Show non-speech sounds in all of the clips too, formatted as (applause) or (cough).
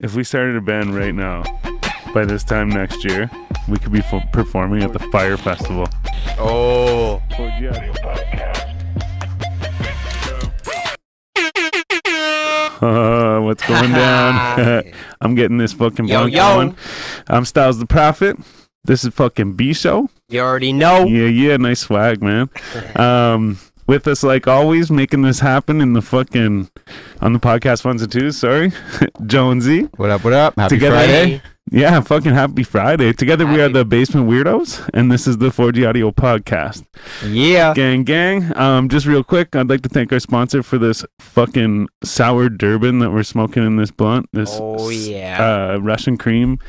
If we started a band right now, by this time next year, we could be f- performing at the Fire Festival. (laughs) Oh, Uh, what's going down? (laughs) (laughs) I'm getting this fucking Yo, blunt yo. going. I'm Styles the Prophet. This is fucking B Show. You already know. Yeah, yeah, nice swag, (laughs) man. Um, with us like always, making this happen in the fucking on the podcast ones and twos. Sorry, (laughs) Jonesy. what up? What up? Happy Together. Friday. Yeah, fucking happy Friday. Together we are Happy- the Basement Weirdos, and this is the 4G Audio Podcast. Yeah. Gang, gang. Um, just real quick, I'd like to thank our sponsor for this fucking sour Durban that we're smoking in this blunt. This Oh, s- yeah. uh, Russian cream,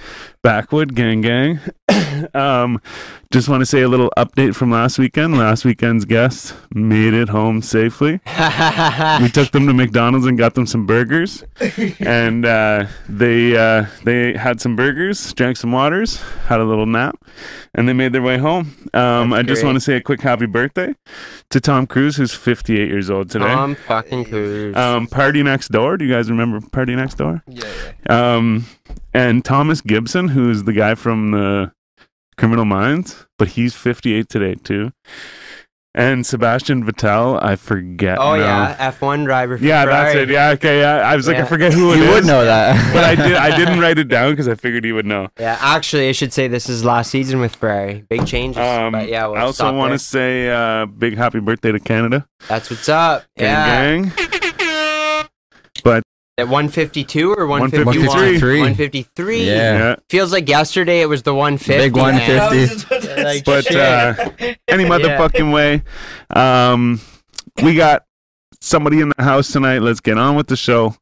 backwood. Gang, gang. (coughs) um, just want to say a little update from last weekend. Last weekend's guests made it home safely. We took them to McDonald's and got them some burgers, and uh, they uh, they had some burgers, drank some waters, had a little nap, and they made their way home. Um, I That's just great. want to say a quick happy birthday to Tom Cruise, who's 58 years old today. Tom fucking Cruise. Um, Party Next Door. Do you guys remember Party Next Door? Yeah. Um, and Thomas Gibson, who's the guy from the Criminal Minds, but he's 58 today too. And Sebastian Vettel, I forget. oh now. yeah, F one driver. For Yeah, that's it. Ferrari. Yeah, okay. Yeah, I was like, Yeah. I forget who it You is, would know (laughs) that. but I did. I didn't write it down because I figured he would know. Yeah, actually, I should say this is last season with Ferrari. Big changes. Um, but yeah, we'll I also want to say uh, big happy birthday to Canada, to. That's what's up. gang, yeah. (laughs) gang. At 152 or 151? 153. 153. Yeah. Yeah, Feels like yesterday it was the 150. Big man. 150. Like, but shit. (laughs) uh, any motherfucking way, um, we got somebody in the house tonight. Let's get on with the show.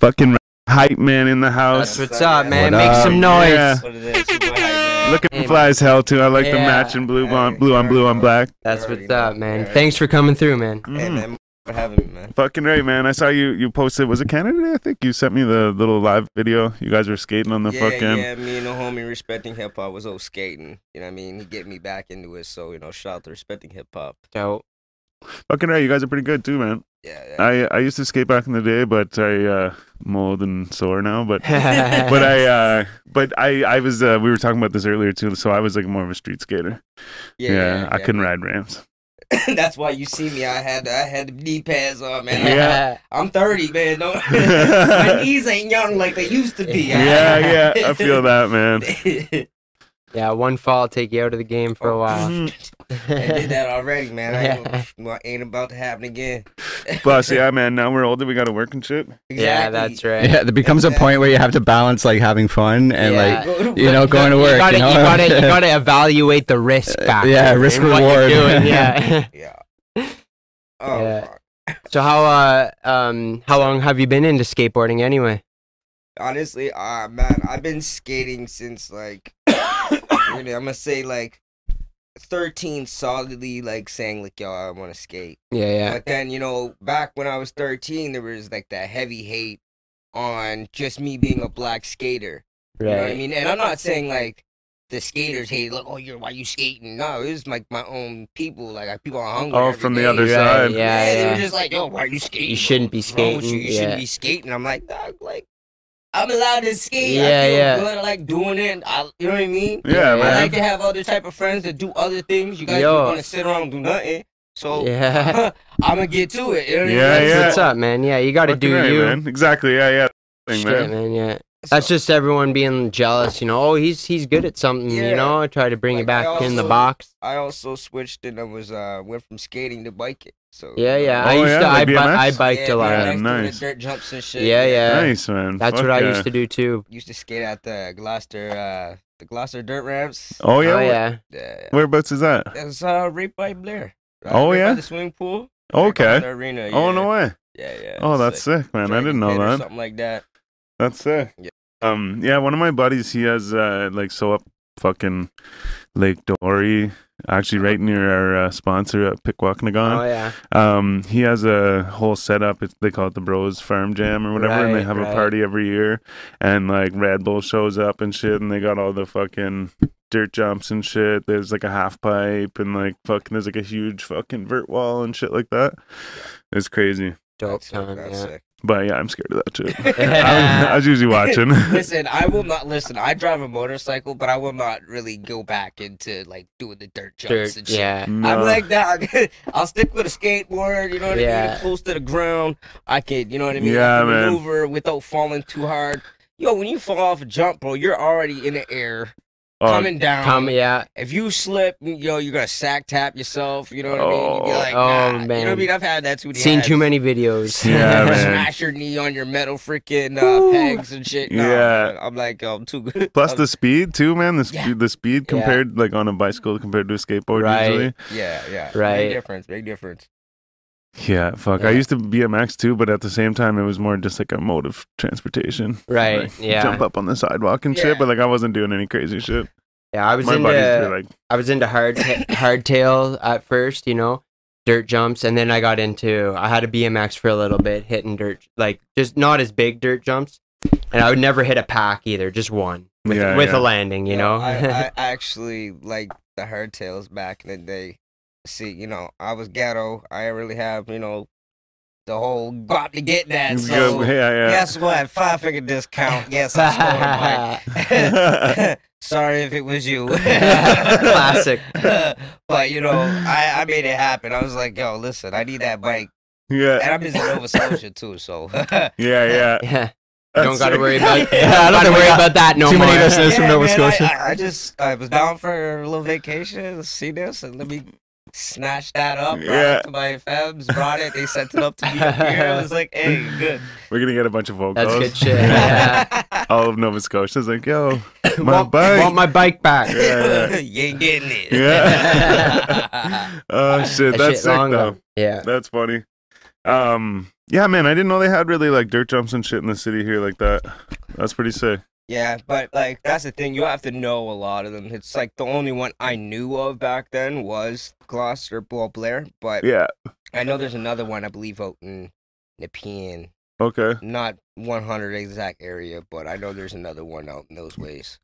Fucking hype man in the that's house. what's up, man. What Make up? some noise. Yeah. what it is. you know how you Looking Hey, fly as hell too. I like the Yeah. matching blue on blue on blue on black. That's what's up, man. Alright. Thanks for coming through, man. do. Hey Mhm. man, for having me, man. Fucking right, man. I saw you. You posted. Was it Canada? Day? I think you sent me the little live video. You guys were skating on the yeah, fucking. yeah, me and the homie respecting hip hop was old skating. You know what I mean? He get me back into it, so you know, shout out to respecting hip hop. (laughs) So, Fucking right. You guys are pretty good too, man. Yeah, yeah. I I used to skate back in the day, but I uh, I'm old and sore now. (laughs) But but but I uh, but I I was uh, we were talking about this earlier too. So I was like more of a street skater. Yeah, I couldn't ride ramps. (laughs) That's why you see me. I had I had the knee pads on, man. Yeah. (laughs) I'm 30, (laughs) man. Don't my knees ain't young like they used to be. Yeah, (laughs) yeah. I feel that, man. I Yeah, one fall will take you out of the game for Oh. a while. (laughs) Mhm. (laughs) did that already, man. I ain't, gonna- well, ain't about to happen again. Plus, yeah, man. Now we're older. We got to work and shit. Yeah, that's right. (laughs) Yeah, there becomes a point where you have to balance like having fun and Yeah. like you know going to work. You gotta, you you know? Uh, gotta, you gotta evaluate the risk factor. yeah, and risk what you're reward. doing, (laughs) yeah. (laughs) Yeah. Oh, Yeah. fuck. so how uh um how long have you been into skateboarding anyway? honestly, uh, man, I've been skating since like, (coughs) really, I'm gonna say like 13 solidly, like saying like, yo, I want to skate. Yeah, yeah. But then, you know, back when I was 13, there was like that heavy hate on just me being a black skater. You know what I Right. mean? And I'm not saying like the skaters hate like, oh, you're why you skating? No, it was like my own people, like I- people are hungry. Oh, every from the day. other Right, side. Yeah, they yeah. were just like, yo, why are you skating? shouldn't be What's wrong with You, skating, You shouldn't yeah. be skating. I'm like, dog, like, I'm allowed to skate. Yeah, I feel yeah. good. I like doing it. I, you know what I mean? Yeah, Yeah. I man. like to have other type of friends that do other things. You guys Yo. don't want to sit around and do nothing. So (laughs) yeah. I'm gonna get to it. You know what I mean? Yeah, That's yeah. What's up, man? Yeah, you gotta Fucking do right, you. man. Exactly. Yeah, yeah. Thing, Shit, man. man. Yeah. That's So, just everyone being jealous, you know. Oh, he's he's good at something, Yeah. you know. I try to bring it Like, back I in the also- box. I also switched and I was uh went from skating to biking. So Yeah, yeah. I Oh, used yeah, to. like I, bi- BMX? I biked yeah, a lot. yeah. BMX, doing the nice. Dirt jumps and shit. Yeah, yeah. Nice, man. That's Fuck what I yeah. used to do too. Used to skate at the Gloucester, uh, the Gloucester dirt ramps. Oh yeah. oh wh- yeah. Yeah, Whereabouts is that? That's uh, right by Blair. Uh, Right- Oh, right by yeah? the swimming pool. right by Okay. the arena. Oh yeah. no way. Yeah, yeah. Oh, it's that's like sick, man. I Dragon didn't know Pit or that. Something like that. That's sick. Yeah. Um, yeah, one of my buddies, he has uh, like so up fucking Lake Dory, actually right near our uh, sponsor at Oh Pickwalknagon. yeah. Um, he has a whole setup. It's, they call it the Bros Farm Jam or whatever, and they Right, have a right. party every year. And like Red Bull shows up and shit, and they got all the fucking dirt jumps and shit. There's like a half pipe and like fucking there's like a huge fucking vert wall and shit like that. It's crazy. Dope That's sick, time. that's yeah. sick. But yeah, I'm scared of that too. (laughs) (laughs) I, was, I was usually watching. Listen, I will not listen. I drive a motorcycle, but I will not really go back into like doing the dirt jumps Dirt, and shit. yeah. (laughs) Mm. No. I'm like that. (laughs) I'll stick with a skateboard. You know what I Yeah. mean? Close to the ground, I could. You know what I mean? Yeah, I can man. Maneuver without falling too hard. Yo, when you fall off a jump, bro, you're already in the air, Oh, coming down. Come, yeah. If you slip, yo, you're gonna sack tap yourself. You know what I mean? You'd be Oh. like, Oh, nah. You know what I man. mean? I've had that too. many Seen times. (laughs) too many (laughs) videos. Yeah, man. Smash your knee on your metal freaking Ooh. uh, pegs and shit. Nah, Yeah. man, I'm like, I'm too good. Plus (laughs) I'm- the speed too, man. The Yeah. speed, the speed Yeah. compared like on a bicycle compared to a skateboard Right. usually. yeah, yeah, Right. Big difference. Big difference. Yeah, fuck. I Yeah. used to BMX too, but at the same time, it was more just like a mode of transportation. (laughs) Right, Like, yeah. Jump up on the sidewalk and Yeah. shit, but like I wasn't doing any crazy shit. Yeah, I was My into uh, buddies were like, I was into (laughs) hard hardtail at first, you know, dirt jumps, and then I got into I had a BMX for a little bit, hitting dirt like just not as big dirt jumps, and I would never hit a pack either, just one with, Yeah, with yeah. a landing, you Yeah, know. (laughs) I, I actually like the hardtails back in the day. See, you know, I was ghetto. I didn't really have, you know, the whole got to get that. "Let's So go." yeah, guess what? Five figure discount. Yes, I scored. yeah. Mike. (laughs) Sorry if it was you. (laughs) Classic. (laughs) but you know, I, I made it happen. I was like, yo, listen, I need that bike. yeah, And I'm in Nova Scotia too, so (laughs) yeah, yeah. yeah, you (laughs) That's don't got to it. (laughs) worry about. Yeah, I don't gotta think we worry got about that no too more. many listeners from Yeah, Nova man, I- Scotia. I, I just I was down for a little vacation, see this, and let me snatch that up. brought it Yeah. to my FMs, brought it. They sent it up to me up here. I was like, hey, good. We're gonna get a bunch of phone That's calls. (laughs) good shit. Yeah. All of Nova Scotia's like, yo, my want, bike. want my bike back. Yeah. (laughs) you ain't getting it. (laughs) Yeah. (laughs) oh shit, That that's shit sick long though. gone. Yeah. That's funny. Um, yeah, man, I didn't know they had really like dirt jumps and shit in the city here like that. That's pretty sick. (laughs) Yeah, but like that's the thing, you have to know a lot of them. It's like the only one I knew of back then was Gloucester Ball Blair, but Yeah. I know there's another one I believe out in Nepean. Okay. Not one hundred exact area, but I know there's another one out in those ways.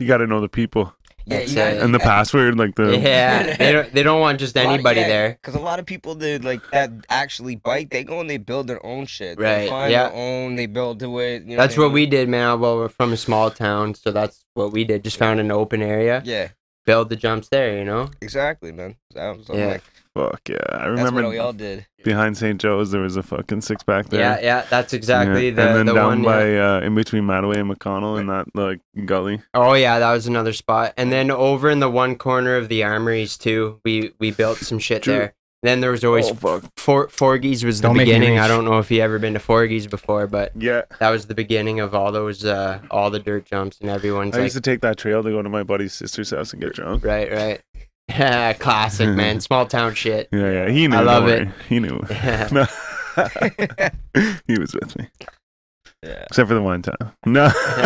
You got to know the people Yeah, That's you gotta- it. and the password, like the (laughs) Yeah. They don't, they don't want just A lot of- anybody yeah, there. Cause a lot of people that like that actually bike, they go and they build their own shit. Right, They find yeah. their own, they build to it. You know That's what I what we did, man. Well, we're from a small town, so that's what we did. Just found an open area, mean? Yeah, build the jumps there, you know? exactly, man. So, so Yeah. like, fuck yeah. I that's what we remember all did. behind St. Joe's there was a fucking six pack there. Yeah, yeah, that's exactly Yeah. the, and then the down one. yeah. by uh, in between Madaway and McConnell in that like gully. Oh yeah, that was another spot. And then over in the one corner of the armories too, we we built some shit True. there. Then there was always Oh, fuck. For, Forgies was the Don't make me beginning. I reach. don't know if you ever been to Forgies before, but Yeah, that was the beginning of all those uh all the dirt jumps and everyone's I like used to take that trail to go to my buddy's sister's house and get drunk. right, right. (laughs) (laughs) Classic, man. Small town shit. (laughs) Yeah, yeah, he knew. I don't love it. worry. He (laughs) knew. (laughs) No. he was with me. Yeah. Except for the one time. No. (laughs)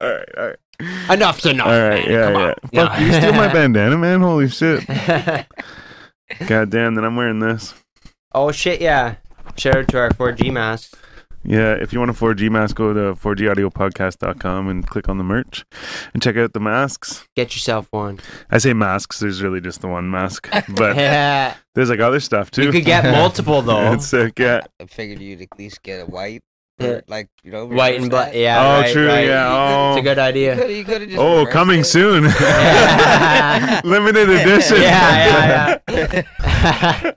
all right, all right, Enough's enough. all right. man. Yeah, Come yeah. Fuck, No. you steal (laughs) my bandana, man. Holy shit. on. God damn, then I'm wearing this. (laughs) oh shit, yeah. Shout out to our 4G masks. Yeah, if you want a 4G mask, go to 4Gaudiopodcast.com and click on the merch and check out the masks. Get yourself one. I say masks, there's really just the one (laughs) mask, (laughs) but Yeah. there's like other stuff too. You (laughs) could get multiple though. It's sick, yeah. I figured you'd at least get a white, Yeah. or, like you know, White and reverse black. that. Yeah. oh, right, true, right. yeah. It's Oh, a good (laughs) You idea. coulda- you coulda just Oh, reversed coming it. (laughs) soon. yeah, (laughs) limited edition. yeah, (laughs) yeah.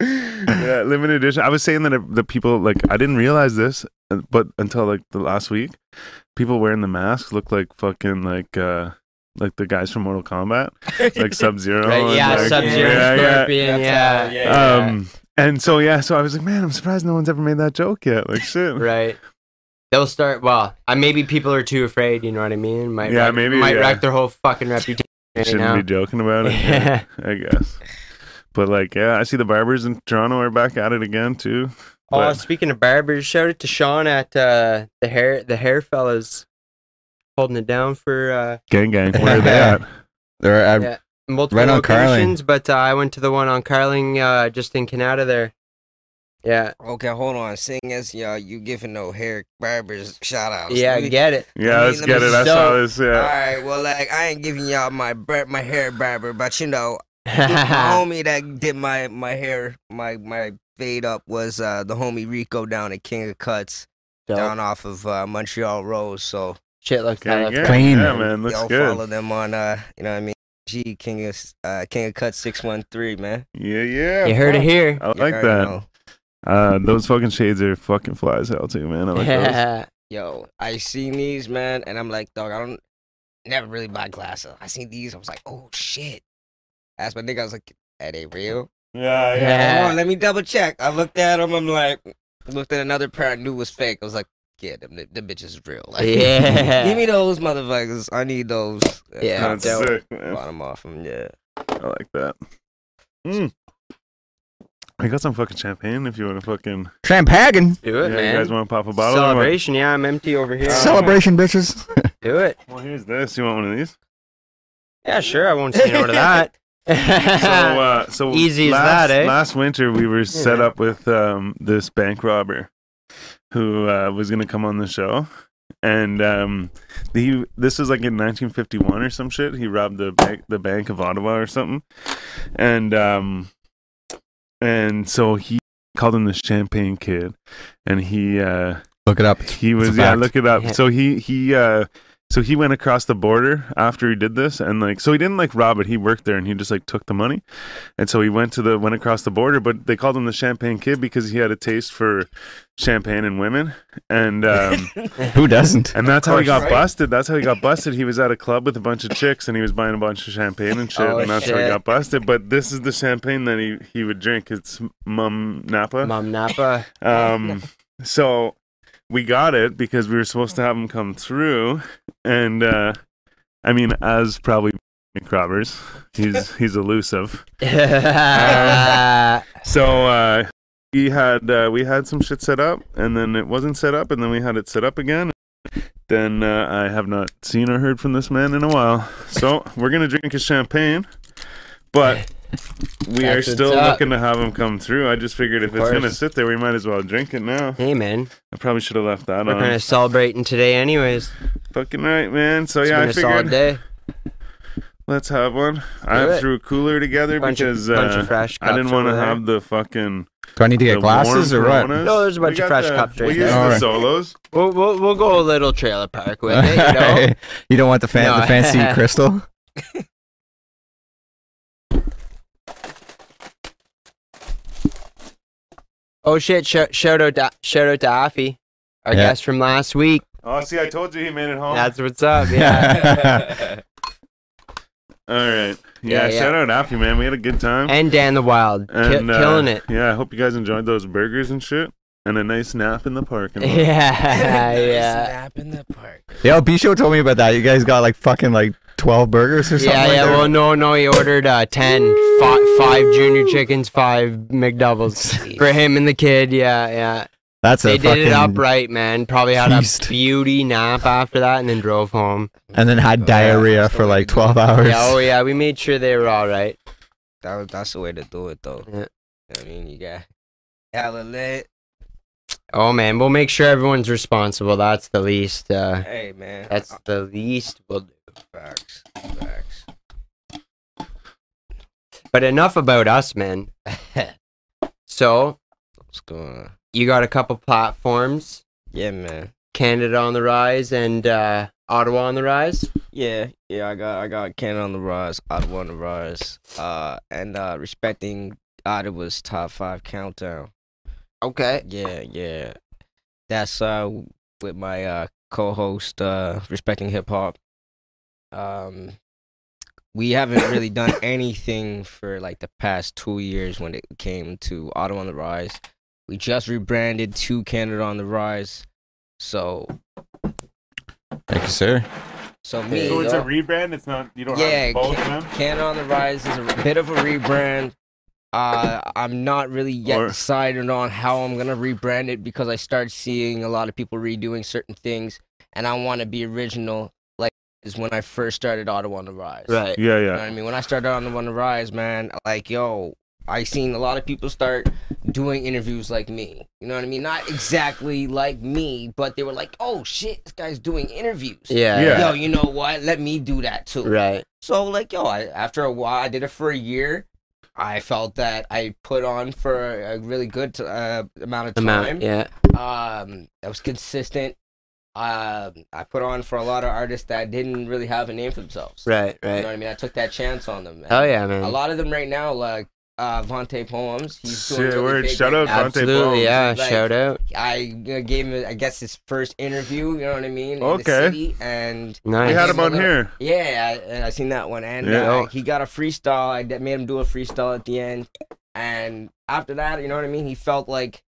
(laughs) yeah, limited edition. I was saying that the people like I didn't realize this, uh, but until like the last week, people wearing the masks look like fucking like uh like the guys from Mortal Kombat, (laughs) like Sub Zero. right, yeah, Oh, like, Sub Zero, yeah, yeah. Scorpion, yeah. Reptile, yeah. Um, and so yeah, so I was like, man, I'm surprised no one's ever made that joke yet. (laughs) Like shit. Right. They'll start, well, I, maybe people are too afraid, you know what I mean? Might Yeah, wreck, maybe, Might yeah. wreck their whole (laughs) fucking reputation right Shouldn't now. be joking about it. yeah, (laughs) Yeah. I guess. But like, yeah, I see the barbers in Toronto are back at it again too. Oh, But- speaking of barbers, shout out to Sean at uh, the hair the hair fellas holding it down for uh, Gang gang, where (laughs) are they at? (laughs) There are, Yeah. multiple Right on Carling. locations, but uh, I went to the one on Carling uh, just in Canada there. Yeah, Okay, hold on. Seeing as y'all, you giving no hair barbers shout outs. yeah, get it. Yeah, Let me- let's let get me it. I stop. saw this. All Yeah. right, well, like I ain't giving y'all my bar- (laughs) my hair barber, but you know, my yeah, homie that did my my hair, my my fade up was uh, the homie Rico down at King of Cuts down off of uh, Montreal Rose. So Shit looks Okay, kind yeah, of Clean. Yeah, man, looks y'all good. follow them on uh, you know what I mean. G King of uh, King of Cuts six one three man. Yeah, yeah. You heard it here. I like already that. know. Uh, those fucking shades are fucking flies out too, man. I (laughs) like those. Yeah. Yo, I seen these man, and I'm like, dog, I don't never really buy glasses. I seen these, I was like, oh shit. Asked my nigga, I was like, are they real? Yeah, yeah. Oh, let me double check. I looked at them. I'm like, looked at another pair I knew was fake. I was like, yeah, them, them bitches real. (laughs) Like, (laughs) Yeah. Give me those motherfuckers. I need those. Yeah, That's dope. sick, man. Bottom off (laughs) them. Yeah. I like that. Mm. I got some fucking champagne if you want to fucking. Champagne. Do it, yeah, you man. guys want to pop a bottle? or what? Celebration. Yeah, I'm empty over here. Uh, Celebration, bitches. Do it. Well, here's this. You want one of these? Yeah, sure. I won't say no to that. (laughs) So, (laughs) uh, so Easy as last, that, eh? Last winter, we were set Yeah. up with um, this bank robber who uh, was going to come on the show. And um, he, this was like in 1951 or some shit. He robbed the bank, the Bank of Ottawa or something. And um, and so he called him the Champagne Kid, and he uh, Look it up. he was It's a yeah fact. look it up Yeah. so he he uh so he went across the border after he did this and like so he didn't like rob it he worked there and he just like took the money and so he went to the went across the border but they called him the champagne kid because he had a taste for champagne and women and um Who doesn't? and that's how he course, got right? busted that's how he got busted he was at a club with a bunch of chicks and he was buying a bunch of champagne and shit Oh, and that's how he shit. got busted but this is the champagne that he he would drink it's mum napa (laughs) Mom Napa. (laughs) um, so we got it because we were supposed to have him come through, and uh, I mean, as probably robbers, (laughs) he's he's elusive. So uh, we had uh, we had some shit set up, and then it wasn't set up, and then we had it set up again. Then uh, I have not seen or heard from this man in a while. So we're gonna drink his champagne, (laughs) but we are That's what's still up. looking to have him come through. I just figured if Of it's gonna course. sit there, we might as well drink it now. hey, man. I probably should have left that We're on. kind of celebrating today, anyways. Fucking right, man. So It's yeah, been I a solid figured day. let's have one. I Do it. threw a cooler together Bunch of- because bunch of uh, fresh I didn't cups want to over there. have the fucking Do I need to the get glasses warm or what? Coronas. No, there's a bunch We of got fresh the, cups right We use there. the Alright. solos. We'll, we'll, we'll go a little trailer park with (laughs) it, you know? (laughs) You don't want the (laughs) fan, the fancy crystal. Oh shit! Sh- shout out, to, shout out to Afi, our Yeah. guest from last week. Oh, see, I told you he made it home. That's what's up. Yeah, (laughs) All right. Yeah, Yeah, yeah. shout out Appy, man. We had a good time. and Dan the Wild, ki- And, uh, killing it. (laughs) Yeah, I hope you guys enjoyed those burgers and shit, and a nice nap in the parking lot. (laughs) (laughs) (laughs) Yeah, yeah, Snap in the park. (laughs) Yo, Bisho told me about that. You guys got like fucking like twelve burgers or something. yeah, like yeah. that? Well, no, no. He ordered uh, ten, five, five junior chickens, five McDoubles for him and the kid. Yeah, yeah. that's a they did fucking, it upright, man. Probably had feast. a beauty nap after that, and then drove home. and then Oh, had diarrhea for like twelve hours. Yeah, oh yeah. We made sure they were all right. That was, that's the way to do it though. Yeah. You know what I mean, you got hella lit. Oh man, we'll make sure everyone's responsible. That's the least. Uh, Hey man, that's the least we'll do. facts. Facts. But enough about us, man. (laughs) so What's going on? you got a couple platforms, Yeah, man. Canada on the rise and uh, Ottawa on the rise. Yeah, yeah, I got I got Canada on the rise, Ottawa on the rise, uh, and uh, respecting Ottawa's top five countdown. Okay. Yeah, yeah, that's uh with my uh co-host uh respecting hip hop. Um, we haven't really done anything for like the past two years when it came to Ottawa on the rise. We just rebranded to Canada on the rise, so oh, (laughs) Thank you, sir. so me. So it's a uh, rebrand. It's not you don't yeah, have both of Can- them. Canada on the Rise is a bit of a rebrand. Uh, I'm not really yet Or- decided on how I'm gonna rebrand it because I start seeing a lot of people redoing certain things, and I want to be original. Like is when I first started Ottawa on the Rise. Right. Yeah, You know yeah. what I mean? When I started on the on the rise, man, like yo, I seen a lot of people start doing interviews like me. You know what I mean? Not exactly like me, but they were like, "Oh shit, this guy's doing interviews." Yeah. Yeah. Yo, you know what? Let me do that too. Right. So like yo, I, after a while, I did it for a year, I felt that I put on for a really good uh, amount of time. amount. Yeah. Um, I was consistent. Um, I put on for a lot of artists that didn't really have a name for themselves. Right. You know what Right. I mean? I took that chance on them. Oh yeah, man. A lot of them right now, like uh, Vontae Poems. He's doing Shit, really word. big Shout right out now. Vontae Absolutely. Bones. Yeah. Like- Shout out. I uh, gave him, I guess, his first interview. You know what I mean? in the Okay. city, and Nice. We I had gave him on a little- here. yeah, I, and I seen that one, and Yeah. uh, he got a freestyle. I d- made him do a freestyle at the end, and after that, you know what I mean. He felt like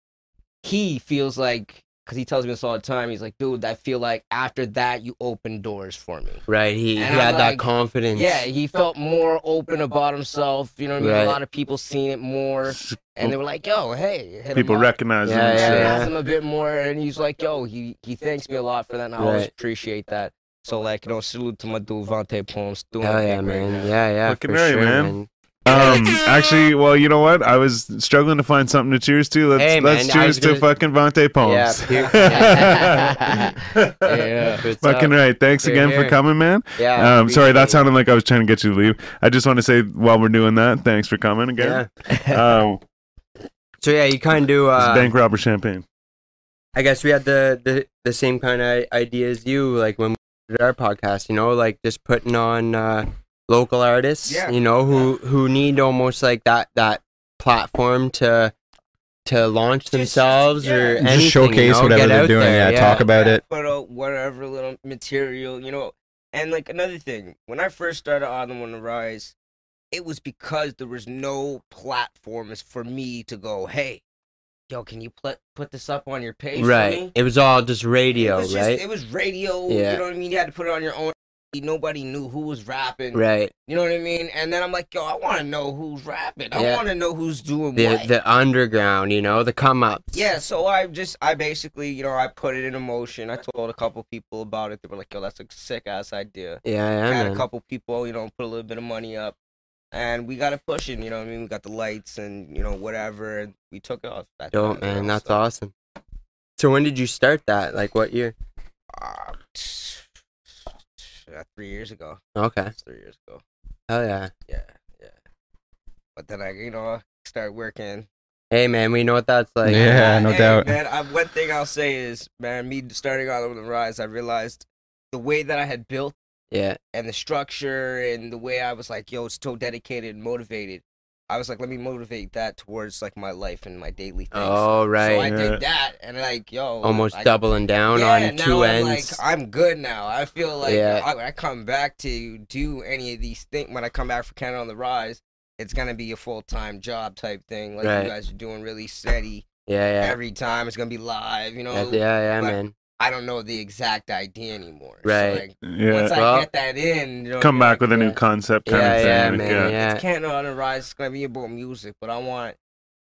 he feels like because he tells me this all the time. He's like, dude, I feel like after that, you opened doors for me. Right. He, he And had I'm that like, confidence. Yeah, he felt more open about himself. You know what I mean? Right. A lot of people seen it more, and they were like, yo, hey, hit him People up. recognize him. Yeah, and yeah, shit. yeah. Asked him a bit more, and he's like, "Yo, he he thanks me a lot for that, and I always Right. appreciate that." So like, you know, salute to my dude Vontae Poems. Oh Doing yeah, big right man. now. yeah. Yeah. Fucking for right, sure, man. (laughs) Um, actually, well, you know what? I was struggling to find something to cheers to. Let's Hey, let's man, I cheers was to gonna- fucking Vontae Poems. (laughs) Yeah. Yeah. What's up? Fucking right. Thanks Here, again for here. coming, man. Yeah. Um, sorry, that that's how. sounded like I was trying to get you to leave. I just want to say while we're doing that, thanks for coming Yeah. again. (laughs) Um, So yeah, you kind of do. it's Uh, bank robber champagne. I guess we had the, the the same kind of idea as you, like when we did our podcast. You know, like just putting on uh, local artists. Yeah. You know, who who need almost like that that platform to to launch themselves or yeah. Just anything. you showcase know, whatever get they're out doing. there, yeah, talk about it. Put out whatever little material, you know. And like another thing, when I first started Autumn on the Rise, it was because there was no platforms for me to go, hey, yo, can you put put this up on your page? for Right. me?" It was all just radio, it was right? Just, it was radio. Yeah. You know what I mean? You had to put it on your own. Nobody knew who was rapping. right. You know what I mean? And then I'm like, yo, I want to know who's rapping. I Yeah. want to know who's doing The what. the underground. You know, the come ups. yeah, so I just, I basically, you know, I put it in motion. I told a couple people about it. They were like, yo, that's a sick ass idea. Yeah. Yeah. had a man. couple people, you know, put a little bit of money up. And we got it pushing, you know what I mean? We got the lights and, you know, whatever. And we took it off. that Dope, time, you man. know, That's so, awesome. So when did you start that? Like what year? uh, uh, three years ago. Okay. That's three years ago. Hell yeah. Yeah, yeah. But then I, you know, start working. Hey, Hey man, we know what that's like. Yeah, no doubt. Man, I, one thing I'll say is, man, me starting out on the rise, I realized the way that I had built Yeah. and the structure and the way I was like, yo, it's so dedicated and motivated. I was like, let me motivate that towards like my life and my daily things. Oh So I right. Yeah. did that, and like, yo, Almost I, doubling down yeah, on now two I'm ends. Like, I'm good now. I feel like Yeah. I, when I come back to do any of these things when I come back for Canada on the Rise. It's gonna be a full time job type thing. Like Right. you guys are doing really steady yeah, yeah. every time. It's gonna be live. You know, That- yeah, yeah, like, man. I don't know the exact idea anymore. So, Right. like, Yeah, Once I Well, get that in, you know, come you're back like, with a new yeah. concept kind Yeah, of thing. yeah, like, man. yeah. Yeah. It's Canada on the Rise. It's gonna be about music, but I want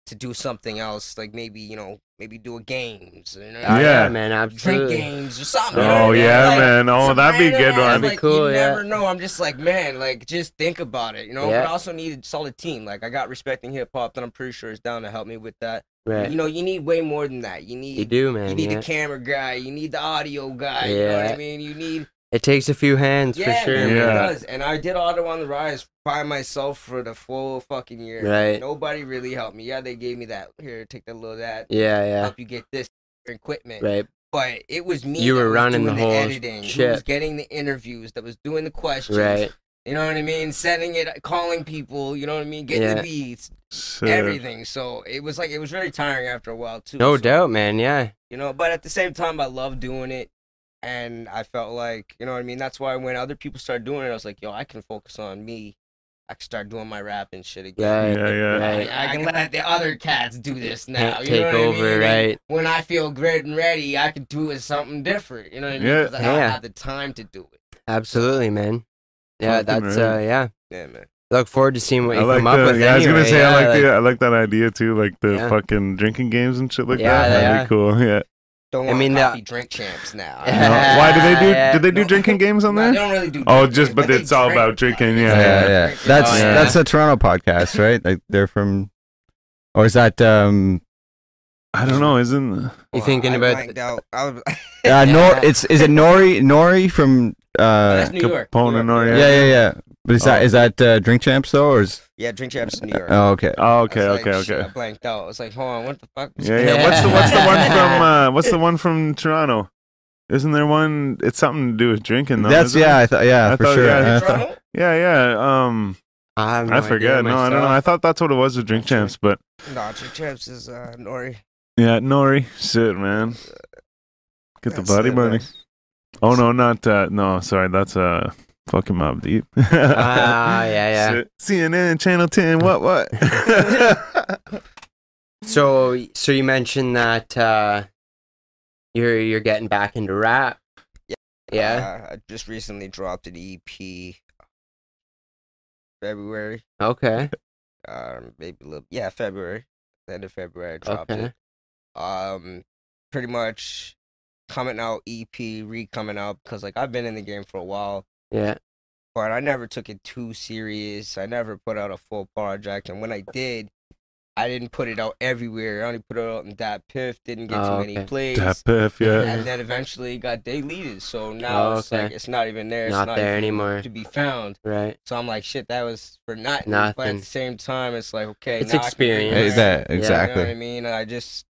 to do something else. Like maybe you know, maybe do a games. You know, Oh, Yeah. man. drink Absolutely. games or something. you know Oh what I mean? yeah, Like, man. Oh, some that'd be a random good ass, one. That'd be like, cool, You yeah. never know. I'm just like, man, like just think about it, you know. Yeah. But I also need a solid team. Like I got respecting hip hop, and I'm pretty sure it's down to help me with that. Right. You You, know, you need way more than that. You need you, do, man. need yeah. the camera guy. You need the audio guy. You know what Yeah. I mean? You need It takes a few hands yeah, for sure, man, Yeah. it man. does. And I did Auto on the Rise by myself for the full fucking year. Right. Nobody really helped me. Yeah, they gave me that here, take that little that, Yeah, yeah. help you get this equipment. Right. But it was me. You that were was running doing the whole editing, who was shit. getting the interviews, that was doing the questions. Right. You know what I mean? Sending it, calling people. You know what I mean? Getting Yeah. the beats, Shit. everything. So it was like it was very tiring after a while too. No So, doubt, man. Yeah. You know, but at the same time, I love doing it. And I felt like, you know what I mean? That's why when other people started doing it, I was like, yo, I can focus on me. I can start doing my rap and shit Right. again. Yeah, yeah. I, Right. I can let the other cats do this now. You take know what I over, mean? right. When I feel great and ready, I can do it something different. You know what I mean? Yeah. 'Cause I don't Yeah. have the time to do it. Absolutely, man. Yeah, Fucking that's right. uh yeah. Yeah, man. Look forward to seeing what I you like come up the, with. yeah, I was gonna anyway, say yeah, I like, like- the I like that idea too, like the Yeah. fucking drinking games and shit like Yeah, that. That'd yeah. be cool. (laughs) Yeah. Don't I want mean, to the- copy drink (laughs) champs now. No, Why do (laughs) they do? Do they do No. drinking games on No, there? they don't really do. Oh, drink just- champs, but it's all about drinking, yeah, Yeah, yeah. Drink That's Oh, yeah. that's a Toronto podcast, right? Like they're from, or is that um? I don't know. Isn't You thinking I about- blanked out. I was- (laughs) Uh, Nor it's is it Nori Nori from that's uh? New York. Capone (laughs) New and York, Nori, Yeah, yeah, yeah. But is Oh. that is that uh, drink champs though, or is Yeah, drink champs in New York. oh okay? Oh, I okay, was like, okay, "Shit," I okay. blanked out. I was like, hold on, what the fuck? Yeah, yeah. What's the what's (laughs) the one (laughs) from uh, what's the one from Toronto? Isn't there one? It's something to do with drinking though. That's isn't yeah, It? I thought yeah I for thought- sure. Uh, yeah, I it's thought- Toronto? Yeah, yeah. Um, I, have no I idea forget. No, I don't know. myself. I thought that's what it was with drink Drink champs, but Nah, drink champs is uh, Nori. yeah, Nori, shit, man, get the That's body uh, it, bunny. man. Oh no, not uh, no. Sorry, that's uh, fucking Mob Deep. (laughs) Ah, yeah, (laughs) yeah. Shit. CNN Channel Ten. What? (laughs) What? (laughs) So, so you mentioned that uh, you're you're getting back into rap. Yeah. Yeah. Uh, I just recently dropped an E EP. February, Okay. um, maybe a little. Yeah, February. The end of February, I dropped Okay. it. Um, pretty much coming out EP, re coming out because like I've been in the game for a while. Yeah. but I never took it too serious. I never put out a full project, and when I did, I didn't put it out everywhere. I only put it out in that piff. Didn't get Oh, too many okay. plays, that piff, yeah. and then eventually got deleted. So now Oh, it's like okay. it's not even there. It's Not not, there even anymore. to be found. Right. So I'm like, shit, that was for nothing. But at Nothing. the same time, it's like okay, It's now I can do experience. it. Is that Yeah. You know what I exactly? mean? I just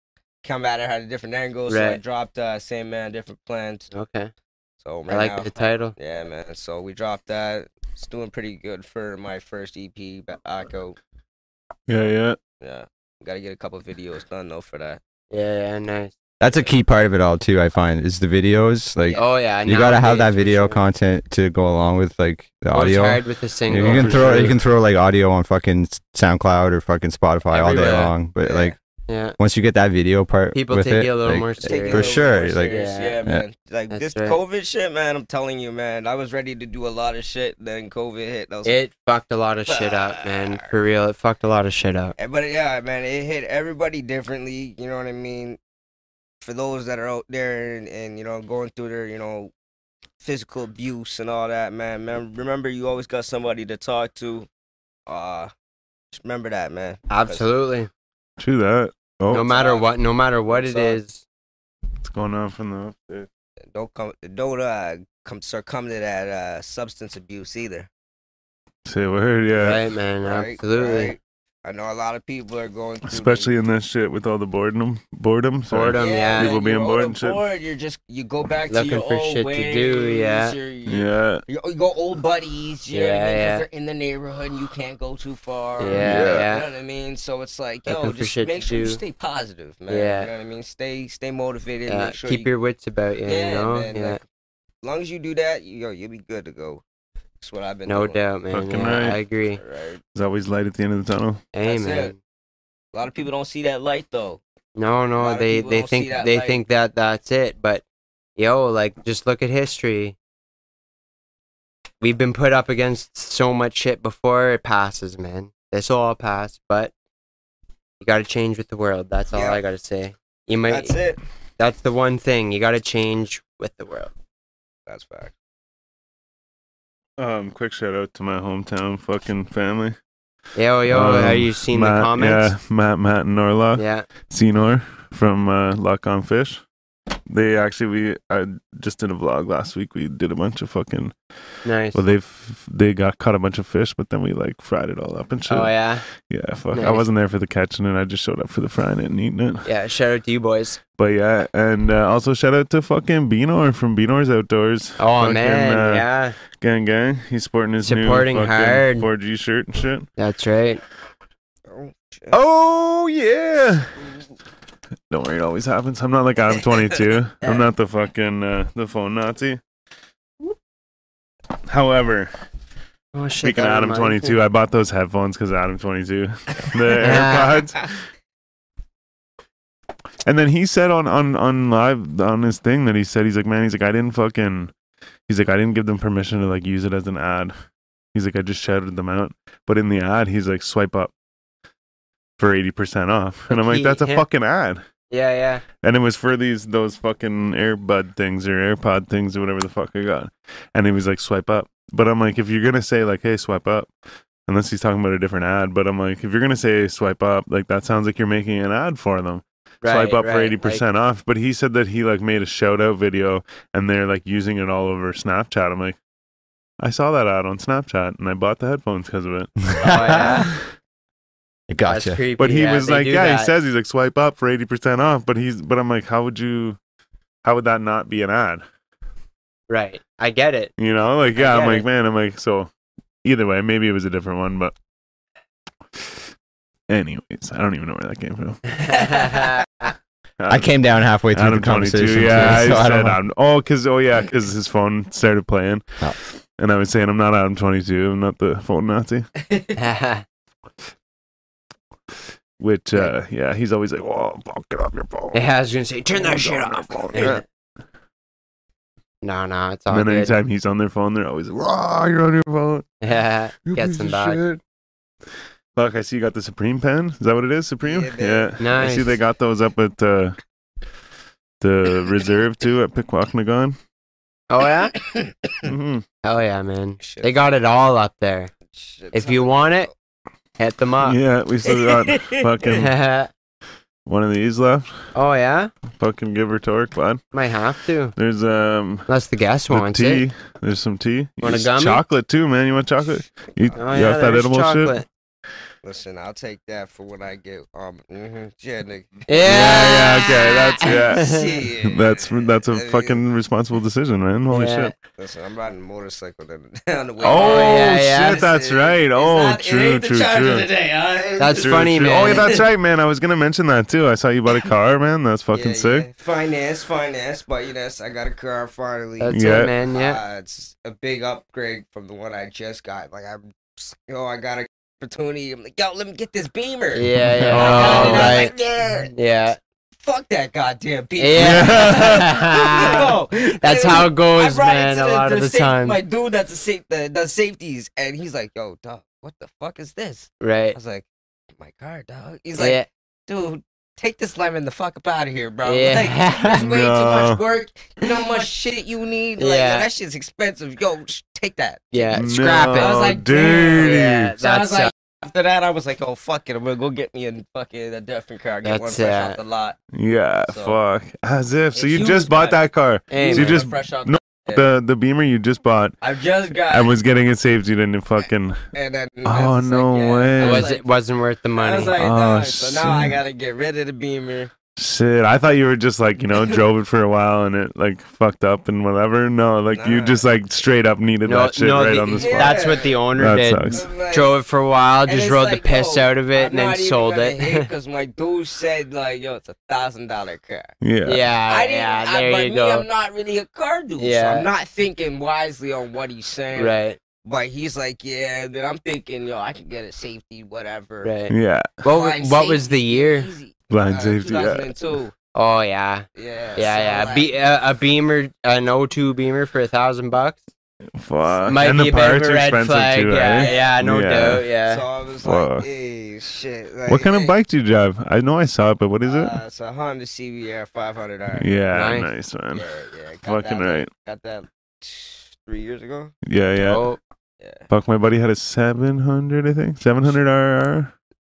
come at it at a different angle. So I Right. dropped uh, same man, different plans. Okay. So right I like now, the title. yeah, man. So we dropped that. It's doing pretty good for my first E EP back out. yeah, yeah. uh, Yeah. Gotta get a couple videos done though for that. Yeah. Yeah. Nice. That's a key part of it all too. I find is the videos like Oh yeah. you gotta have that nowadays, for video sure. content to go along with like the Well, it's audio. hard with the You single. can for throw sure. you can throw like audio on fucking SoundCloud or fucking Spotify all day Everywhere. long, but Yeah. like yeah. once you get that video part, People with take it, it a little like, more Take it serious. a For little sure, more like- serious, Yeah. yeah, man. Like That's this right. COVID shit, man. I'm telling you, man. I was ready to do a lot of shit, then COVID hit. and I was like, It fucked a lot of shit up, man. For real, it fucked a lot of shit up. Eh, but yeah, man, it hit everybody differently. You know what I mean? For those that are out there and, and you know going through their you know physical abuse and all that, man. Man, remember you always got somebody to talk to. Uh just remember that, man. Absolutely. True that. Oh, No matter on. what, no matter what it It's is. what's going on from the update? Don't come, don't uh, come succumb to that uh, substance abuse either. Say a word, yeah. Right, man. right? Absolutely. Right? I know a lot of people are going through, the- Especially in this shit with all the boredom, boredom, sorry. Boredom. yeah. People you're being bored and shit. overboard, You're just you go back Looking to your for old shit to do, ways, yeah. you're- you're- Yeah, You you go old buddies, you know what I Yeah, mean? 'cause yeah. They're in the neighborhood and you can't go too far. Yeah, Yeah. You yeah. know what I mean? So it's like, Looking yo, for just shit make to sure you do. stay positive, man. Yeah. You know what I mean? Stay stay motivated. Yeah, make sure keep you, your wits about you, yeah, you know? man, yeah, like, as long as you do that, yo, you'll be good to go. That's what I've been no doing. doubt, man. Fucking yeah, right. I agree. Right. there's always light at the end of the tunnel. Hey, That's man. it. A lot of people don't see that light though. No, lot no, of they people they don't see think that they light. think that that's it, but yo, like just look at history. We've been put up against so much shit before it passes, man. This will all pass, but you got to change with the world. That's all Yeah. I got to say. You might That's it. that's the one thing you got to change with the world. That's fact. Um, quick shout out to my hometown fucking family. Yo, yo, have Um, you seen Matt- the comments? Yeah, Matt, Matt, and Norlock. yeah. Senor from uh, Lock on Fish. They actually we I just did a vlog last week. We did a bunch of fucking Nice. well they've they got caught a bunch of fish, but then we like fried it all up and shit. oh yeah. Yeah, fuck. I Nice. wasn't there for the catching it. I just showed up for the frying it and eating it. Yeah, shout out to you boys. But yeah, and uh, also shout out to fucking Beanor from Beanor's Outdoors. Oh Fucking, man, uh, yeah. gang gang. He's sporting his Supporting new hard. fucking 4G shirt and shit. That's right. Oh, shit. Oh yeah. Don't worry, it always happens. I'm not like (laughs) I'm 22. I'm not the fucking uh, the phone Nazi. However, Oh shit. speaking of that Adam reminds 22, me. I bought those headphones because Adam 22, (laughs) the Yeah. (laughs) AirPods. And then he said on on on live on his thing that he said he's like, man, he's like, I didn't fucking, he's like, I didn't give them permission to like use it as an ad. He's like, I just shouted them out, but in the ad, he's like, swipe up for eighty percent off, and I'm like, He- that's a him- fucking ad. Yeah, yeah. And it was for these those fucking earbud things or AirPod things or whatever the fuck I got. And he was like, swipe up. But I'm like, if you're gonna say like, hey, swipe up, unless he's talking about a different ad. But I'm like, if you're gonna say swipe up, like that sounds like you're making an ad for them. Right, swipe up for right, eighty percent off. But he said that he like made a shout out video and they're like using it all over Snapchat. I'm like, I saw that ad on Snapchat and I bought the headphones because (laughs) of it. Oh, (laughs) yeah. It That's gotcha. creepy. But he Yeah, was they like, do yeah, he that. says he's like swipe up for eighty percent off. But he's but I'm like, how would you? How would that not be an ad? right. I (laughs) get it. (laughs) You know, like yeah, I'm get like it. man, I'm like so. Either way, maybe it was a different one, but. Anyways, I don't even know where that came from. I came down halfway through Adam the conversation. 22. too, Yeah, so I I don't said know. Adam. Oh, because oh yeah, because his phone started playing, Oh. and I was saying I'm not Adam 22. I'm not the phone Nazi. Which uh, yeah, he's always like, "Whoa, Paul, get off your phone." yeah, I was gonna say, turn that Get shit off your phone." off. Yeah. no, no, it's all And then good. anytime he's on their phone, they're always, "Whoa, you're on your phone." (laughs) Yeah, You Get piece some of back. shit." Look, I see you got the Supreme pen. Is that what it is? Supreme? Yeah, I baby. see Nice. they got those up at uh, (laughs) the reserve too at Pequawknagon. oh yeah, hmm oh yeah, man. Shit. They got it all up there. Shit, If son. you want it, hit them Ah. up. (laughs) Yeah, we still (laughs) got fucking one of these left. oh yeah, Fucking give her torque, bud. might have to. There's um Unless the guest the wants tea. it. There's some tea. Want a There's gummy? Chocolate too, man. You want chocolate? You, Oh you yeah, got that there's edible chocolate. shit? Listen, I'll take that for what I get. Um, mm-hmm. yeah, nigga. Yeah. Yeah, yeah, okay, that's- (laughs) yeah. (laughs) Shit. That's that's a I mean, fucking responsible decision, man. Holy Yeah. shit! Listen, I'm riding a motorcycle (laughs) down the- down the way. Oh, yeah, yeah. shit, that's Listen, right. it's Oh, not- it true, ain't the true, charger true. today, huh? That's funny, man. Oh, yeah, (laughs) that's right, man. I was gonna mention that too. I saw you bought a car, man. That's fucking Yeah, sick. yeah. Finance, finance, but you know, I got a car finally. That's Yeah. it, man. Yeah. Uh, it's a big upgrade from the one I just got. Like I'm, just- you know, I got an opportunity. I'm like, yo, let me get this Beamer. Yeah, yeah. (laughs) Oh, And Oh, I was right. like, yeah, (laughs) Yeah. fuck that goddamn Beamer. Yeah. (laughs) (laughs) Yo, (laughs) That's dude, how it I goes, brought it man, to a lot of the safe- time. My dude, that's the safe, the, the safeties, and he's like, yo, dog, what the fuck is this? I Right. was like, my car, dog. He's like, Yeah. dude, take this lemon the fuck up out of here, bro. (laughs) Like, (laughs) Yeah. there's way too No. much work. You know how much shit you need. Like, yo, Yeah. that shit's expensive. Yo, sh- take that. Yeah. Scrap No, it. I was like, Oh, dude. damn. Yeah. So I was That's uh, like, after that, I was like, oh, fuck it. I'm going to go get me a fucking a different car. Get one That's, fresh uh, off the lot. Yeah, So- fuck. As if. So It's you huge, just bought man. that car. hey, so you One man. just- fresh off no- Yeah. The the Beamer you just bought I've just got. and was getting it saved. You didn't fucking. and then, Oh, it's just no yeah. way. I it was was, like- it wasn't worth the I money. was like, Oh, nah, so now I shit. gotta get rid of the Beamer. Shit, I thought you were just like you (laughs) know drove it for a while and it like fucked up and whatever. No, like you Nah. just like straight up needed no, that shit no, right the- on the spot. Yeah. that's what the owner That did. sucks. I'm like- Drove it for a while, just it's rode like, the piss yo, out of it, I'm and then not even sold gonna it. hate (laughs) Because my dude said like, yo, it's a thousand dollar car. Uh, Yeah. yeah, I didn't. yeah. I, There but you me, go. I'm not really a car dude, so Yeah. I'm not thinking wisely on what he's saying. Right, But he's like, yeah. Then I'm thinking, yo, I can get a safety, whatever. right. Yeah. What, Blind wa- what was safety, the year? easy. Blind Uh, safety. Yeah. 2002. Oh yeah, yeah, Yeah. so, yeah. like, Be, uh, a Beamer, an O2 Beamer for a thousand bucks. Fuck. Might Uh, and be the a bit parts of are a red expensive flag. too, eh? yeah, right? yeah, no Yeah. doubt. Yeah. So I was Fuck. like, hey, shit. What kind of like, bike do you drive? I know I saw it, but what is it? Uh, it's a Honda CBR 500R. yeah, nice, nice. man. yeah, yeah. Got Fucking that, like, right. Got that three years ago. Yeah, yeah. Oh, Fuck, my buddy had a 700, I think. 700 RR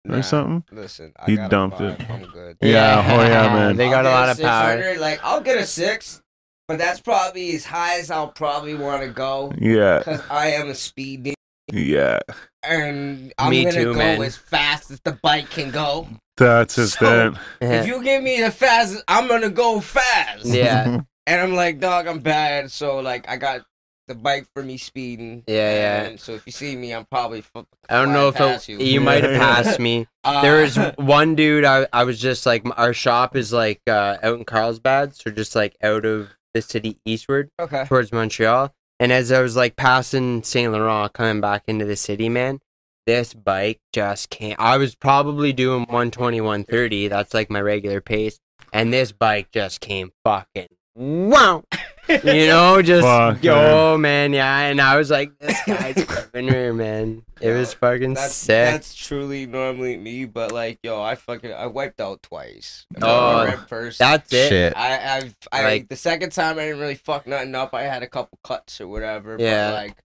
or Nah, something. Listen, He I got a dumped five, it. I'm good. Yeah, oh, yeah, man. (laughs) They got a I'll lot of get power. 600, Like I'll get a six, but that's probably as high as I'll probably want to go Yeah, because I am a speed demon, yeah. and I'm Me gonna too, go man. as fast as the bike can go. That's just So- that. If you give me the fastest, I'm gonna go fast. yeah, And I'm like, dog, I'm bad. So like, I got the bike for me speeding. Yeah, yeah. And so if you see me, I'm probably. F- I don't know if it, you. you, might have Yeah. passed me. Uh, There (laughs) was one dude I, I was just like our shop is like uh, out in Carlsbad, so just like out of the city eastward okay. towards Montreal. And as I was like passing Saint Laurent coming back into the city, man, this bike just came. I was probably doing 120, 130. That's like my regular pace. And this bike just came fucking wow. (laughs) You know, just Fuck, yo, man. yeah. And I was like, this guy's coming here, man. It Yo, was fucking That's sick. that's truly normally me, but like yo, I fucking I wiped out twice. Oh, Red first. That's, it. Shit. I I've, I Like- the second time I didn't really fuck nothing up. I had a couple cuts or whatever. Yeah. But like,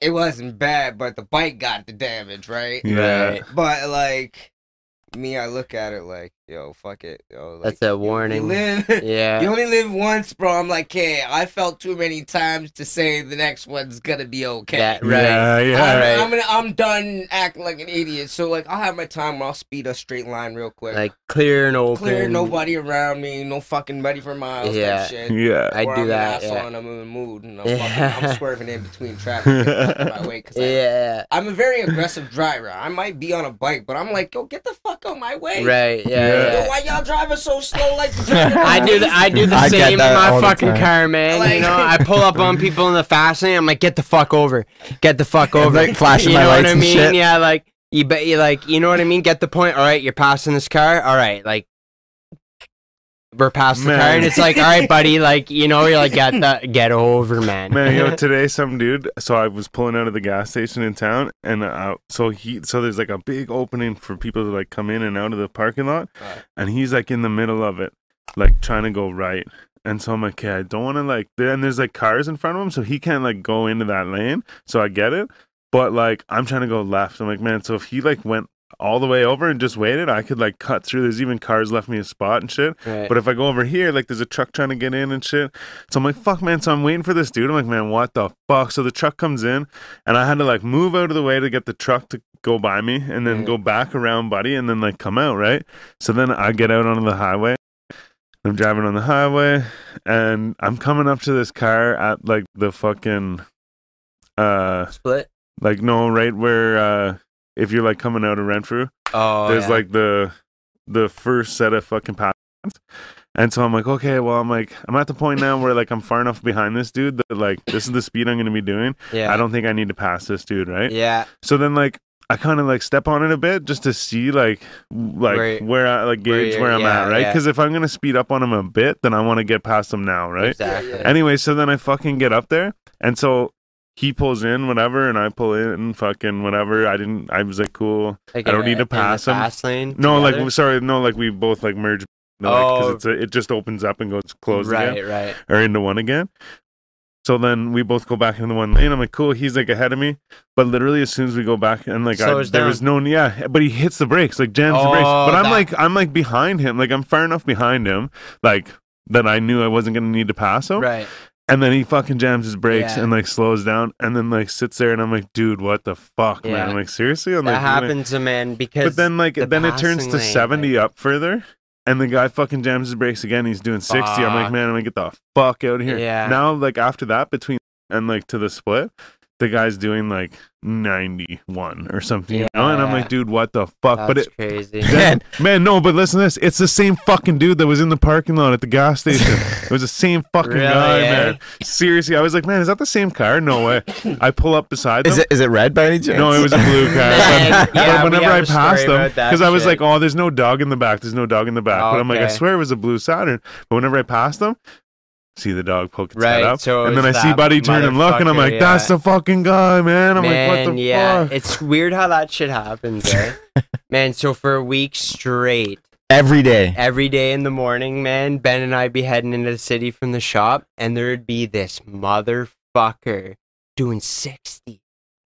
it wasn't bad, but the bike got the damage, right? (laughs) Yeah. Right. But like, me, I look at it like, yo, fuck it, yo. Like, That's a you warning. live. (laughs) You Yeah. only live once, bro. I'm like, hey, I felt too many times to say the next one's gonna be okay. That- Right. Yeah, yeah. I'm, Right. I'm, gonna, I'm done acting like an idiot. So like, I'll have my time where I'll speed a straight line real quick. Like clear and open. clear nobody around me, no fucking buddy for miles. Yeah. That (laughs) shit. Yeah. I Or do I'm that. An Yeah. asshole and I'm in the mood, and I'm, fucking, (laughs) Yeah. I'm swerving in between traffic. my way, 'cause I, Yeah. I'm a very aggressive driver. I might be on a bike, but I'm like, yo, get the fuck out my way. Right. Yeah. Yeah. Yo, yeah. why y'all driving so slow? Like the driving (laughs) I do the I do the I get same in that my all the fucking time. car, man. you Like- know, I pull up on people in the fast lane. I'm like, get the fuck over, get (laughs) the fuck over. like flashing you my know lights what I and mean? shit. Yeah, like you bet you like you know what I mean. Get the point. All right, you're passing this car. All right, like we're past the car, Man. and it's like, all right, buddy, like you know, you're like, (laughs) get the get over, man. Man, (laughs) yo, today some dude. So I was pulling out of the gas station in town, and uh, so he, so there's like a big opening for people to like come in and out of the parking lot, Right. and he's like in the middle of it, like trying to go right. And so I'm like, okay, I don't want to like. there- And there's like cars in front of him, so he can't like go into that lane. So I get it, but like I'm trying to go left. I'm like, man, so if he like went all the way over and just waited, I could like cut through. There's even cars left me a spot and shit. Right. But if I go over here, like there's a truck trying to get in and shit. So I'm like, fuck, man. So I'm waiting for this dude. I'm like, man, what the fuck? So the truck comes in, and I had to like move out of the way to get the truck to go by me, and then Yeah. go back around, buddy, and then like come out, right? So then I get out onto the highway. I'm driving on the highway, and I'm coming up to this car at like the fucking, uh, Split. like no, right where uh, if you're like coming out of Renfrew, Oh, there's yeah. like the the first set of fucking patterns. And so I'm like, okay, well, I'm like, I'm at the point now where like I'm far enough behind this dude that like this is the speed I'm gonna be doing. yeah. I don't think I need to pass this dude, right? Yeah. So then like I kind of like step on it a bit just to see like w- like Where- where, I like where gauge you're- where, I'm yeah, at, right? yeah. Because if I'm gonna speed up on him a bit, then I want to get past him now, right? Exactly. Yeah, yeah. Anyway, so then I fucking get up there, and so he pulls in whatever, and I pull in fucking whatever. I didn't. I was like, cool. Like I don't in need the- to in the pass 'em. Fast lane. No, like together? w- sorry, no, like we both like merge. you know, like, 'cause Oh. it's a, it just opens up and goes closed right, again right. or into one again. So then we both go back into one lane. I'm like, cool. He's like ahead of me, but literally as soon as we go back and like, I, Slows there down. was no yeah. But he hits the brakes, like jams the brakes. Oh, But I'm that- like, I'm like behind him, like I'm far enough behind him, like that I knew I wasn't gonna need to pass him. Right. And then he fucking jams his brakes Yeah. and like slows down and then like sits there and I'm like, dude, what the fuck, Yeah. man? I'm like, seriously? I'm That like, "You're gonna- happens to men because but then like the then it turns passing to lane, 70 up further and the guy fucking jams his brakes again he's doing 60 i'm like Fuck. man i'm gonna get the fuck out of here Yeah. now like after that between and like to the split the guy's doing like 91 or something you know? and i'm Yeah. like dude what the fuck that's Uh, but it (laughs) crazy. then- man no but listen to this it's the same fucking dude that was in the parking lot at the gas (laughs) station it was the same fucking Really, guy eh? man seriously i was like man is that the same car no way i pull up beside them Is it is it red by any chance? no, it was a (laughs) blue car. (laughs) Man, but, but yeah, we whenever have I a story passed them, about that because I was shit. like, "Oh, there's no dog in the back. There's no dog in the back." But I'm like, "I Okay. swear it was a blue Saturn." But whenever I passed them, see the dog poke its Right, head up, so and then I it's see that Buddy turn and look, and I'm motherfucker, like, "That's yeah. the fucking guy, man." I'm Man, like, "What the yeah, fuck?" it's weird how that shit happens, (laughs) eh? man, so for a week straight, every day. every day in the morning, man, Ben and I'd be heading into the city from the shop, and there'd be this motherfucker doing 60.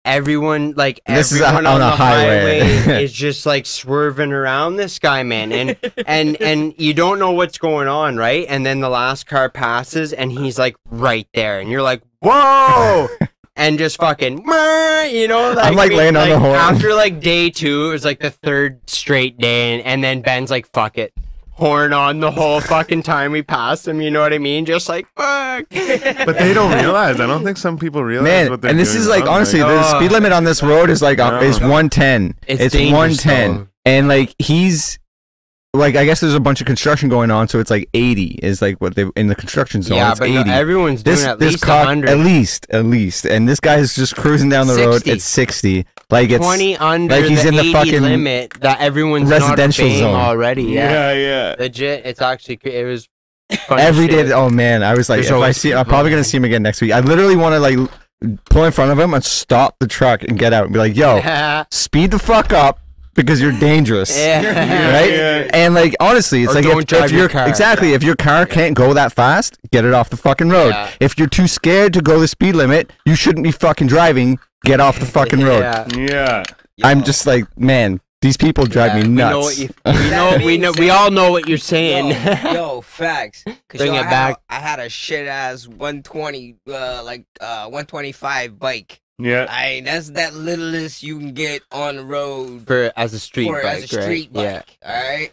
Everyone, like, This is a- everyone on, on a the highway, highway. (laughs) is just like swerving around this guy, man. And, and, and you don't know what's going on, right? And then the last car passes, and he's like right there, and you're like, (laughs) whoa! And just fucking, "Meh," you know, like, like, we- laying on the horn. After like day two, it was like the third straight day, and, and then Ben's like, "Fuck it," horn on the whole fucking time we passed him. You know what I mean? Just like fuck. But they (laughs) don't realize. I don't think some people realize Man, what they're and this doing is like wrong, honestly, the Oh. speed limit on this road is like uh, is No. 110. It's It's, dangerous, 110, though. and like he's like I guess there's a bunch of construction going on, so it's like 80 is like what they in the construction zone. yeah, it's but 80. no, everyone's doing this at this least car under at least at least, and this guy is just cruising down the road 60. at 60. Like it's twenty under like he's the in the eighty fucking limit that everyone's residential not obeying zone. already. yeah, Yeah. (laughs) yeah. legit. It's actually cr- it (laughs) was funny every day. shit. Oh man, I was like, There's if I always see, I'm people, probably gonna man. see him again next week. I literally want to like l- pull in front of him and stop the truck and get out and be like, (laughs) yo, yeah. speed the fuck up because you're dangerous. (laughs) Yeah. Right? Yeah. And like honestly, it's Or like don't if, drive if your your car. exactly if your car can't go that fast, get it off the fucking road. Yeah. If you're too scared to go the speed limit, (laughs) you shouldn't be fucking driving. Get off the fucking road. Yeah. Yeah, I'm just like, man, These people drive Yeah, me we nuts. know what (laughs) you- We know, we know, we all know what you're saying. Yo, yo, facts. 'Cause, yo, Bring I it had back. a- I had a shit ass 120, uh, like uh, 125 bike. Yeah. I that's that littlest you can get on the (laughs) road For as a street for bike, as a street right? bike. All right.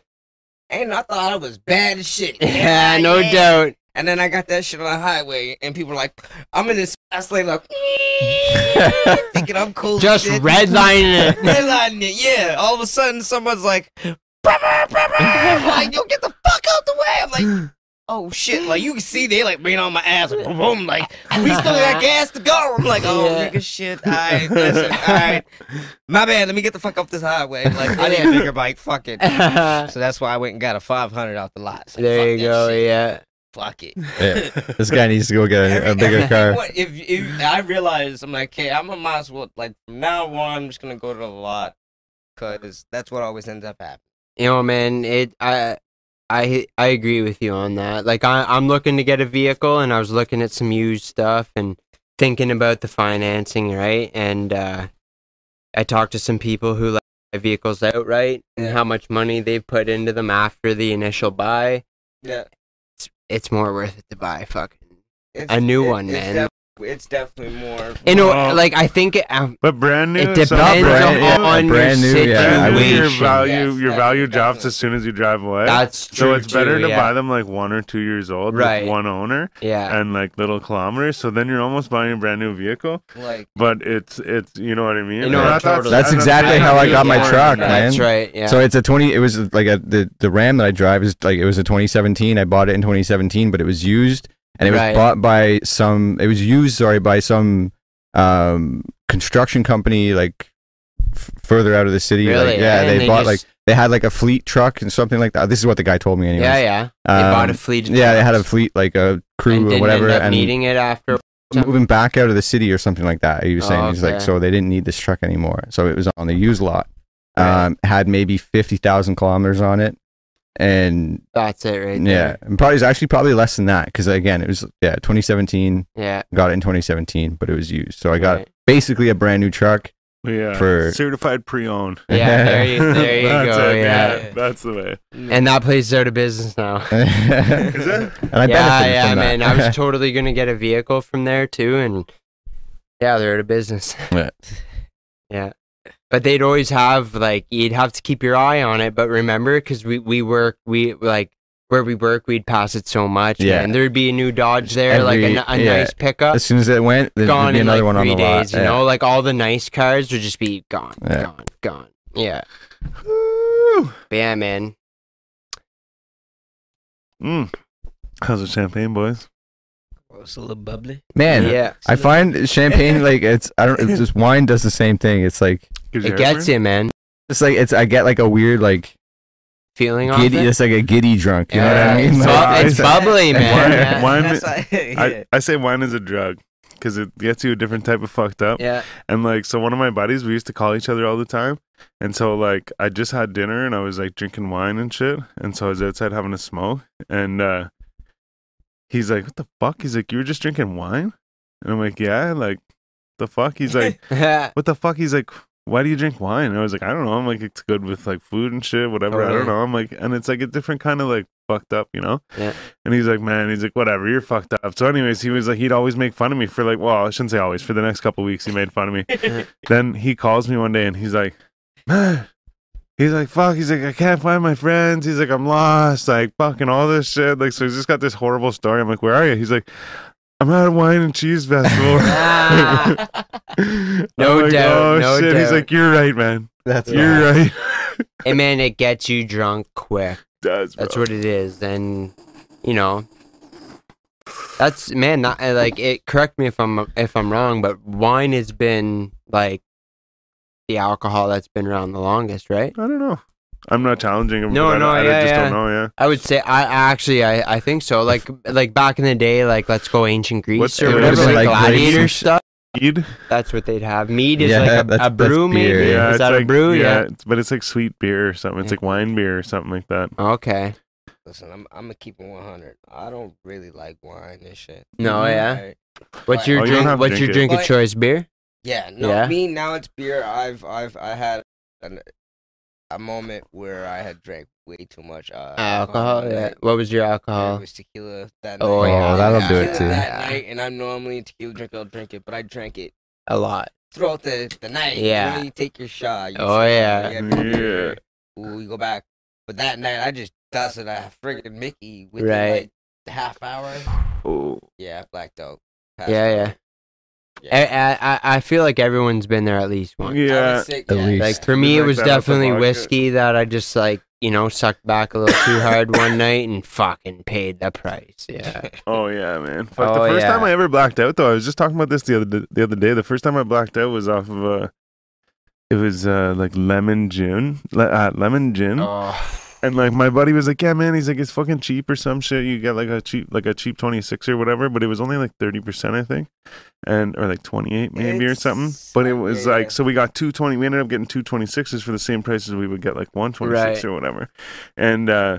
And I thought I was bad as shit. Yeah. (laughs) Yeah, no Yeah. doubt. And then I got that shit on the highway, and people are like, "I'm in this fast (laughs) lane, like, thinking I'm cool." and (laughs) Just shit. redlining it. Redlining it, yeah. All of a sudden, someone's like, "Brah, brah, brah, brah." I'm like, yo, get the fuck out the way. I'm like, oh shit. Like, you can see they like bringing on my ass. Like, boom, boom. Like, we still got gas to go. I'm like, oh, Yeah. nigga, shit. All right, listen, all right. My bad. Let me get the fuck up this highway. Like, I need a bigger bike. Fuck it. So that's why I went and got a 500 out the lot. It's (laughs) like, there fuck you that go. shit. Yeah. Fuck (laughs) it. Yeah. This guy needs to go get a, a Every- bigger every- car. what- If, if I realize, I'm like, okay, I'm a might as well, like, from now on, I'm just going to go to the lot. Because that's what always ends up happening. You know, man, it I I I agree with you on that. Like I I'm looking to get a vehicle and I was looking at some used stuff and thinking about the financing, right? And uh I talked to some people who like buy vehicles outright and how much money they've put into them after the initial buy. Yeah. It's, it's more worth it to buy fucking a new one, man. it's definitely more. You know, Well- like I think it, um, But brand new. it is depends something- brand- yeah, on brand your new, yeah, I Brand new, would- your situation. value, Yes, your yeah, value drops definitely. as soon as you drive away. That's true. so it's better too, to yeah. buy them like one or two years old Right. with one owner Yeah. and like little kilometers. So then you're almost buying a brand new vehicle, Like, but it's it's you know what I mean. You know, And that's totally- That's and exactly how I got my Yeah. truck, That's man. right. Yeah. So it's a 20 it was like a the, the Ram that I drive is like it was a 2017. I bought it in 2017, but it was used and it was Right. bought by some it was used sorry by some um construction company like f- further out of the city. like, Really? yeah, And they, they bought just- like they had like a fleet truck and something like that. This is what the guy told me anyway. yeah, yeah. They bought a fleet. of um, Yeah, they had a trucks fleet like a crew and or didn't whatever End up and needing it after. moving back out of the city or something like that. He was saying Oh, he's okay. like, so they didn't need this truck anymore. So it was on the used lot. Right. Um, had maybe fifty thousand kilometers on it, and That's it, right? yeah, and probably it's actually probably less than that because again, it was yeah 2017. There. Yeah. Got it in 2017, but it was used. So Oh, I got right. basically a brand (laughs) new truck. Yeah. for- certified pre-owned. Yeah. There (laughs) you, (laughs) there you That's go. it, yeah. man. That's the way. And that place is out of business now. and I Is it? yeah, benefited yeah, from that. man. I (laughs) was totally gonna get a vehicle from there too, and yeah, they're out of business. (laughs) Yeah. yeah, but they'd always have like you'd have to keep your eye on it. But remember, because we we work we like where we work, we'd pass it so much. Yeah. and there'd be a new Dodge there, like a, Every- n- a yeah. nice pickup. as soon as it went, there'd gone be in another like one on three the days. lot. You yeah. know, like all the nice cars would just be gone, Yeah. gone, gone. Yeah, but yeah, man. Mm. How's the champagne, boys? Oh, it's a little bubbly. Man, yeah, I find champagne like it's I don't (laughs) it's just wine does the same thing. It's like Gives you it gets heartburn? you, man. it's like it's I get like a weird like Feeling off giddy it. it's like a giddy drunk. You know Yeah, what I mean? it's Like, all- bu- it's bubbly, man. Wine- Yeah. wine- That's why- (laughs) yeah. I, I say wine is a drug because it gets you a different type of fucked up. Yeah. And like, so one of my buddies, we used to call each other all the time. And so, like, I just had dinner and I was like drinking wine and shit. And so I was outside having a smoke. And uh, he's like, What the fuck? He's like, You were just drinking wine? And I'm like, Yeah, like, the fuck? He's like, (laughs) What the fuck? He's like, Why do you drink wine? And I was like, I don't know. I'm like, It's good with like food and shit, whatever. Oh, I really? don't know. I'm like, And it's like a different kind of like fucked up, you know? Yeah. And he's like, Man, he's like, Whatever, you're fucked up. So, anyways, he was like, He'd always make fun of me for like, Well, I shouldn't say always, for the next couple weeks, he made fun of me then he calls me one day and he's like, man, he's like, fuck, he's like, I can't find my friends. He's like, I'm lost, like, fucking all this shit. Like, so he's just got this horrible story. I'm like, where are you? He's like, I'm at a wine and cheese festival. (laughs) Ah. (laughs) I'm oh, No doubt, no He's doubt. like, you're right, man. That's You're (laughs) right. hey man, it gets you drunk quick. Does, That's bro. what it is, and you know, that's man. Not, uh, like it. Correct me if I'm if I'm wrong, but wine has been like the alcohol that's been around the longest, right? I don't know. I'm not challenging him. No, but I, no, don't- I yeah, just yeah. don't know. Yeah. I would say I actually I, I think so. Like like back in the day, like let's go ancient Greece What's or your- whatever, is it like like, grapes and gladiator shit? stuff. Mead? That's what they'd have. Mead is Yeah, like that's- a, a that's brew, beer. maybe. Yeah, is it's that like, a brew? Yeah. it's- But it's like sweet beer or something. It's Yeah. like wine beer or something like that. Okay. Listen, I'm, I'm going to keep it 100. I don't really like wine and shit. No, yeah. Right? What's But- your Oh, you don't drink? have to what's drink your it. drink of But- choice? Beer. Yeah, no, Yeah. me now it's beer. I've I've I had an, a moment where I had drank way too much uh, Alcohol. that Yeah. night. What was your alcohol? It was tequila that Oh, night. yeah. Oh, that'll I do it tequila too. That Yeah. night, and I'm normally a tequila drinker. I'll drink it, but I drank it a lot. throughout the, the night. You Yeah. Really take your shot. You Oh, see, yeah. you have your- Yeah. Ooh, we go back. But that night, I just dusted a friggin' Mickey within Right. like half hour. Oh, Yeah, I blacked out. Yeah, Passed yeah. I, I I feel like everyone's been there at least once. out. I yeah. was sick, At yeah. least. Like for me, it Like was that with the definitely vodka. whiskey that I just like you know sucked back a little too hard one night and fucking paid the price. Yeah, Oh yeah, man. Fuck, Oh, the first yeah. time I ever blacked out, though, I was just talking about this the other d- the other day. The first time I blacked out was off of uh, it was uh like lemon gin, le- uh, lemon gin, oh, and like my buddy was like, yeah, man, he's like it's fucking cheap or some shit. You get like a cheap like a cheap twenty six or whatever, but it was only like thirty percent, I think, and or like twenty eight maybe or It's something. But it not was great, like yeah. so we got two twenty. We ended up getting two twenty sixes for the same price as we would get like one twenty six Right. or whatever, and. uh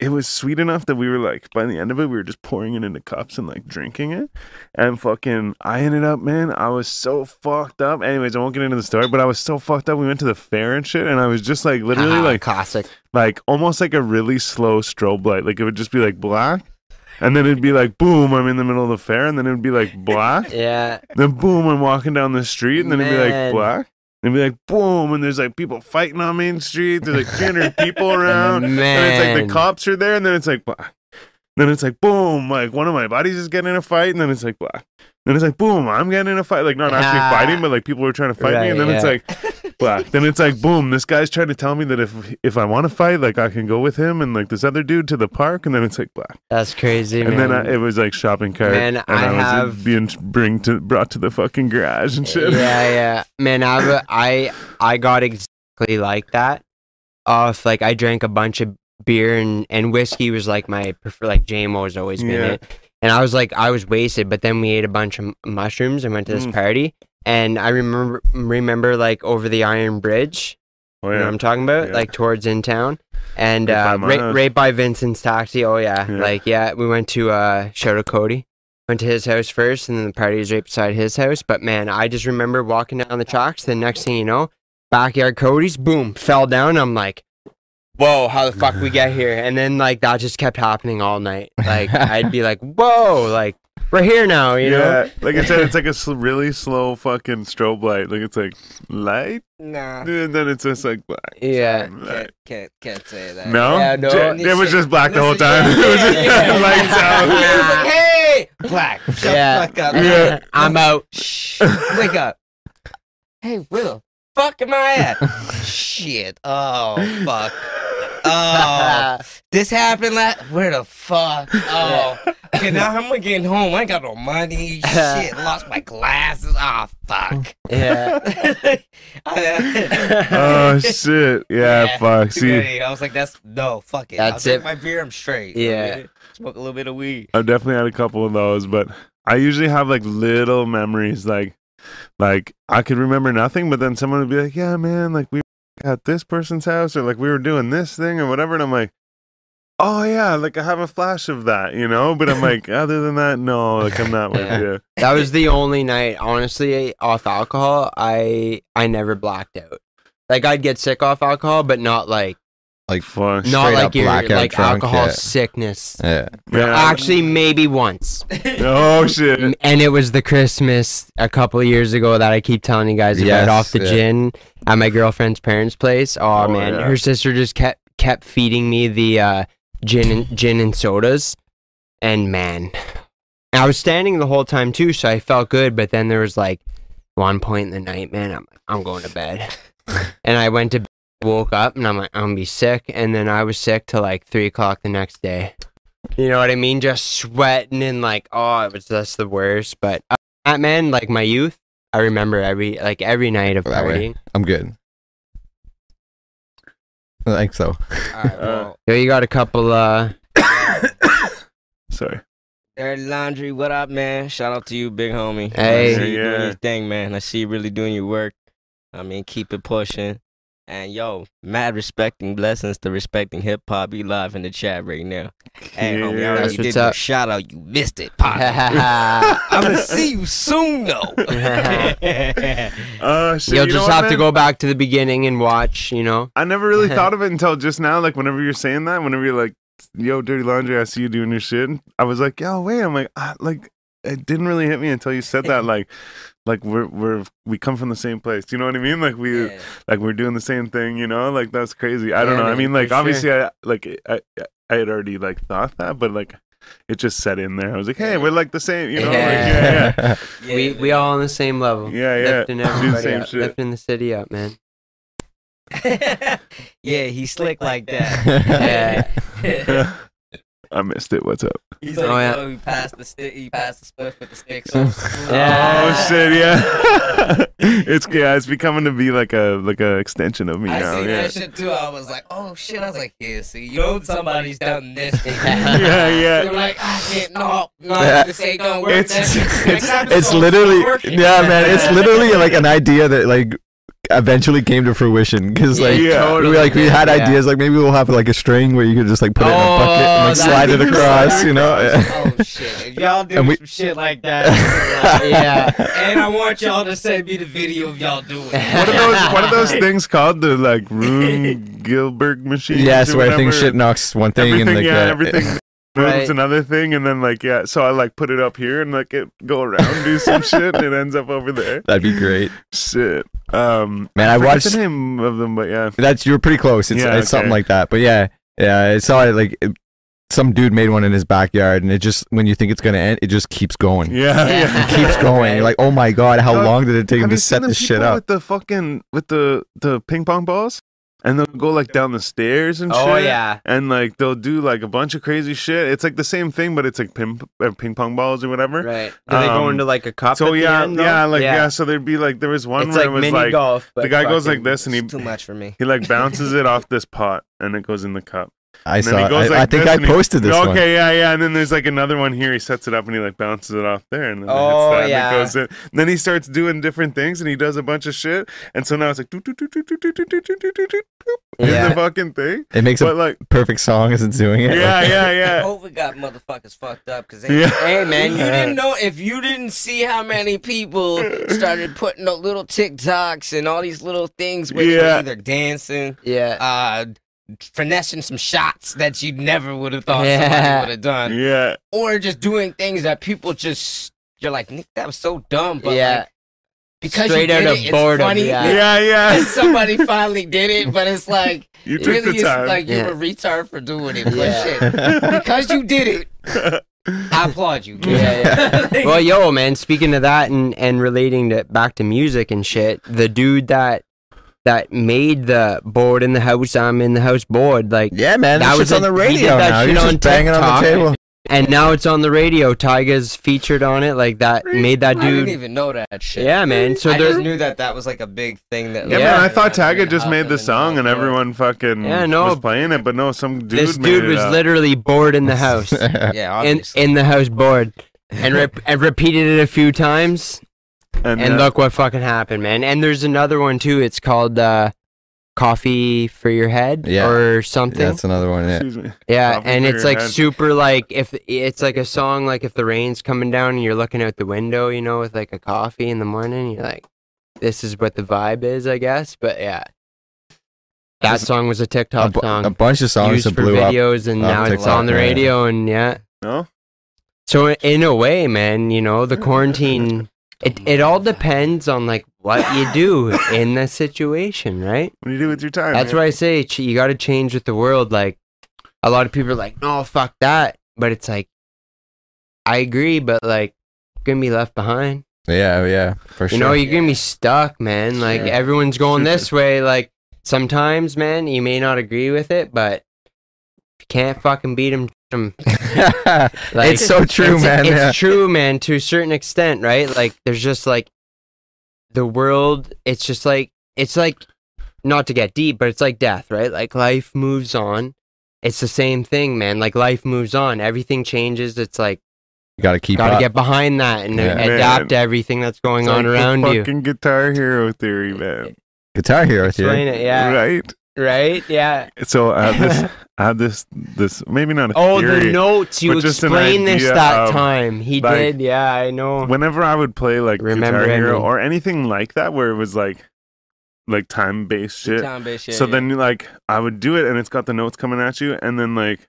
it was sweet enough that we were like by the end of it we were just pouring it into cups and like drinking it and fucking i ended up man i was so fucked up anyways i won't get into the story but i was so fucked up we went to the fair and shit and i was just like Ah, literally like Uh-huh. classic. like almost like a really slow strobe light like it would just be like black and then it'd be like boom i'm in the middle of the fair and then it'd be like black (laughs) Yeah, then boom, I'm walking down the street, and then it'd be like Man. black. Then it'd be like boom, and there's like people fighting on Main Street. There's like (laughs) 300 people around, and it's like Man. the cops are there, and then it's like black. Then it's like boom, like one of my buddies is getting in a fight, and then it's like black. Then it's like boom, I'm getting in a fight, like not actually Ah. fighting, but like people were trying to fight me, Right, and then it's yeah. like black. Then it's like boom, this guy's trying to tell me that if if I want to fight, like I can go with him, and like this other dude to the park, and then it's like black. that's crazy. And man. then I, it was like shopping cart, Man, and I I, was have- being bring to brought to the fucking garage and shit. Yeah, yeah, man. I've, uh, I I got exactly like that. Off like I drank a bunch of beer and and whiskey was like my prefer like JMO has always been Yeah. it. And I was like I was wasted, but then we ate a bunch of m- mushrooms and went to this Mm. party. And I remember remember like over the Iron Bridge. (laughs) Oh, You know yeah. what I'm talking about? Yeah. Like towards in town. And Right by uh, my right, house. right by Vincent's taxi. Oh yeah. Yeah. Like yeah, we went to uh shout out Cody. Went to his house first and then the party was right beside his house. But man, I just remember walking down the tracks, the next thing you know, backyard Cody's boom, fell down. I'm like, Whoa, how (laughs) the fuck we get here? And then like that just kept happening all night. Like (laughs) I'd be like, Whoa, like we're here now, you know? yeah, like I said, it's like a sl- really slow fucking strobe light. Like it's like light, Nah. and then it's just like black. Yeah. Light. Can't, can't, can't say that. No, Yeah, no. J- it was just black the whole time. (laughs) (laughs) it was just (laughs) Yeah. lights out. (laughs) It was like, hey, black. Shut Yeah. the fuck up. Yeah. (laughs) I'm out. Shh, wake up. Hey, (laughs) Will. Fuck am I at? Shit. Oh, fuck. (laughs) (laughs) Oh, this happened last. Where the (laughs) fuck? Oh, okay. Now I'm getting home. I ain't got no money. (laughs) Shit, lost my glasses. Oh, fuck. Yeah. Oh shit! Yeah, Yeah. fuck. See, (laughs) I was like, that's no, fuck it. That's I'll drink it. My beer, I'm straight. Yeah. I'll smoke a little bit of weed. I've definitely had a couple of those, but I usually have like little memories, like like I could remember nothing, but then someone would be like, "Yeah, man, like we were at this person's house, or like we were doing this thing, or whatever," and I'm like, "Oh yeah, like I have a flash of that, you know," but I'm (laughs) like, other than that, no, like I'm not with Yeah. you. That was the only night, honestly, off alcohol. I I never blacked out. Like I'd get sick off alcohol, but not like Like fuck, not Straight like up your blackout like drunk, alcohol yeah. sickness. (laughs) Yeah. yeah. (laughs) Actually, maybe once, oh shit, and it was the Christmas a couple years ago that I keep telling you guys about Yes, off the yeah. gin at my girlfriend's parents' place. Oh, Oh, man, yeah. her sister just kept kept feeding me the uh, gin and, gin and sodas, and man, I was standing the whole time too, so I felt good. But then there was like one point in the night, man, I'm like, I'm going to bed, and I went to bed, woke up, and I'm like, I'm gonna be sick, and then I was sick till like three o'clock the next day. You know what I mean? Just sweating and like, oh, it was just the worst. But uh, that man, like my youth, I remember every like every night of That way. partying. I'm good. I think so. All Uh. right, well, Yo, you got a couple. uh sorry. Eric Laundry, what up, man? Shout out to you, big homie. Hey. I see you Yeah. doing your thing, man. I see you really doing your work. I mean, keep it pushing. And yo, mad respecting blessings to respecting hip hop. Be live in the chat right now. Hey, homie, I Yeah. already That's did what's your up. shout out. You missed it, pop. (laughs) I'm gonna (laughs) see you soon though. Uh, shit, You'll you know just what, have to man? go back to the beginning and watch, you know? I never (laughs) really thought of it until just now. Like whenever you're saying that, whenever you're like, "Yo, dirty laundry," I see you doing your shit. I was like, "Yo, wait." I'm like, I, like it didn't really hit me until you said (laughs) that. Like, like we're we're we come from the same place. You know what I mean? Like (laughs) we Yeah. like we're doing the same thing. You know? Like that's crazy. I don't Yeah, know. I man, mean, like for obviously, I like I I had already like thought that, but like it just set in there. I was like, "Hey, we're like the same." You know? Like, yeah, yeah. (laughs) Yeah, we we all on the same level. Yeah, yeah. Lifting Do the everybody same up, shit. lifting the city up, man. yeah, (laughs) he slick like that. (laughs) Yeah. (laughs) (laughs) I missed it. What's up? He's Oh, yeah. he passed the stick. He passed the split with the stick. (laughs) Yeah. Uh, Oh shit! Yeah, (laughs) it's yeah, it's becoming to be like a like a extension of me I now. seen Yeah. that shit too. I was like, oh shit. I was like, yeah, see, you know somebody's done this. (laughs) yeah, yeah. They're like, I can't, no, no, this ain't gonna work. It's- Next- it's- next time it's gonna literally (laughs) work. yeah man it's literally like an idea that like eventually came to fruition because like Yeah, we like we had yeah. ideas like maybe we'll have like a string where you could just like put it in a bucket and Oh, like that'd slide be it good. across you (laughs) know Oh shit! If y'all do And we- some shit like (laughs) (laughs) that, yeah. and I want y'all to send me the video of y'all doing it. What are those? What are (laughs) those things called? The like room Gilbert machine? yes where i think shit knocks one thing Everything, and like uh, yeah, that. (laughs) everything. Moves Right. another thing, and then like yeah, so I like put it up here and like it go around do (laughs) some shit, and it ends up over there. that'd be great Shit, um, man i I forget watched the name of them, but yeah, that's you're pretty close it's, Yeah, it's something okay. like that but yeah yeah i saw it like it, some dude made one in his backyard and it just when you think it's gonna end it just keeps going (laughs) yeah, Yeah. yeah. (laughs) It keeps going You're like oh my god how God, long did it take Have him to you seen set them this shit people up with the fucking with the the ping pong balls, and they'll go like down the stairs and shit. Oh yeah. and like they'll do like a bunch of crazy shit. It's like the same thing, but it's like ping uh, ping pong balls or whatever. Right. Do they go Um, into like a cup? So at yeah, the end, though? yeah, like yeah. So there'd be like there was one It's where like it was mini like golf. But the guy goes like fucking- this and he It's too much for me. he (laughs) like bounces it off this pot and it goes in the cup. I And then saw. he it. goes I, like I think this I and he- posted this okay, one. yeah, yeah. And then there's like another one here. He sets it up and he like bounces it off there, and then Oh, it hits that yeah. and it goes in. And then he starts doing different things, and he does a bunch of shit. And so now it's like do do do do do do do do do do do do (laughs) in the Yeah. fucking thing. It makes But a like, (laughs) perfect song as it's doing it. yeah, yeah, (laughs) yeah. COVID got motherfuckers fucked up because they. Yeah. Hey man, And you didn't know if you didn't see how many people started putting up little TikToks and all these little things where they Yeah. were either dancing, Yeah. uh, finessing some shots that you never would have thought somebody Yeah. would have done, Yeah, or just doing things that people just you're like, Nick, that was so dumb, but Yeah. like, because Straight you out did of it, boredom, it's funny. yeah. yeah, that (laughs) yeah. (laughs) Somebody finally did it, but it's like You it took really the is time. like Yeah. you're a retard for doing it. Yeah. But shit, because you did it, (laughs) I applaud you. dude. (laughs) Yeah, Like, well, yo, man. Speaking of that, and and relating to back to music and shit, the dude that that made the board in the house, I'm in the house board, like, (laughs) yeah, man. That That was was on the a- he did radio that now. shit You're just on banging on the TikTok. table. and now it's on the radio. Tyga's featured on it, like that made that I didn't dude. even know that shit. Yeah, man. So I there's just knew that that was like a big thing. That Yeah, Yeah. man, I thought Tyga just made the song and everyone fucking Yeah, no. was playing it, but no, some dude this made dude it was up. literally bored (laughs) in the (laughs) house, Yeah, in obviously. in the house bored, and, rep- and repeated it a few times. And uh, look what fucking happened, man. And there's another one too. It's called uh, Coffee for Your Head Yeah. or something. That's another one. Yeah. excuse me. Yeah, Coffee and for it's Your like Head. super like if it's like a song like if the rain's coming down and you're looking out the window, you know, with like a coffee in the morning, you're like, this is what the vibe is, I guess. But yeah, that song was a A, TikTok bu- song a bunch of songs used that for blew up. videos, and on now it's TikTok, on the yeah. radio, and yeah. No, So i- in a way, man, you know, the quarantine it, it all depends on like what you do in the situation, right? what do you do with your time? That's man? why I say ch- you got to change with the world. Like a lot of people are like, "No, fuck that," but it's like, I agree, but like, you're gonna be left behind. Yeah, yeah, for sure. You know, (laughs) you're gonna be stuck, man. Like Sure. everyone's going Sure. this way. Like sometimes, man, you may not agree with it, but if you can't fucking beat them. Like, it's so true, it's, man. It's yeah. true, man, to a certain extent, right? Like there's just like the world it's just like it's like not to get deep, but it's like death, right? Like life moves on. It's the same thing, man. Like life moves on. Everything changes. It's like You gotta keep gotta up. get behind that and Yeah. adapt to everything that's going It's on like the around you. Fucking Guitar Hero theory, man. Guitar Hero Explain it. theory. Yeah. Right. Right. (laughs) Yeah. So I had this, I had this, this maybe not a Oh, theory. the notes. You but just an explained this idea that of, time. He like, did. Yeah, I know. Whenever I would play like Remember Guitar Hero Ending. or anything like that, where it was like, like time based shit. Time-based shit, so yeah. then like I would do it, and it's got the notes coming at you, and then like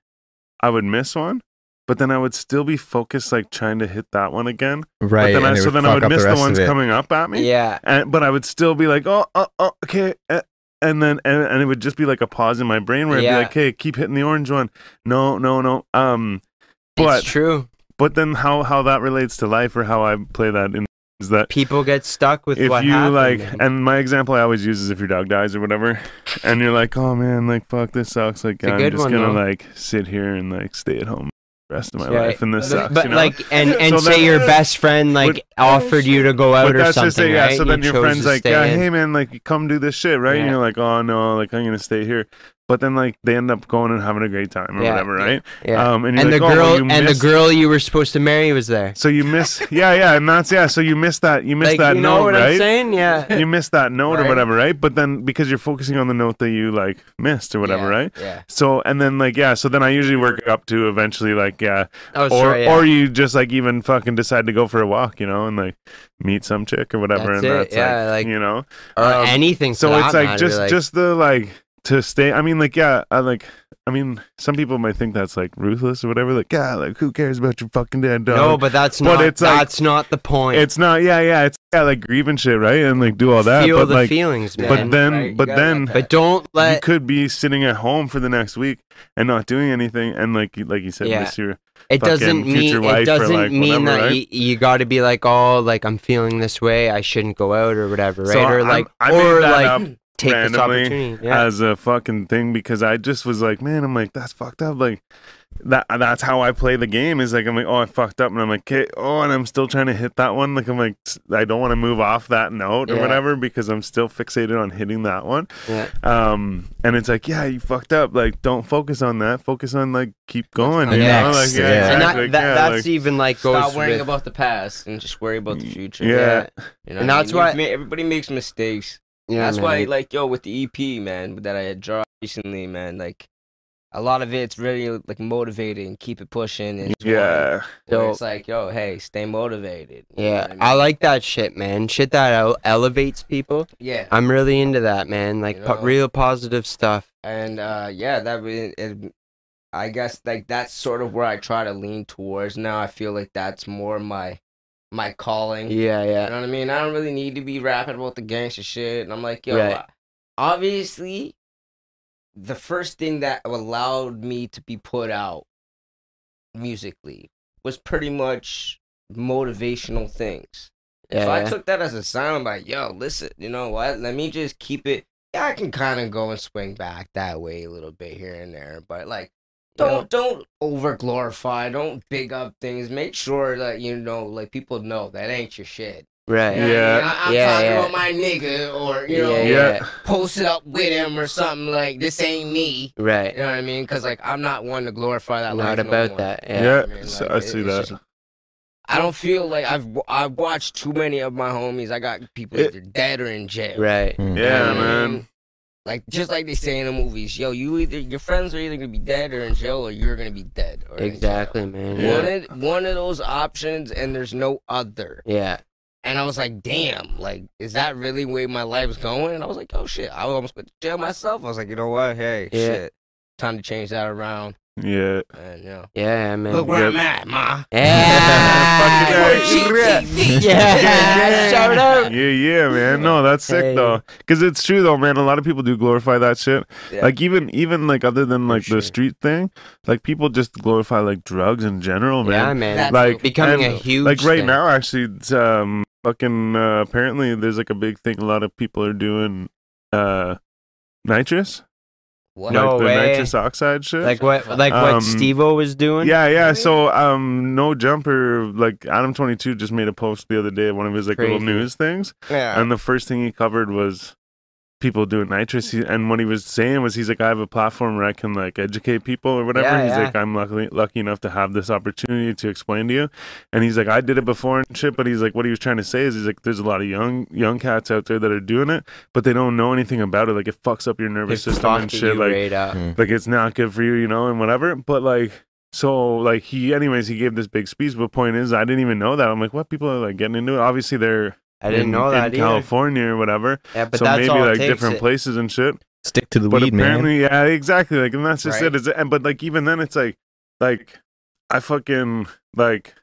I would miss one, but then I would still be focused like trying to hit that one again. Right. but then I, and it so then I fuck would up miss the rest of ones it. coming up at me. Yeah. and, but I would still be like, oh, oh, oh okay. eh, and then and, and it would just be like a pause in my brain where Yeah. I'd be like, hey, keep hitting the orange one. No, no, no. Um, but it's true. but then how how that relates to life or how I play that in, is that People get stuck with if what you happened. like, man. and my example I always use is if your dog dies or whatever, and you're like, oh man, like fuck, this sucks. Like a I'm good just one, gonna though. like sit here and like stay at home the rest of my Yeah, life, and this but- sucks. but you know? like and and So say then- (laughs) your best friend like But- offered you to go out But or that's something just it, yeah. right? So You then your chose friend's to like, stay yeah, in. hey man, like come do this shit, right? And Yeah. you're like, oh no, like I'm gonna stay here. But then like they end up going and having a great time or Yeah, whatever, right? yeah. Um, and you're and the like, oh, girl well, you and the missed- girl you were supposed to marry was there So you miss, yeah, yeah, and that's yeah. So you miss that, you miss like that you know note, what i'm right? saying (laughs) yeah You miss that note or Right. whatever, right? But then because you're focusing on the note that you like missed or whatever, Yeah, right? Yeah. So and then like yeah, so then I usually work up to eventually like yeah, oh or sorry yeah. or you just like even fucking decide to go for a walk, you know, and like meet some chick or whatever, That's and it, that's yeah, like like- you know, Or um, anything for so that it's like matter, just just the like to stay i mean like yeah i like i mean some people might think that's like ruthless or whatever like yeah like who cares about your fucking dead dog no but that's But not it's like- that's not the point it's not yeah yeah it's yeah like grieve and shit right and like do all that feel but the like feelings man but man, then right? You but gotta then let but don't you let could be sitting at home for the next week and not doing anything and like you- like you said Yeah. miss your fucking it doesn't future mean wife or, it doesn't like, mean whatever, that right? you, you got to be like oh like I'm feeling this way I shouldn't go out or whatever right So or I'm- like I made or that like up take this randomly opportunity yeah as a fucking thing because I just was like, man, I'm like, that's fucked up. Like that that's how I play the game is like I'm like, oh, I fucked up, and I'm like, okay, oh, and I'm still trying to hit that one. Like I'm like, s- I don't want to move off that note or Yeah. whatever because I'm still fixated on hitting that one. yeah Um, and it's like, yeah, you fucked up. Like don't focus on that. Focus on like keep going. the you know? next, Like, yeah. and that, exactly, that, yeah, that's like- even like goes Stop worrying with- about the past and just worry about the future. yeah. You know And what I that's mean? why- You've ma- everybody makes mistakes. yeah that's man. why, like, yo, with the EP, man, that I had dropped recently, man, like, a lot of it's really like motivating, keep it pushing, and just wanna- yeah. where So- it's like, yo, hey, stay motivated. You know Yeah, what I like that shit, man. Shit that el- elevates people. yeah, I'm really into that, man. Like po- know? real positive stuff. and uh, yeah, that really, it, I guess like that's sort of where I try to lean towards now. I feel like that's more my my calling. Yeah, You know yeah, what I mean? I don't really need to be rapping about the gangster shit. And I'm like, yo, Right. obviously, the first thing that allowed me to be put out musically was pretty much motivational things. yeah. so I yeah. took that as a sign. I'm like, yo, listen, you know what? Let me just keep it. Yeah, I can kind of go and swing back that way a little bit here and there, but like, don't don't over glorify. Don't big up things. Make sure that you know, like, people know that ain't your shit. right. You know what Yeah. I mean? I, am Yeah, talking yeah. about my nigga or, you know, Yeah, yeah. post it up with him or something like this ain't me. You Right. know what I mean? Because, like, I'm not one to glorify that life. Not no about more. that. Yeah, Yeah. I mean, so like, I it- see it's that. just- I don't feel like I've w- I've watched too many of my homies. I got people It- either dead or in jail. Right. Mm. You know yeah, what I man. mean? Like just like they say in the movies, yo, you either your friends are either gonna be dead or in jail, or you're gonna be dead. Or in jail. Exactly, man. Yeah. One Yeah. of, one of those options, and there's no other. Yeah. And I was like, damn, like, is that really where my life's going? And I was like, oh shit, I almost went to jail myself. I was like, you know what? Hey, Yeah. shit. Time to change that around. Yeah. And you know. Yeah, man. Look where Yeah. I'm at, ma. (laughs) yeah. Fucking right. (laughs) yeah. Shout out. Yeah, yeah, man. No, that's sick Hey. though, because it's true though, man. A lot of people do glorify that shit. Yeah. Like even even like other than like sure. the street thing, like people just glorify like drugs in general, Yeah, man. man. That's Like becoming and, a huge like right thing. now actually, it's, um, fucking uh, apparently there's like a big thing. A lot of people are doing uh nitrous, What? like No the way. nitrous oxide shit. Like what? Like Um, what Stevo was doing. yeah, yeah. Really? So, um, no jumper. Like Adam Twenty Two just made a post the other day, one of his like little Crazy. news things, Yeah. and the first thing he covered was people doing nitrous, he, and what he was saying was he's like, I have a platform where I can like educate people or whatever. Yeah, he's yeah. like, I'm lucky lucky enough to have this opportunity to explain to you, and he's like, I did it before and shit. But he's like, what he was trying to say is he's like, there's a lot of young young cats out there that are doing it, but they don't know anything about it. Like it fucks up your nervous It system and fucked shit. you Like right up. like it's not good for you, you know, and whatever. But like, so like he, anyways, he gave this big speech. But point is, I didn't even know that. I'm like, what people are like getting into it? Obviously, they're I didn't in, know that in either. California or whatever. Yeah, but so that's maybe all it like takes. different It- places and shit. Stick to the But weed, man. apparently, yeah, exactly. Like, and that's just Right. it. It's, and but like even then, it's like, like I fucking like.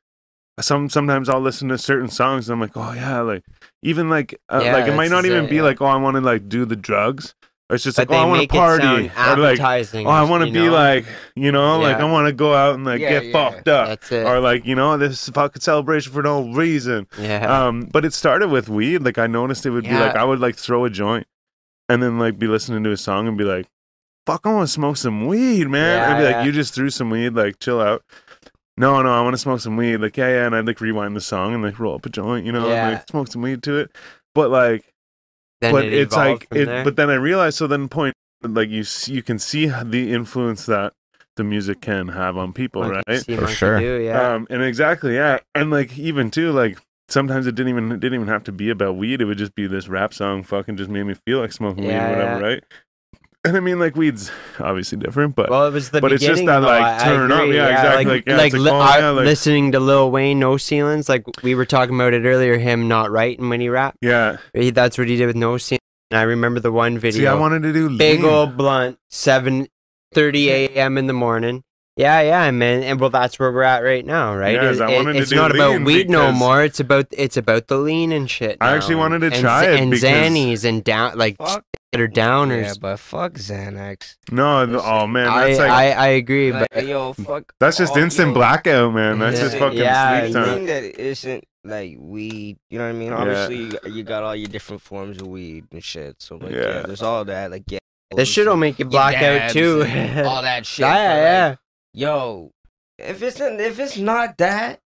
Some sometimes I'll listen to certain songs and I'm like, oh yeah, like even like uh, Yeah, like it might this not is even it, be yeah. like, oh, I want to like do the drugs. It's just But like, oh, I they want make to party it or sound like appetizing. oh, I want to you be know? like, you know, like Yeah. I want to go out and like Yeah, get yeah. fucked up, That's it. or like you know, this fucking celebration for no reason. yeah. Um, but it started with weed. Like I noticed it would be like I would like throw a joint, and then like be listening to a song and be like, "Fuck, I want to smoke some weed, man." Yeah, I'd be yeah. like, "You just threw some weed. Like chill out." No, no, I want to smoke some weed. Like yeah, yeah, and I'd like rewind the song and like roll up a joint, you know, Yeah. and, like smoke some weed to it. But like then but it it's evolved like from it, there. but then i realized so then point like you s- you can see how the influence that the music can have on people Monkey right see, For monkey sure. do, yeah. um and exactly yeah and like even too like sometimes it didn't even it didn't even have to be about weed it would just be this rap song fucking just made me feel like smoking Yeah, weed or whatever yeah. right and i mean like weed's obviously different but well, it was the but it's just beginning, that, though, like, I- I turn up, agree, yeah, exactly, Like, like, yeah, it's like, like, li- oh, I- yeah, like- listening to Lil Wayne, no ceilings. Like we were talking about it earlier, him not writing when he rapped. yeah He, that's what he did with no ceilings. And I remember the one video. see i wanted to do big lean. old blunt, seven thirty a.m. in the morning. Yeah, yeah, man. And well, that's where we're at right now, right? Yes, I wanted to it's do not about lean weed no because- more. It's about it's about the lean and shit. I actually now. wanted to and, try it and because- Xannies and down like Fuck. that are Yeah, downers. but fuck Xanax. no th- oh man I, that's like I I agree, but Like, yo, fuck. that's just all- instant yo, blackout man that's Yeah. just fucking Yeah, sleep time Anything that isn't like weed, you know what I mean? Yeah. Obviously, you got- you got all your different forms of weed and shit. So like, yeah, Yeah. there's all that. Like, yeah, this shit'll make you black out too. (laughs) all that shit. but, like, yeah, yo, if it's an, if it's not that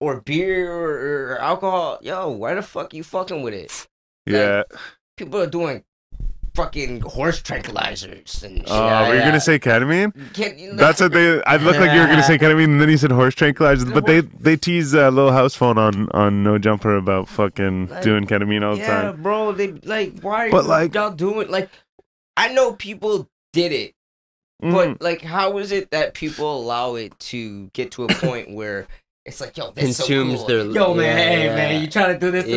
or beer or, or alcohol, yo, why the fuck you fucking with it? yeah People are doing fucking horse tranquilizers and shit. Oh, were you gonna say ketamine? You can't- you know- That's (laughs) what they. I looked like you were gonna say ketamine, and then you said horse tranquilizers. But they they tease uh, Lil House Phone on on No Jumper about fucking Like, doing ketamine all the yeah, time. bro. They like why? Are But, you, like- y'all doing like, I know people did it, Mm. but like, how is it that people allow it to get (coughs) to a point where? It's like yo, that's Consumes so cool. their- yo man, yeah, hey yeah. man, you trying to do this tonight?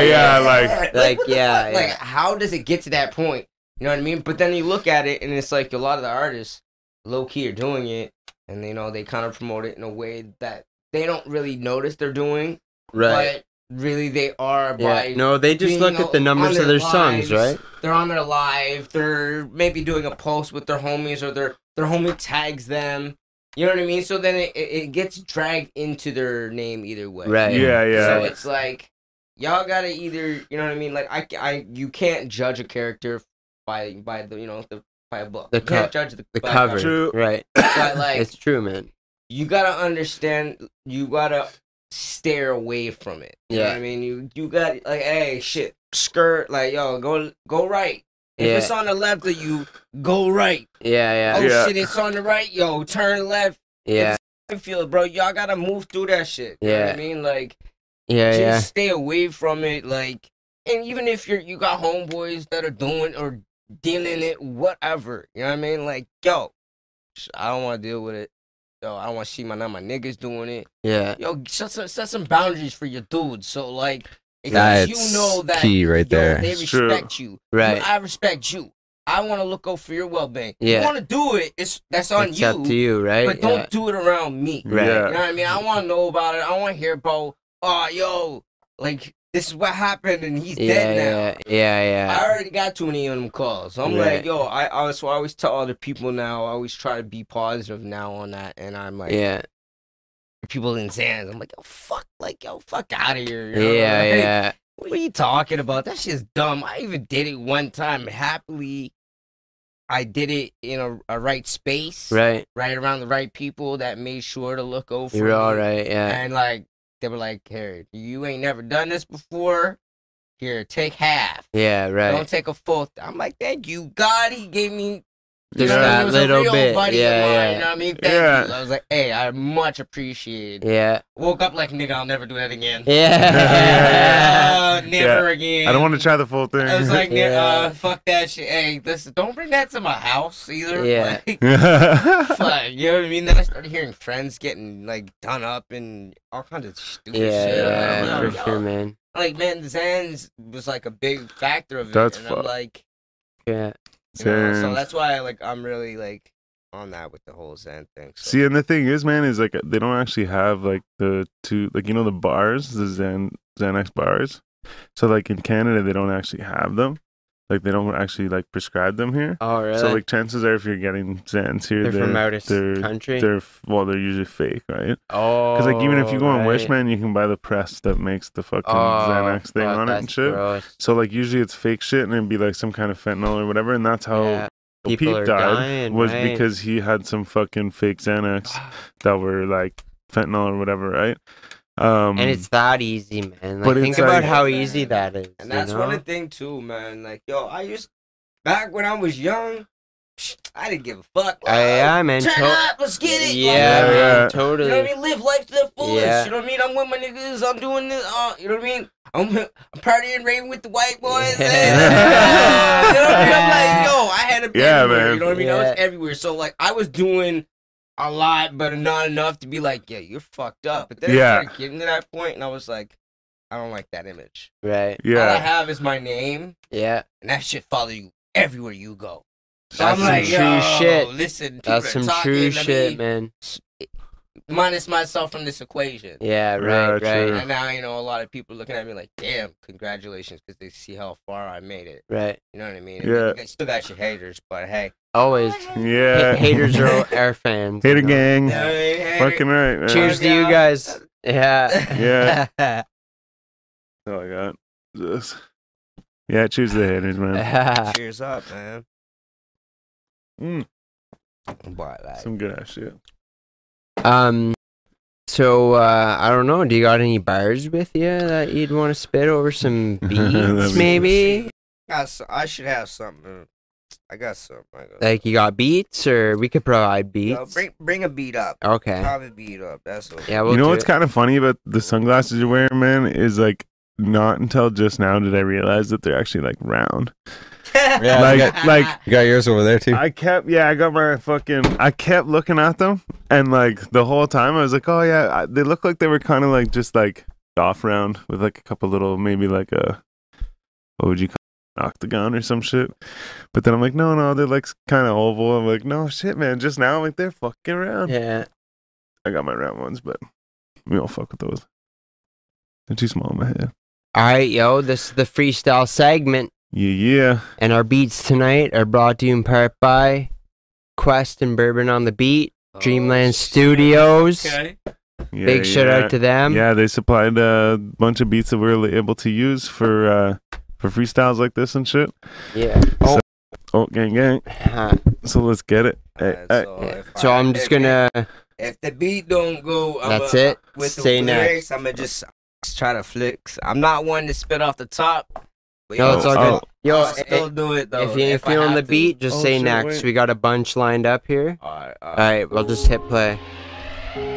Yeah, yeah, like- Like, what the yeah, fuck? yeah. (laughs) like how does it get to that point? You know what I mean? But then you look at it, and it's like a lot of the artists, low key, are doing it, and you know they kind of promote it in a way that they don't really notice they're doing, right. but really they are by Yeah. No, they just being look at the on numbers of their their songs, lives. right? they're on their live, they're maybe doing a post with their homies or their their homie tags them. You know what I mean? So then it, it, it gets dragged into their name either way. Right. yeah, yeah, So it's like y'all gotta either you know what I mean? Like I, I you can't judge a character by by the you know the by a book. The you can't co- judge the, The by cover, True. right? But (laughs) like it's true, man. you gotta understand you gotta stare away from it. You know Yeah. what I mean? You you got like hey shit, skirt, like yo, go go right. If Yeah. it's on the left of you, go right. Yeah, Oh yeah, Yeah. shit, it's on the right, yo, turn left. yeah, I feel it, bro. Y'all gotta move through that shit. You know what Yeah. I mean? Like yeah, just yeah. stay away from it, like and even if you're you got homeboys that are doing or dealing it, whatever. You know what I mean? Like, yo, sh- I don't wanna deal with it. Yo, I don't wanna see my not my niggas doing it. Yeah. yo, set some, set some boundaries for your dudes. So like, if That's you know that key right yo, there. (laughs) they It's true. respect you. Right. I respect you. I want to look out for your well being. Yeah. You want to do it? It's that's on it's you. up to you, right? But yeah. don't do it around me. Right. You know what I mean? I want to know about it. I want to hear about. Oh, yo, like this is what happened, and he's dead now. yeah, yeah, yeah, I already got too many of them calls. I'm like, Right. yo, I, I so I always tell other people now. I always try to be positive now on that, and I'm yeah, like, yeah, people in Zans. I'm like, yo, fuck, like, yo, fuck out of here. you know? yeah, (laughs) Like, yeah. What are you talking about? That shit's dumb. I even did it one time happily. I did it in a, a right space, Right, right around the right people that made sure to look over. you're all me. right. Yeah, And like, they were like, Harry, you ain't never done this before. Here, take half. Yeah, right. Don't take a full. Th-. I'm like, thank you, God. He gave me Just Yeah. you know, he that was a little real bit. buddy of mine, yeah, You know yeah, what I mean? Thank Yeah. you. I was like, hey, I much appreciate. (laughs) yeah, Woke up like, nigga, I'll never do that again. (laughs) (laughs) yeah. Uh, never again. I don't want to try the full thing. I was (laughs) like, "Nigga, (laughs) Yeah. uh, fuck that shit. Hey, listen, don't bring that to my house either. Yeah. (laughs) Like, (laughs) yeah, fuck, you know what I mean? Then I started hearing friends getting like done up and all kinds of stupid Yeah, shit. I'm yeah, like, for yo, sure, man. Like man, Zans was like a big factor of That's it, and fu- I'm like, Yeah, you know, so Zans. that's why like I'm really like on that with the whole Zen thing. So. See, and the thing is, man, is like they don't actually have like the two, like you know, the bars, the Xan Xanax bars. So like in Canada, they don't actually have them. Like they don't actually like prescribe them here. oh really? So like chances are, if you're getting Xans here, they're, they're from out of they're- country. they're f- well, they're usually fake, right? oh, Because like even if you go on right. Wishman, you can buy the press that makes the fucking Oh, Xanax thing fuck, on it and that's shit. gross. So like usually it's fake shit, and it'd be like some kind of fentanyl or whatever, and that's how Yeah. Pete People are died. dying, was right? because he had some fucking fake Xanax that were like fentanyl or whatever, right? Um, and it's that easy, man. Like, but think it's about like- how easy that is. And that's you know? one thing too, man. Like, yo, I used back when I was young, I didn't give a fuck. Uh, yeah, man. turn to- up, let's get it. Yeah, Yeah, man, yeah. You totally. know what I mean? Live life to the fullest. Yeah. You know what I mean? I'm with my niggas. I'm doing this. Uh, you know what I mean? I'm, I'm partying, raving with the white boys. Yeah. eh. (laughs) you know what I mean? I'm like, yo, I had a Yeah, man. You know what I mean? I Yeah. was everywhere. So like, I was doing a lot, but not enough to be like, yeah, you're fucked up. But then Yeah. I started getting to that point, and I was like, I don't like that image. Right. All I yeah, have is my name, Yeah. and that shit follow you everywhere you go. So That's I'm like, some true yo, shit. listen, people That's are some talking, true let me shit, man. Minus myself from this equation. Yeah, Yeah, right, true. right, And now you know a lot of people looking at me like, damn, congratulations, because they see how far I made it. right. You know what I mean? Yeah. You guys still got your haters, but hey. Oh Always. Ha- yeah. haters are all our (laughs) fans. hater you know? gang, You know what I mean? Hater- fucking right. Man. Cheers to you Yeah. guys. Yeah. (laughs) Yeah. Oh my god. This. Yeah, cheers to the haters, man. Cheers up, man. Mm, But like, some good ass shit. um. So uh, I don't know. Do you got any bars with you that you'd want to spit over some (laughs) That'd beats, be- maybe? got some- I should have something. I got something. I got Like you got beats, or we could provide Yo, beats. bring Uh, bring a beat up. Okay. Have a beat up. That's what. (laughs) Yeah. We'll you know do what's it. kind of funny about the sunglasses you're wearing, man, is like not until just now did I realize that they're actually like round. Yeah, like, you, got, like you got yours over there too. I kept, yeah, I got my fucking, I kept looking at them, and like the whole time I was like, oh yeah, I, they look like they were kind of like just like off round with like a couple little, maybe like a, what would you call it, octagon or some shit. But then I'm like, no, no, they're like kind of oval. I'm like, no shit, man. Just now, I'm like, they're fucking round. Yeah. I got my round ones, but we don't fuck with those. They're too small in my head. All right, yo. This is the freestyle segment. Yeah, yeah. And our beats tonight are brought to you in part by Quest and Bourbon on the Beat, (laughs) Dreamland Studios. Oh, Okay. yeah Big shout yeah. out to them. yeah, they supplied a bunch of beats that we were able to use for uh, for freestyles like this and shit. Yeah. Oh, gang, gang. Huh. So let's get it. Hey, hey. if So I- I'm just if- gonna. If the beat don't go, I'm That's a, it. With Say the next. lyrics, I'm gonna just try to flex. I'm not one to spit off the top. But No, it's all Oh. good. Yo, eh, I'll still do it though. if, you, if I you're on have the to. beat, just Oh, say shit, next. wait. We got a bunch lined up here. All right. All All right. right, we'll just hit play. oh.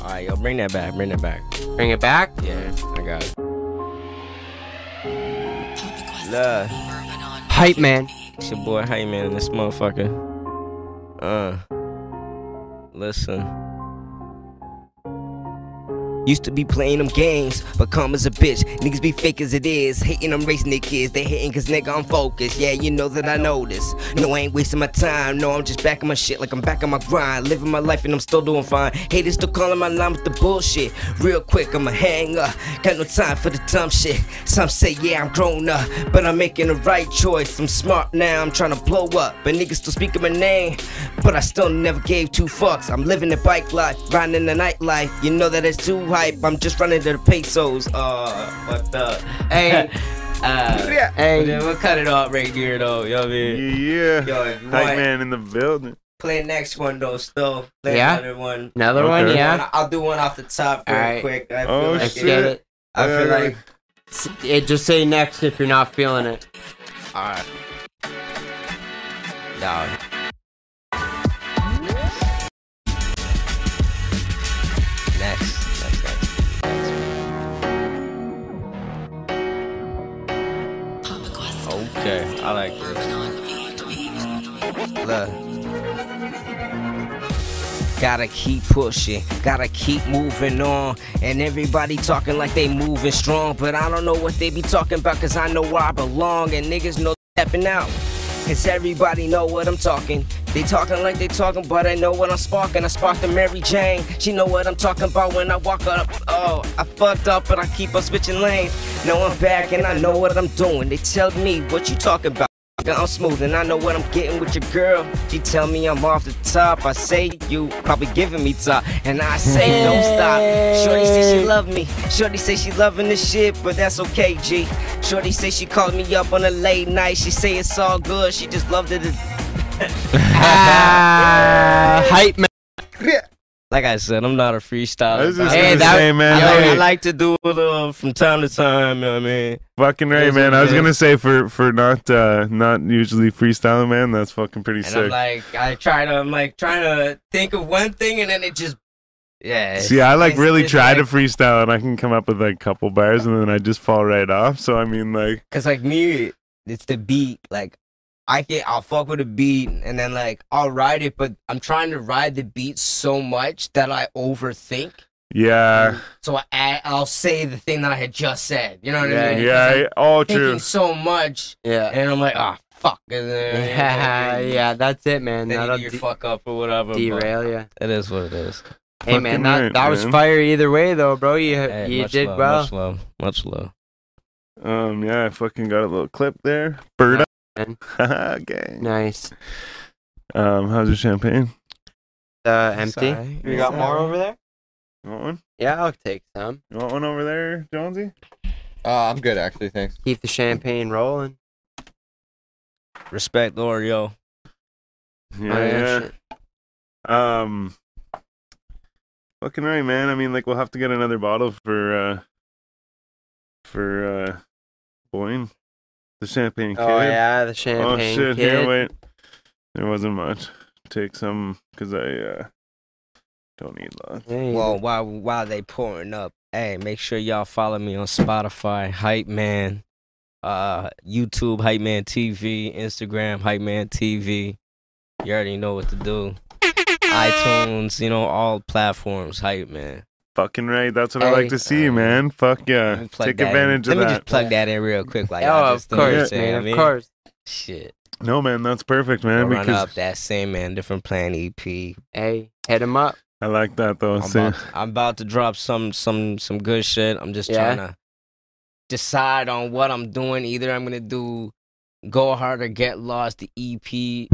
All right. Yo, bring that back. Bring that back. Bring it back. Yeah, I got it. Look, Hype man. it's your boy Hype Man and this motherfucker. Uh, listen. Used to be playing them games, but calm as a bitch. Niggas be fake as it is. Hating, I'm racing their kids. They hating cause nigga, I'm focused. Yeah, you know that I know this. No, I ain't wasting my time. No, I'm just back on my shit like I'm back on my grind. Living my life and I'm still doing fine. Haters still calling my line with the bullshit. Real quick, I'ma hang up. Got no time for the dumb shit. Some say, yeah, I'm grown up, but I'm making the right choice. I'm smart now, I'm trying to blow up. But niggas still speaking my name, but I still never gave two fucks. I'm living the bike life, riding the nightlife. (laughs) You know that it's too hype. I'm just running to the pesos. Uh, what the? Hey. Uh, Hey. yeah, we'll cut it off right here though. You know what I mean? Yeah. Yo, if you Hype want, man in the building. play next one though. Still, play Yeah? another one. Another one, Okay. yeah. I'll do one off the top real Alright. quick. I feel Oh, like Let's shit. get it. I feel Yeah. like Yeah, Just say next if you're not feeling it. alright. Nah, next, next, next. Okay, I like this. Look. Gotta keep pushing, gotta keep moving on. And everybody talking like they moving strong. But I don't know what they be talking about, cause I know where I belong. And niggas know stepping out. Cause everybody know what I'm talking. They talking like they talking, but I know what I'm sparking. I sparked the Mary Jane. She know what I'm talking about when I walk up. Oh, I fucked up, but I keep on switching lanes. Now I'm back and I know what I'm doing. They tell me what you talking about. I'm smooth and I know what I'm getting with your girl. She tell me I'm off the top. I say you probably giving me top, and I say don't stop. Shorty say she love me. Shorty say she loving this shit, but that's okay, G. Shorty say she called me up on a late night. She say it's all good. She just loved it. (laughs) Ah, hype man. Like I said, I'm not a I freestyler. was just Hey, gonna that- say, man. I, like, hey, I like to do it uh, from time to time. You know what I mean? fucking right, Yes, man. I was okay. gonna say for for not uh not usually freestyling, man. That's fucking pretty And I'm sick. like, I try to, I'm like trying to think of one thing, and then it just, yeah. See, I like it's- really it's try like- to freestyle, and I can come up with like a couple bars, and then I just fall right off. So I mean, like, Cause like me, it's the beat. Like I can, I'll fuck with the beat, and then like I'll ride it. But I'm trying to ride the beat so much that I overthink. yeah, So I, add, I'll say the thing that I had just said. You know what I Yeah, mean? 'Cause I'm yeah, I- all Thinking true. so much, Yeah. and I'm like, ah, fuck. And then, (laughs) Yeah, yeah, that's it, man. Then you That'll do your de- fuck up or whatever. but derail you. It is what it is. Hey, man, Fucking that, right, that was man. fire either way, though, bro. You Hey, you much did love, well. Much love. Much love. Um, yeah, I fucking got a little clip there. Bird up, man. (laughs) haha, gang. Nice. Um, how's your champagne? Uh, empty. You got more over there? You want one? Yeah, I'll take some. You want one over there, Jonesy? Uh, I'm good, actually. Thanks. Keep the champagne rolling. Respect Oreo. Yeah, Oh, yeah. shit. Um, fucking right, man. I mean, like, we'll have to get another bottle for uh for uh Boyne, the champagne kid. Oh yeah, the Oh champagne shit! kid. Here, wait. There wasn't much. Take some because I uh don't need lots. There you Well, go. while while they pouring up, hey, make sure y'all follow me on Spotify, Hype Man, uh, YouTube, Hype Man TV, Instagram, Hype Man TV. You already know what to do. iTunes, you know, all platforms, Hype Man. Fucking right. That's what I like Hey, to see, uh, man. Fuck Let yeah. me plug Take that in. advantage of Let me that. just plug that in real quick. Like, I oh, of just think, you course, know what I man, mean? of course. Shit. No, man. That's perfect, man. We'll run Because up that same man, different plan E EP. Hey, hit him up. I like that though. I'm see? about, to, I'm about to drop some some some good shit. I'm just Yeah. trying to decide on what I'm doing. Either I'm gonna do Go Hard or Get Lost, the EP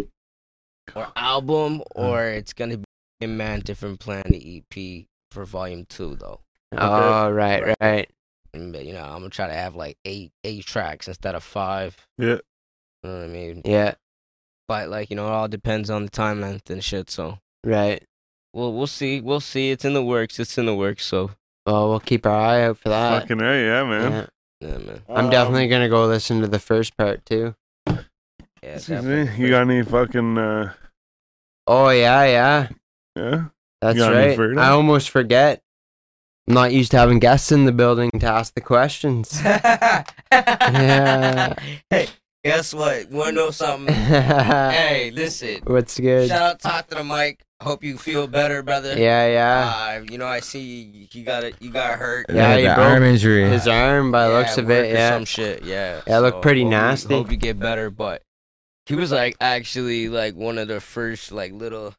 or album, Uh. or it's gonna be Thin Man Different Plan, the EP for Volume Two though. Uh, Oh, right, right. And, but, you know, I'm gonna try to have like eight eight tracks instead of five. yeah. You know what I mean? Yeah, But like you know, it all depends on the time length and shit. So right. we'll we'll see. We'll see. It's in the works. It's in the works. So Well, we'll keep our eye out for that. Fucking right, yeah, man. Yeah. yeah, man. I'm Um, definitely gonna go listen to the first part too. Yeah, Excuse me. definitely. You got any fucking uh Oh yeah, yeah. yeah? That's got any right. for I them? almost forget. I'm not used to having guests in the building to ask the (laughs) questions. (laughs) Yeah. Hey, guess what? Wanna know something? hey, listen. What's good? Shout out, talk to the mic. Hope you feel better, brother. Yeah, yeah. Uh, you know, I see you, you got it. You got hurt. Yeah, Yeah, you the broke arm injury. His arm, by the Yeah, looks of work it, or yeah. Some shit. Yeah. Yeah, it looked pretty hope you- nasty. hope you get better, but he was like actually like one of the first like little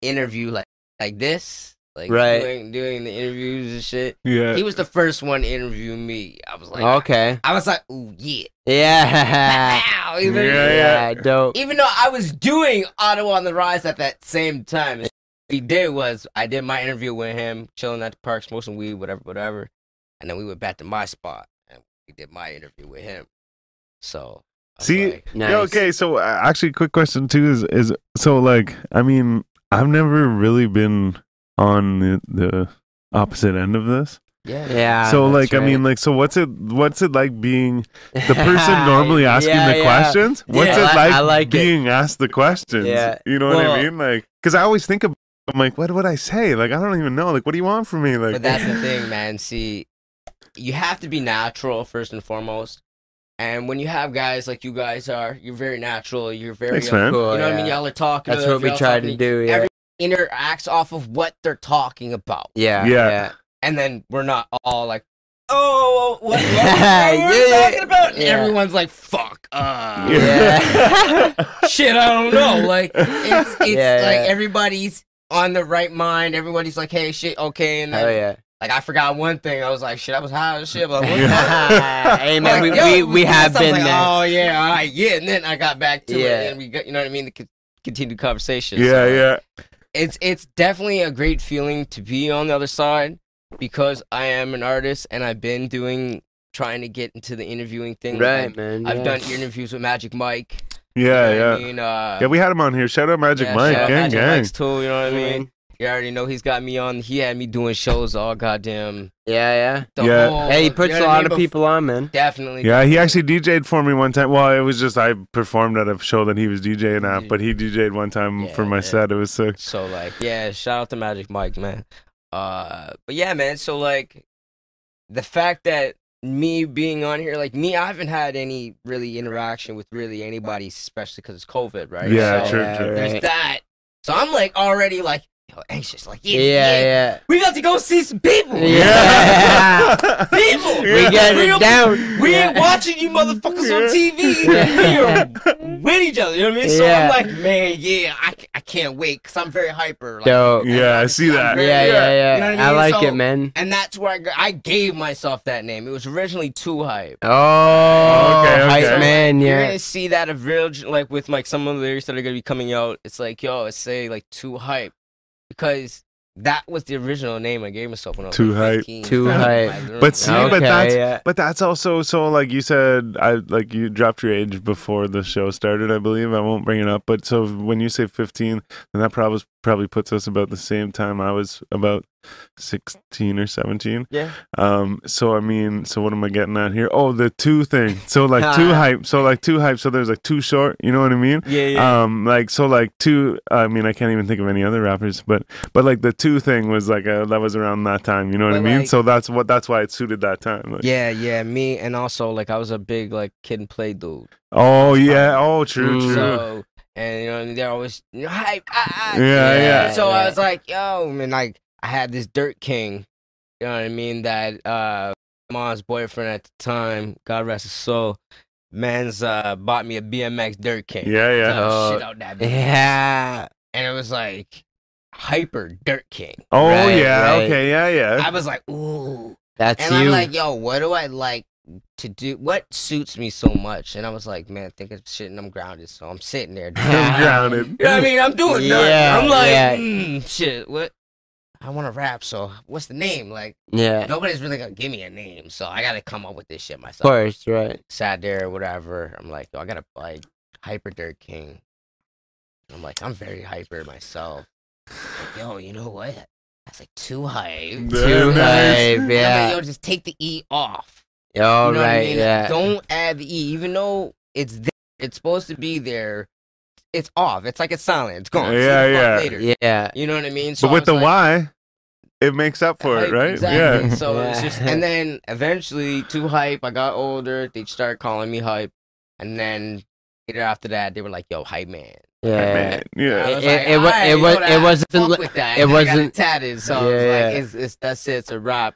interview like like this like Right. Uh, doing, doing the interviews and shit. Yeah. He was the first one to interview me. I was like, Okay. I was like, ooh, yeah. Yeah. Wow. Even, Yeah, yeah, dope. even though I was doing Ottawa on the Rise at that same time. and What he did was I did my interview with him, chilling at the park, smoking weed, whatever, whatever. And then we went back to my spot and we did my interview with him. So I was See, like, Nice. Yeah, okay, so uh, actually, quick question too is is so like I mean I've never really been on the, the opposite end of this. yeah, Yeah. so that's like I mean right. like so what's it what's it like being the (laughs) (laughs) person normally asking Yeah, the yeah. questions? What's Yeah, it I- like, I like it. being asked the questions? Yeah. You know what I Well- mean? Like because I always think about I'm like what would I say? Like I don't even know. Like what do you want from me? Like But that's the (laughs) thing, man. See, you have to be natural first and foremost. And when you have guys like you guys are, you're very natural. You're very, Thanks, man. you Cool, know what I mean. yeah. Y'all are talking. to That's them, what we y'all try talking to do. Yeah. Every- Interacts off of what they're talking about, yeah. Yeah. Yeah. and then we're not all like, "Oh, (laughs) what, what, what Yeah, are yeah, talking about?" yeah. Everyone's like, "Fuck, uh, (laughs) Yeah. (laughs) shit, I don't know." Like, (laughs) it's, it's Yeah, like yeah. everybody's on the right mind. Everybody's like, "Hey, shit, okay," and then Oh yeah. like I forgot one thing. I was (laughs) like, shit, I was high as shit. But what (laughs) the fuck? hey man, Like, we, yo, we, we have so I was been like, there. Oh yeah, all right, yeah. And then I got back to Yeah. it, and we got, you know what I mean, the con- continued yeah, conversation. So, yeah. It's it's definitely a great feeling to be on the other side because I am an artist and I've been doing trying to get into the interviewing thing. Like, right, I've- man. I've yeah. done interviews with Magic Mike. you know Yeah, what yeah. I mean, uh, Yeah, we had him on here. Shout out Magic yeah, Mike, shout out gang, Magic gang. Mike's tool. You know what I mean? mean, You already know he's got me on. He had me doing shows all goddamn. yeah, The Yeah. whole, yeah. Hey, he Oh, you know puts what a I lot mean? of Bef- people on, man. Definitely. Yeah, he actually DJ'd for me one time. Well, it was just I performed at a show that he was DJing at, but he DJ'd one time Yeah, for my yeah. set. It was sick. So like, yeah, shout out to Magic Mike, man. Uh, but yeah, man. So like, the fact that me being on here, like me, I haven't had any really interaction with really anybody, especially because it's COVID, right? Yeah, so, true, yeah, true. There's right. that. So I'm like already like yo, anxious, like yeah, Yeah, yeah, yeah. we got to go see some people. Yeah. (laughs) people. Yeah. We got Real- it down. We ain't watching you motherfuckers (laughs) on TV. Yeah. We are with each other. You know what I mean? So Yeah. I'm like, man, yeah, I, I can't wait because I'm very hyper. Like, Dope. (laughs) Yeah, Yeah, I see that. Yeah, yeah, yeah. You know what I I, mean? like So- it, man. And that's where I, g- I gave myself that name. It was originally Too Hype. Oh, Okay, okay. hype man. You're Yeah. gonna see that of real, like with like some of the lyrics that are gonna be coming out. It's like, yo, it's say like Too Hype, because that was the original name I gave myself when I was Too like, Hype. 15. Too Like, Hype. I But see, don't know. but Okay, that's- yeah. But that's also so like you said, I like you dropped your age before the show started, I believe. I won't bring it up, but so when you say fifteen, then that probably probably puts us about the same time I was about sixteen or seventeen. Yeah. Um. So I mean, so what am I getting at here? Oh, the two thing. So like (laughs) two hype. So like two hype. So there's like two short. You know what I mean? yeah, yeah. um like so like two i mean i can't even think of any other rappers but but like the two thing was like uh that was around that time you know what i But, mean like- so that's what that's why it suited that time like, Yeah, yeah, me and also like I was a big like kid and play dude. oh yeah oh true true Mm. So and you know what I mean, they're always you know, hype. Ah, ah. Yeah, yeah. So I Yeah. was like, yo, man, like I had this dirt king, you know what I mean, that uh mom's boyfriend at the time, God rest his soul, man's uh bought me a BMX dirt king. yeah yeah So Oh, shit out that bitch. Yeah. And it was like hyper dirt king. oh Right, yeah right. okay yeah yeah I was like, ooh. That's and you. I'm like, yo, what do I like to do? What suits me so much? And I was like, man, think of shit, and I'm grounded, so I'm sitting (laughs) there. I'm (laughs) (laughs) grounded You know what I mean? I'm doing nothing. Yeah, I'm like, yeah. mm, shit, what? I want to rap, so what's the name? Like, yeah. Of nobody's really gonna give me a name, so I gotta come up with this shit myself. course, right. Sat there, whatever. I'm like, yo, I gotta like Hyper Dirt King. I'm like, I'm very hyper myself. Like, yo, you know what? That's like too hype. Yeah, Too nice. hype. I'm like, Yeah. yo, just take the E off. All You know what I right. mean? Yeah. Don't add the E, even though it's there, it's supposed to be there. It's off. It's like it's silent. It's gone. See you Yeah, the fuck yeah. Later. Yeah. You know what I mean? So but I with was the like, y it makes up for it hype, right Exactly. yeah So it's Yeah. just, and then eventually, too hype. I got older. They started calling me hype, and then later after that, they were like, "Yo, hype man." Yeah. Man, yeah I was It- like, it- it wa- "Alright, it you was- know it what, wasn't I fuck li- with that. it And then I got wasn't- tatted. So I was Yeah. like, it's, it's that's it. It's a wrap.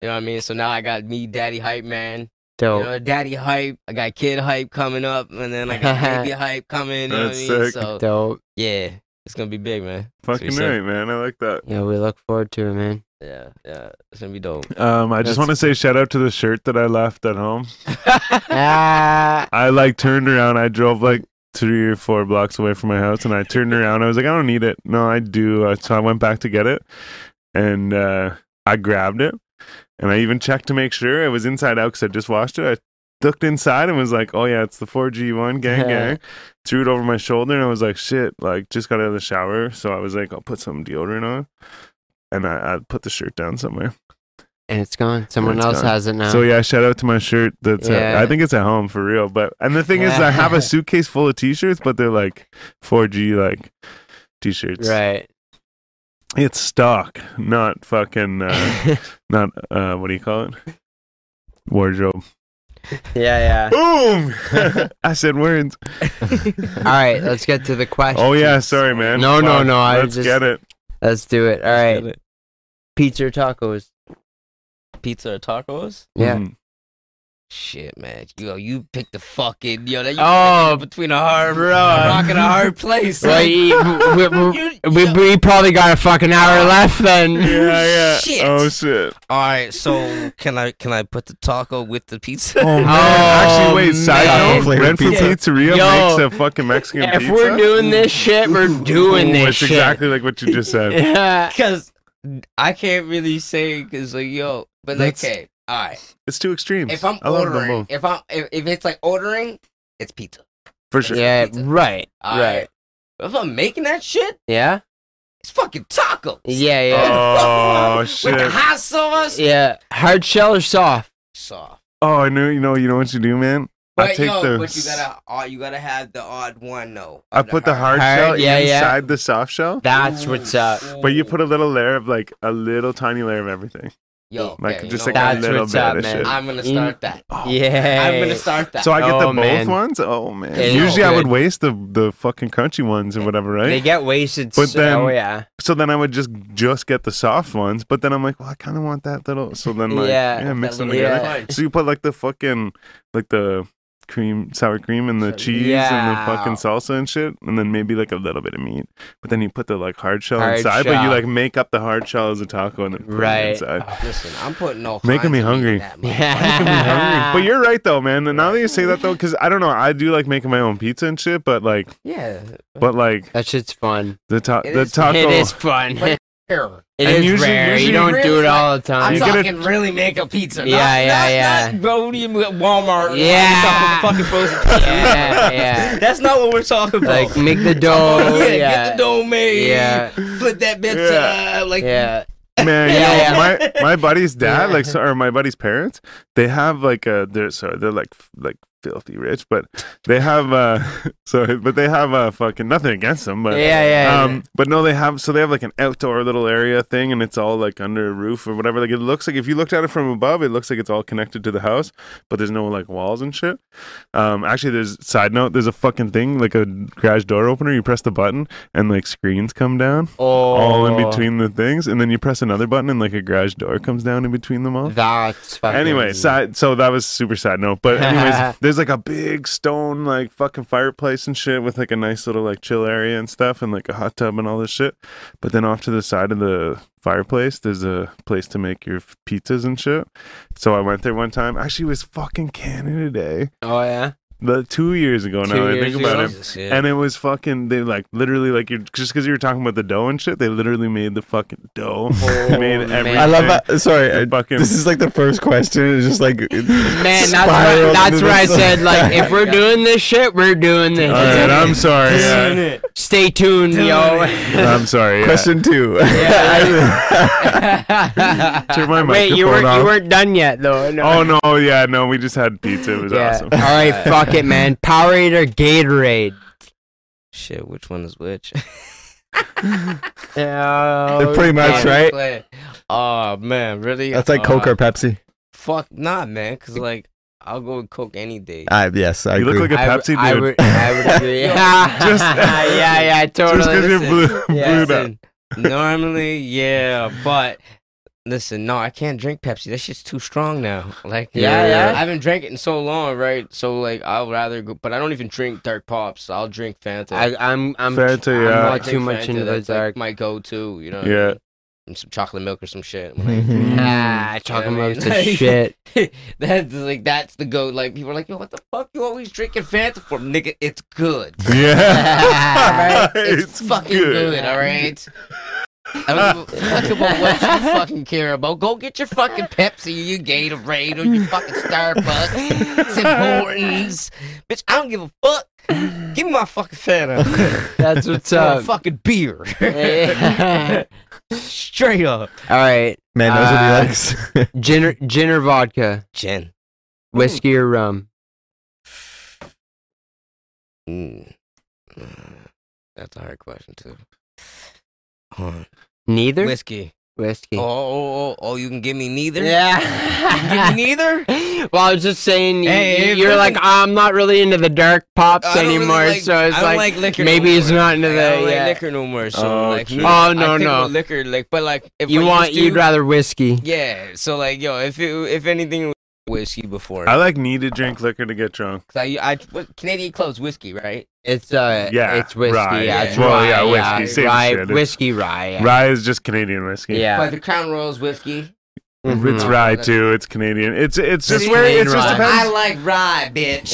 You know what I mean? So now I got me, daddy hype man. You Dope. know, daddy hype. I got kid hype coming up, and then I got (laughs) baby hype coming. You know what I That's mean? sick. So Dope. yeah, it's gonna be big, man. That's what fucking he said. right man i like that Yeah, we look forward to it, man. Yeah, yeah, it's gonna be dope. (laughs) um i just That's- want to say shout out to the shirt that i left at home ah. I like turned around. I drove like three or four blocks away from my house, and I turned around. I was like, I don't need it. No, I do. Uh, So I went back to get it, and uh, I grabbed it, and I even checked to make sure it was inside out because I just washed it. I looked inside and was like, "Oh yeah, it's the 4G1 gang gang." Threw it over my shoulder and I was like, "Shit!" Like just got out of the shower, so I was like, "I'll put some deodorant on," and I, I put the shirt down somewhere. and it's gone. Someone It's else gone. has it now. So yeah, shout out to my shirt. That's at, Oh. Yeah. I think it's at home for real. But and the thing is, I have (laughs) a suitcase full of T-shirts, but they're like 4G like T-shirts. right. It's stock, not fucking, (laughs) uh, not uh, what do you call it? (laughs) Wardrobe. yeah, yeah. Boom! (laughs) I said words. (laughs) All right, let's get to the question. (laughs) Oh yeah, sorry man. No, no, Fuck. no, I Let's just- get it. Let's do it. All right, pizza or tacos? Pizza or tacos? Yeah. (laughs) Mhm. Shit, man. Yo, you picked the fucking yo. That you Oh, (laughs) between a hard bro. rock and a (laughs) hard place. Well, Like, you- we, we- you- we, we probably got a fucking hour left then. Yeah, yeah. Shit. Oh shit. All right, so can I can I put the taco with the (laughs) pizza? (laughs) Oh man. Oh, Actually, wait. man. Side note: Flavored Renfrew pizza. Pizzeria Yo. makes a fucking (laughs) Mexican If pizza. we're doing this shit, we're doing Ooh, this it's shit. (laughs) exactly like what you just said. Yeah. Because I can't really say because like yo, but That's- okay, all right. It's two extremes. If I'm I love them ordering, both if I'm if, if it's like ordering, it's pizza. for sure. (laughs) Yeah, Pizza. right. All right. right. But if I'm making that shit, Yeah? it's fucking tacos. Yeah, yeah. Oh With the shit. hot sauce, yeah. Hard shell or soft? soft. Oh, I knew. You know. You know what you do, man. I But take yo, the. but you gotta uh, you gotta have the odd one though. I of put the hard, Hard, shell yeah, yeah. inside the soft shell, That's what's up. but you put a little layer of like a little tiny layer of everything, yo, like okay, just like you know a what? That's little what's bit up, of man. shit. I'm gonna start that. Yeah. Oh, I'm gonna start that. So I get Oh, the both man. ones. Oh man! It's Usually I would good. waste the the fucking crunchy ones or whatever, They right? get wasted. But so, then- oh, yeah. so then I would just just get the soft ones, but then I'm like, well, I kind of want that little. So then like Yeah, yeah, That mix them little together. yeah. crunch. So you put like the fucking like the cream sour cream and the So- cheese and the fucking Yeah. salsa and shit and then maybe like a little bit of meat but then you put the like hard shell Hard inside but you shell. like make up the hard shell as a taco and then put Right. it inside (laughs) Listen, I'm putting no. Making me Heinz meat in hungry. (laughs) that Yeah. Making me hungry. but you're right though man and now that you say that though because i don't know i do like making my own pizza and shit but like motherfucker. yeah. but like That shit's fun. the ta- It the is- taco It is fun. But- (laughs) it Here. And is usually- rare. usually- you don't do it all the I'm You time. get a- talking really make a pizza. Not, Yeah, yeah, not, Not Brody and Walmart. and Yeah. all these fucking frozen (laughs) pizzas. Yeah, yeah. (laughs) That's not what we're talking about. Like, (laughs) make the Oh, dough. (laughs) yeah, yeah. get the dough made. Yeah. Flip that bitch Yeah. uh, like Yeah. Man, Yeah, yo, yeah. my my buddy's dad, Yeah. like, so, or my buddy's parents, they have like a they're sorry, they're like f- like filthy rich, but they have uh (laughs) sorry, but they have uh fucking nothing against them, Yeah, but yeah. um, but no, they have so they have like an outdoor little area thing, and it's all like under a roof or whatever. Like it looks like if you looked at it from above, it looks like it's all connected to the house, but there's no like walls and shit. Um, actually, there's side note, there's a fucking thing like a garage door opener. You press the button, and like screens come down oh. all in between the things, and then you press another button, and like a garage door comes down in between them all. Oh, That's fucking. Anyway, side, so that was super sad note. But (laughs) anyways, there's like a big stone like fucking fireplace and shit with like a nice little like chill area and stuff and like a hot tub and all this shit. But then off to the side of the fireplace, there's a place to make your f- pizzas and shit. So I went there one time. Actually, it was fucking Canada Day, Oh, yeah. the two years ago now. Two that I years think about ago. it. And it was fucking. They like literally like you just because you were talking about the dough and shit. They literally made the fucking dough. (laughs) Oh, made man. everything. I love that. Sorry, The I- fucking- this is like the first question. It's just like Man, man, that's what, that's what I (laughs) said. Like, if we're doing this shit, we're doing this. All (laughs) right, I'm sorry. yeah. Stay tuned, yo. I'm sorry. yeah. Question two. (laughs) Turn my Wait, microphone you weren't off. you weren't done yet though. No. Oh no, yeah, no, we just had pizza. It was awesome. (laughs) All right, fuck it, man. Powerade or Gatorade? Shit, which one (laughs) is which? Oh, Pretty much, man. (laughs) right? Oh man, (laughs) really? That's like Uh, Coke or Pepsi. Fuck, nah, man. Cause like, I'll go with Coke any day. I, yes, I You look agree. like a I, Pepsi I dude. (laughs) would, I would agree. (laughs) Just- (laughs) yeah, (laughs) yeah, Just because totally. you're blue, yeah, blued up. Listen, (laughs) normally, yeah, but listen, no, I can't drink Pepsi. That shit's too strong now. Like, Yeah, yeah. I haven't drank it in so long, right? So like, I'll rather go, but I don't even drink dark pops. I'll drink Fanta. I, I'm, I'm, Fair to I'm you. I not drink too much Fanta, into the that's, like, dark. my go-to, you know. what I Yeah. mean? And some chocolate milk or some shit. When I- Mhm. (laughs) Ah, chocolate Yeah, I mean, milk's a like- (laughs) shit. (laughs) that's like that's the go. Like people are like, yo, what the fuck? You always drinking Fanta for, nigga? It's good. (laughs) (laughs) Yeah. (laughs) All right, it's, It's fucking good. good. All right. I don't give a fuck about what (laughs) you fucking care about. Go get your fucking Pepsi, your Gatorade, or your fucking Starbucks, Tim (laughs) Hortons. Bitch, I don't give a fuck. Give me my fucking Fanta. (laughs) That's (laughs) what's Or a up. fucking beer. Hey. (laughs) Straight up. All right, Man, those Uh, are the likes. (laughs) gin or, gin or vodka, Gin. whiskey or rum. Mm. That's a hard question, too. Huh. Neither Whiskey. whiskey. Oh, oh, oh, oh, you can give me neither? Yeah. You give me (laughs) neither? (laughs) well, I was just saying, y- Hey, y- if you're you like, can- I'm not really into the dark pops I don't really anymore, like- so it's I don't like, like, liquor. maybe no he's more. not into Like, I the. don't yeah. like liquor no more. So Oh, like, true. me- Oh, I no, think no. with liquor. Like, but like, if you I want, used to- you'd rather whiskey. Yeah. So like, yo, if it, if anything, it was whiskey before. I like need to drink liquor to get drunk. 'Cause I, I, what, Canadian clothes whiskey, right? It's uh, Yeah, it's whiskey. rye, Yeah, yeah. it's Well, rye. yeah, yeah, whiskey, same rye, shit, it's- whiskey, rye. Yeah, Rye is just Canadian whiskey. Yeah. But the Crown Royal's whiskey. Mm-hmm. It's Mhm. rye too. It's Canadian. It's it's just It's where it just Canadian depends. I like rye, bitch.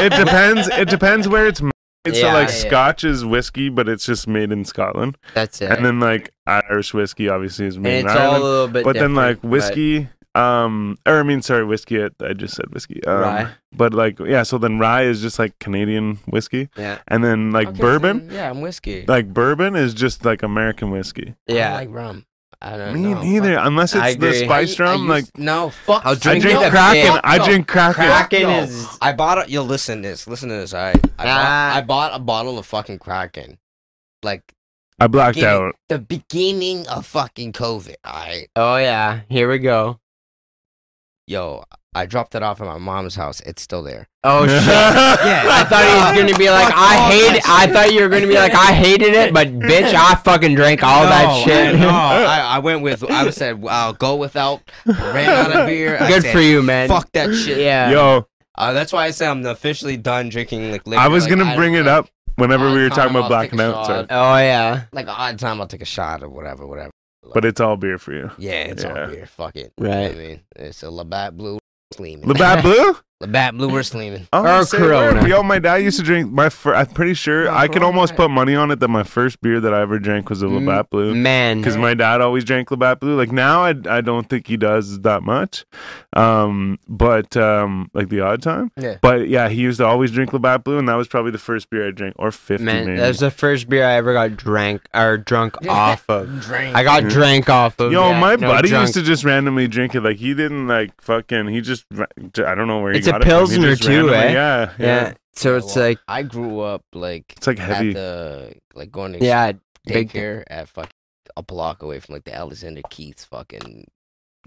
(laughs) it depends. It (laughs) depends where it's made. So Yeah, like yeah. Scotch is whiskey, but it's just made in Scotland, that's it. and then like Irish whiskey obviously is And made in it's all a Ireland. little bit. But then like different, whiskey, um, or I mean sorry, whiskey. I- I just said whiskey. but Um, rye. But like yeah, so then rye is just like Canadian whiskey, Yeah, and then like Okay, so bourbon, then, yeah, I'm whiskey. like bourbon is just like American whiskey. I don't yeah. like rum. I don't Me know. neither, unless I it's the agree. spice I, I rum. used- Like no, fuck. I'll Oh I drink drink that Kraken. shit. I drink Kraken. Crack- Kraken no. is I bought a yo. Listen to this. Listen to this. I I, Ah. bought, I bought a bottle of fucking Kraken, like I blacked beginning, out. the beginning of fucking COVID. I Oh yeah, here we go. yo, I dropped it off at my mom's house. It's still there. (laughs) Oh shit. (laughs) I thought he was gonna be like, Fuck I all hate. It. that I thought you were gonna be like, I hated it, (laughs) but bitch, I fucking drank all Oh, that shit. No, (laughs) I, I went with. I said I'll go without. Ran out of beer. I (laughs) Good said, for you, man. Fuck that shit. Yeah. Yo, Uh, that's why I say I'm officially done drinking like liquor. I was Like, gonna bring it like, up whenever we were Odd time talking about I'll blacking take a out, so- shot. Oh yeah. Like odd time, I'll take a shot or whatever, whatever. but it's all beer for you. (laughs) Yeah, it's Yeah. all beer. Fuck it. Right. I mean, it's a Labatt Blue. we're Sleeming. Labatt Blue? (laughs) Labatt Blue. We're sleeming. Oh, Or say word. Corona. Yo, my dad used to drink my. Fir- I'm pretty sure No, I could Corona, almost right. put money on it that my first beer that I ever drank was a Mm, Labatt Blue. Man. Because my dad always drank Labatt Blue. Like now, I, I don't think he does that much, um, but um, like the odd time. Yeah. But yeah, he used to always drink Labatt Blue, and that was probably the first beer I drank, or fifty Man, maybe. that was the first beer I ever got drank or drunk off of. Drink. I got drank off of. Yo, yeah, my no, buddy drunk. used to just randomly drink it. Like he didn't like fucking. He just ra- I don't know where he got It's a it. from. He Pilsner just too, randomly- eh? Yeah, Yeah. So it's Well, like, I grew up like It's like heavy. at the like going to yeah, big- daycare at fucking a block away from like the Alexander Keith's fucking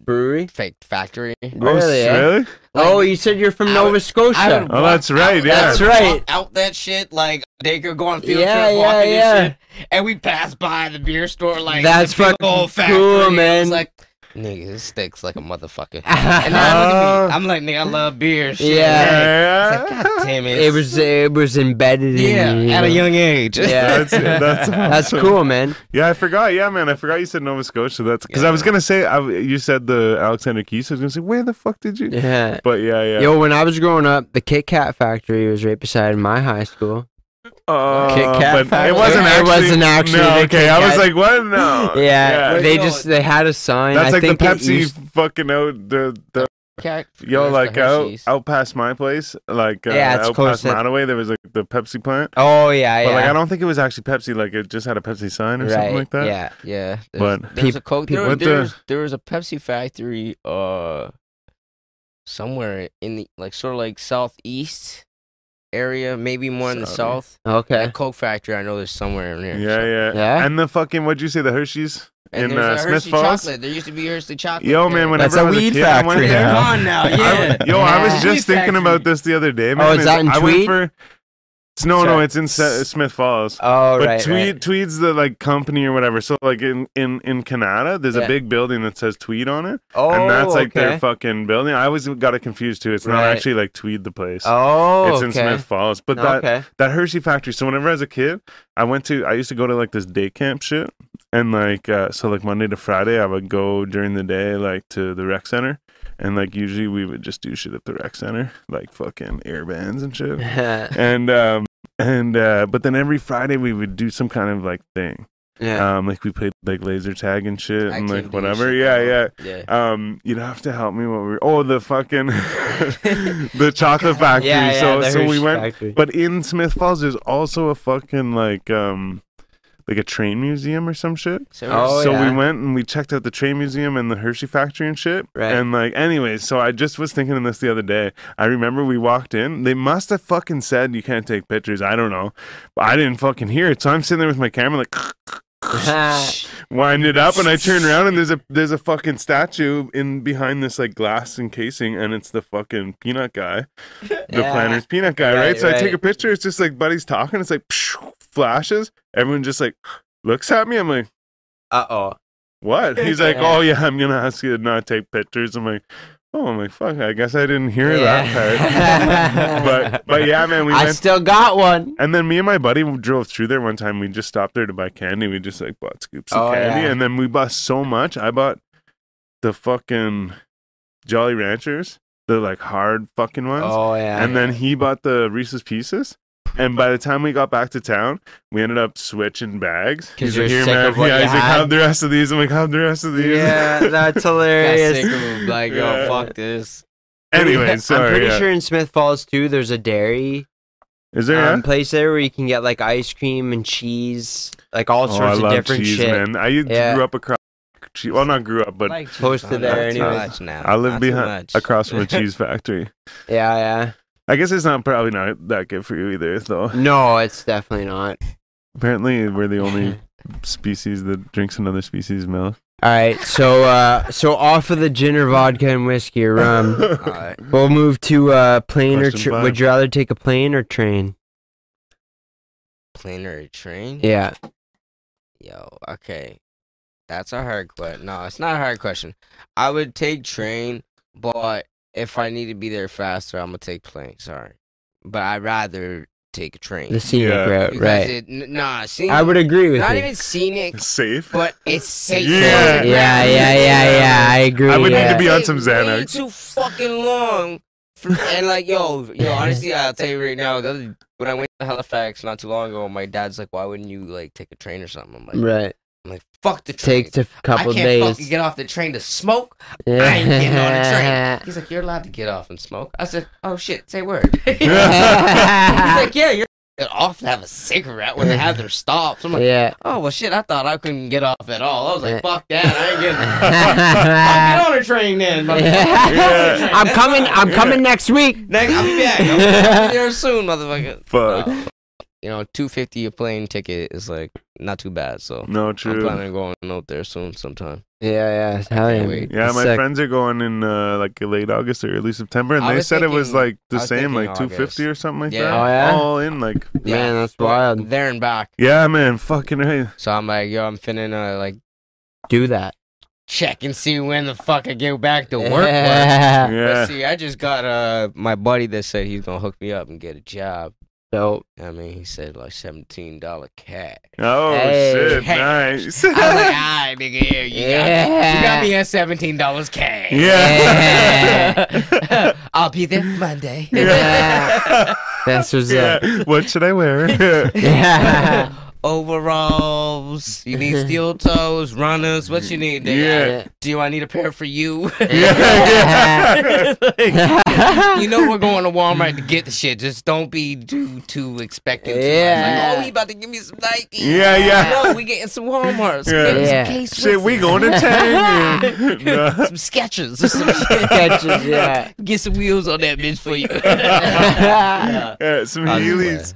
brewery. fake factory. Really? Oh, eh? really? Oh, you said you're from I Nova would- Scotia. Oh, that's walk right, out- yeah. That's walk right. Out that shit, like they could go on field Yeah, trip, yeah, walking yeah. and shit, and we passed by the beer store, like That's the big fucking old factory. cool, and man. It's like, nigga, this sticks like (laughs) a motherfucker. and now look at Oh. (laughs) me, I'm like, nigga, I love beer. and Shit. Yeah. It's like, God damn it. it was it was embedded yeah, in you. at a know? young age. Yeah. That's, (laughs) that's, That's awesome. cool, man. Yeah, I forgot. Yeah, man, I forgot you said Nova Scotia. That's because I Yeah. was gonna say I, you said the Alexander Keys. I was gonna say where the fuck did you? Yeah. But yeah, yeah. Yo, when I was growing up, the Kit Kat factory was right beside my high school. Uh, Kit Kat but it factory. wasn't It actually. wasn't actually No, the okay. Kit I was Kat. like, what? No. (laughs) yeah, Yeah. they Yo, just they had a sign. That's I like the think it Pepsi used- fucking out the the Cat- Yo, Where's like the out, Hershey's? out past my place, like uh, Yeah, it's out close past to- Nottoway, there was like the Pepsi plant. oh yeah, yeah. But like, I don't think it was actually Pepsi. Like, it just had a Pepsi sign or something Right, like that. Yeah. Yeah, there's, But- there's Peop- a Coke. There, what the- there's, there was a Pepsi factory, uh, somewhere in the like sort of like southeast area, maybe more in the South. south. Okay. That Coke factory, I know there's somewhere in Yeah, there. so- yeah, Yeah? And the fucking what'd you say? The Hershey's and in there's uh, a Smith Hershey Falls. chocolate. There used to be Hershey chocolate. Yo, there. man, whenever That's I a was weed a kid, I factory went they're there. now. gone now. Yeah. (laughs) I- yo, (laughs) I was Yeah. just Hershey thinking about factory. this the other day, man. Oh, is that in I Tweed? went for. No, no, Sorry. it's in Se- Smith Falls. Oh but right. Tweed, right. Tweed's the like company or whatever. So like in in in Canada, there's a Yeah. big building that says Tweed on it. Oh, and that's like okay. their fucking building. I always got it confused too. It's not Right. actually like Tweed the place. Oh, it's okay. in Smith Falls. But that okay. (laughs) that Hershey factory. So whenever I was a kid, I went to I used to go to like this day camp shit, and like uh, so like Monday to Friday, I would go during the day like to the rec center, and like usually we would just do shit at the rec center, like fucking air bands and shit (laughs) and um and uh but then every friday we would do some kind of like thing Yeah. Um, like we played like laser tag and shit and Activity like whatever. shit, Yeah, yeah. Yeah. Um, you'd have to help me. What we were oh the (laughs) fucking (laughs) the chocolate factory. yeah, yeah, so the so we Hershey went. factory. But in Smith Falls, there's also a fucking like um like a train museum or some shit. Oh, so yeah. we went and we checked out the train museum and the Hershey factory and shit. Right. And like, anyways, so I just was thinking of this the other day. I remember we walked in. They must have fucking said you can't take pictures. I don't know, but I didn't fucking hear it. So I'm sitting there with my camera, like (laughs) wind it up, and I turn around and there's a there's a fucking statue in behind this like glass encasing, and it's the fucking peanut guy, the Yeah. planner's peanut guy, right? Right, So I take right. a picture. It's just like buddy's talking. It's like pshh, flashes. Everyone just like looks at me. I'm like. Uh oh. (laughs) What? He's like, Yeah. oh yeah, I'm gonna ask you to not take pictures. I'm like, oh, I'm like, fuck, I guess I didn't hear that part. (laughs) but but yeah, man, we I went. still got one. and then me and my buddy drove through there one time. We just stopped there to buy candy. We just like bought scoops of Oh, candy, yeah. and then we bought so much. I bought the fucking Jolly Ranchers, the like hard fucking ones. Oh yeah. And then he bought the Reese's Pieces. And by the time we got back to town, we ended up switching bags. 'Cause He's like, you're "Here, sick man." of what yeah, you he's like, had. have the rest of these. I'm like, have the rest of these. (laughs) yeah, that's Got hilarious. sick of him, Like, yo, Yeah. fuck this. anyway, sorry. I'm pretty yeah. sure in Smith Falls too, there's a dairy Is there? um, a- place there where you can get like ice cream and cheese, like all oh, I sorts of love different cheese, shit. man. I Yeah. grew up across. Cheese. Well, not grew up, but Like, geez, posted not- there not too anyways. much now. I live Not too behind much. across (laughs) from a (laughs) cheese factory. Yeah, yeah. I guess it's not probably not that good for you either, though. No, it's definitely not. Apparently, we're the (laughs) only species that drinks another species' milk. All right, so uh, so off of the gin or vodka and whiskey (laughs) or rum, Alright. we'll move to uh, plane or Question tr- five. would you rather take a plane or train? Plane or a train? Yeah, Yo, okay. That's a hard question. No, it's not a hard question. I would take train, but if I need to be there faster, I'm gonna take plane. Sorry, but I'd rather take a train. the scenic Yeah. route, Because uh, right? It, n- nah, scenic. I would agree with not you. even scenic, Safe. but it's safe. Yeah. yeah, yeah, yeah, yeah, I agree. I would need yeah. to be on some Take way Xanax. Too fucking long. For, and like, yo, (laughs) yo, honestly, I'll tell you right now. The other, when I went to Halifax not too long ago, my dad's like, "Why wouldn't you like take a train or something?" I'm like, right. I'm like, fuck the train. Takes a couple I can't days. fucking get off the train to smoke. I ain't getting on the train. (laughs) (laughs) He's like, you're allowed to get off and smoke. I said, oh shit, say word. (laughs) He's like, yeah, you're allowed to get off to have a cigarette when they have their stops. I'm (laughs) like, yeah. oh well, shit, I thought I couldn't get off at all. I was like, Yeah. fuck that, I ain't getting. (laughs) I'll get on a train then. motherfucker. Yeah. I'm coming. I'm coming next week. Next, I'll be back. (laughs) I'll be there soon, motherfucker. Fuck. No. You know, two fifty a plane ticket is like not too bad. So No, I'm true. planning on going out there soon, sometime. Yeah, yeah. Hell can't yeah. wait. Yeah, my Sick. friends are going in uh, like late August or early September, and I they was said it was thinking- like the I was same, thinking like August. two fifty or something like Yeah. that. Oh, yeah? all in like Man, that's but wild. There and back. yeah, man, fucking right. So I'm like, yo, I'm finna uh, like Do that. check and see when the fuck I get (laughs) back to work. work. Yeah. Yeah, But see, I just got uh my buddy that said he's gonna hook me up and get a job. So I mean, he said like seventeen dollar cash. oh Hey. shit, Hey. (laughs) nice. I was (laughs) like, alright, nigga, "Ah, here, you got me. You got Yeah. me at seventeen dollars cash. yeah, (laughs) I'll be there Monday. Yeah. that's what's yeah. up. What should I (laughs) wear? (laughs) Yeah. (laughs) Overalls. You need steel toes, runners. What you need? nigga? Yeah. Do I need a pair for you? yeah, yeah. you know (laughs) we're going to Walmart to get the shit. Just don't be too too expectant. Yeah. Yeah. Like, oh, he about to give me some Nike. Yeah, yeah. (laughs) No, we getting some Walmart. Yeah. Some, Yeah. some case (laughs) Shit, we going to Tang. (laughs) No. some sketches or (laughs) some shit. Sketches, yeah. (laughs) Get some wheels on that bitch for you. (laughs) Yeah, some Heelys.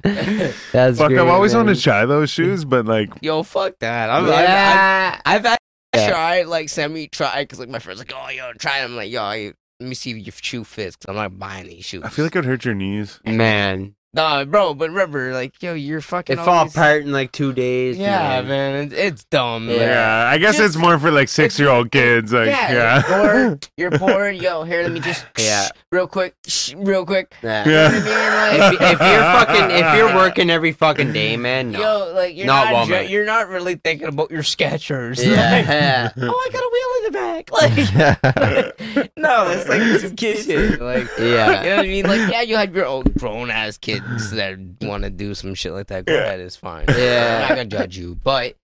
That's Fuck, great, I've always man. wanted to try those shoes, but like, Yo, fuck that. I'm, I'm, Yeah. I've, I've actually Yeah. tried, like, semi try, because, like, my friend's like, oh, yo, try it. I'm like, yo, I, let me see if your shoe fits, because I'm not buying these shoes. I feel like it would hurt your knees. (laughs) Man, Nah, bro, but remember, like, yo, you're fucking. it fall always- apart in like two days. Yeah, man. man, it's, it's dumb. Yeah, man. I guess Just- it's more for like six-year-old kids. Like, Yeah, yeah, (laughs) or- You're poor. Yo, here, let me just. (laughs) Yeah. Real quick. Real quick. Yeah. Yeah. If, if you're fucking, (laughs) if you're working every fucking day, man, no. Yo, like you're Not not, ju- Walmart. you're not really thinking about your Skechers. (laughs) (laughs) Like, Yeah. oh, I got a wheel in the back. Like, (laughs) no, it's like some kid shit. Like, (laughs) Yeah. you know what I mean? Like, yeah, you have your old grown (laughs) ass kids that want to do some shit like that. Go ahead, it's fine. Yeah. I'm not gonna judge you, but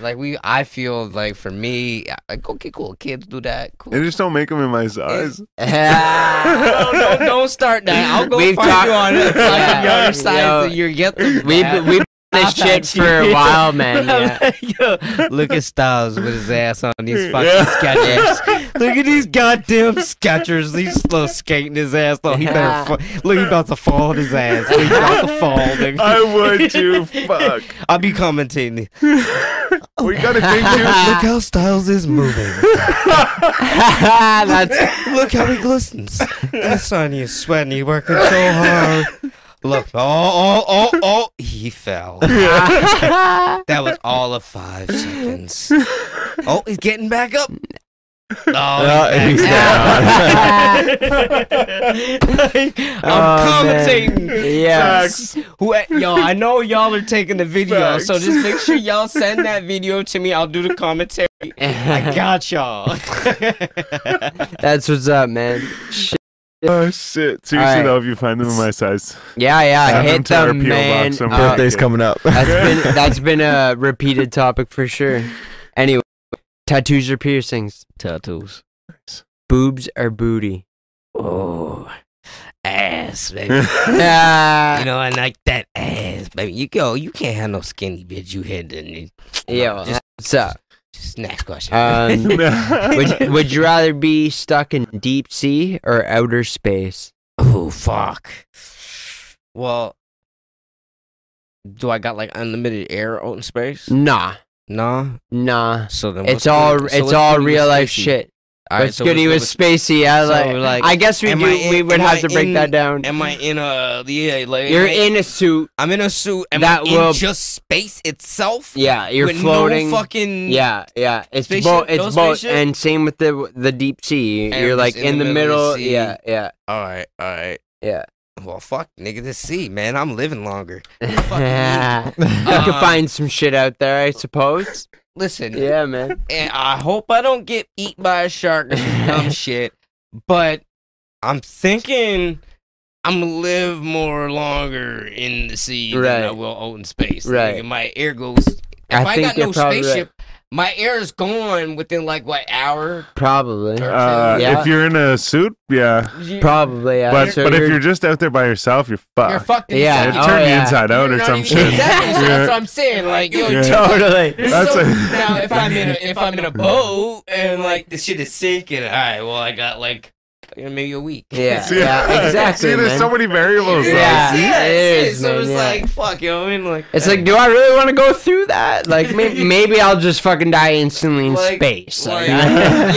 Like we, I feel like for me, I- like okay, cool, kids do that. Cool. They just don't make them in my (laughs) size. no, no, don't start that. I'll go We've find talked- you on (laughs) the fucking Yeah. other side. Yo. so you're (laughs) getting We've that. we've been this Stop shit that for a shit. while, (laughs) man. Yeah. Yo, look at Styles with his ass on (laughs) these fucking Yeah. sketchers. Look at these goddamn sketchers. He's still skating his ass. though. he (laughs) Yeah. better. Fa- look, he about to fall on his ass. Look, he about to fall. Nigga. I (laughs) would too. Fuck. I'll (laughs) be commenting. We gotta think (laughs) too. Look how Styles is moving. (laughs) That's Look how he glistens. That's on you, sweating. You're working so hard. Look, oh, oh, oh, oh, he fell. That was all of five seconds. Oh, he's getting (laughs) back up. Oh, he's he's back down. (laughs) I'm Oh, man. commentating. yeah. Facts. Who, yo, I know y'all are taking the video, so Facts. just make sure y'all send that video to me. I'll do the commentary. (laughs) I got y'all. That's what's up, man. Shit. Oh shit! Seriously Alright. though, if you find them in my (laughs) size, Yeah, yeah. Send them Hit to our them, PO man. box. I'm up. birthday Birthday's coming (laughs) up. That's (laughs) been that's been a repeated topic for sure. Anyway, tattoos or piercings? Tattoos. Boobs or (laughs) booty? Oh, ass, baby. I you Yeah. know, I like that ass, baby. You go, you can't have no skinny bitch. You hit the Yo, Just- what's up? just next question. Um, (laughs) (laughs) would, would you rather be stuck in deep sea or outer space? oh fuck. Well, do I got like unlimited air out in space? Nah, No. nah. So then, It's what's all good- so it's what's all good with real life spacey? shit. All right, what's so good he good was with- spacey. I so, like, like, I guess we am do. I in- we would am have I to break in- that down. Am I in a yeah? Like You're in a suit. I'm in a suit. Am That I in will- just space itself? Yeah, you're with floating. No fucking Yeah, yeah. It's Spaceship? both. No It's both. spaceship? And same with the the deep sea. And You're like just in the middle. of the sea. yeah, yeah, All right, all right. yeah. Well, fuck, nigga, this sea, man. I'm living longer. you (laughs) could Um, find some shit out there, I (laughs) suppose. Listen, Yeah, man. and I hope I don't get eat by a shark or (laughs) some dumb shit. But I'm thinking I'm gonna live more longer in the sea than I Right. will out in space. Right. Nigga, my air goes. If I, I think got you're no probably right. spaceship, my air is gone within like what hour? Probably. Or (laughs) Uh, two? Yeah. If you're in a suit, yeah. You- Probably. Yeah. But So but if you're just out there by yourself, you're fucked. you're fucked. in the Yeah, It sea. oh, turned you yeah. inside out You're or not some even- shit. Exactly. So Yeah. that's what I'm saying. Like, yo, Yeah. (laughs) totally. That's so a- now if I'm in a, if I'm in a boat and like the shit is sinking, all right, well I got like you know, maybe a week. (laughs) (laughs) Yeah. See, Yeah, exactly, See, there's man. so many variables. though. Yeah. it it is, is. So man, it's yeah. like fuck, you know what I mean? Like It's like, do I really want to go through that? Like, may- (laughs) maybe I'll just fucking die instantly in Like- space. Like, like- Yeah. (laughs)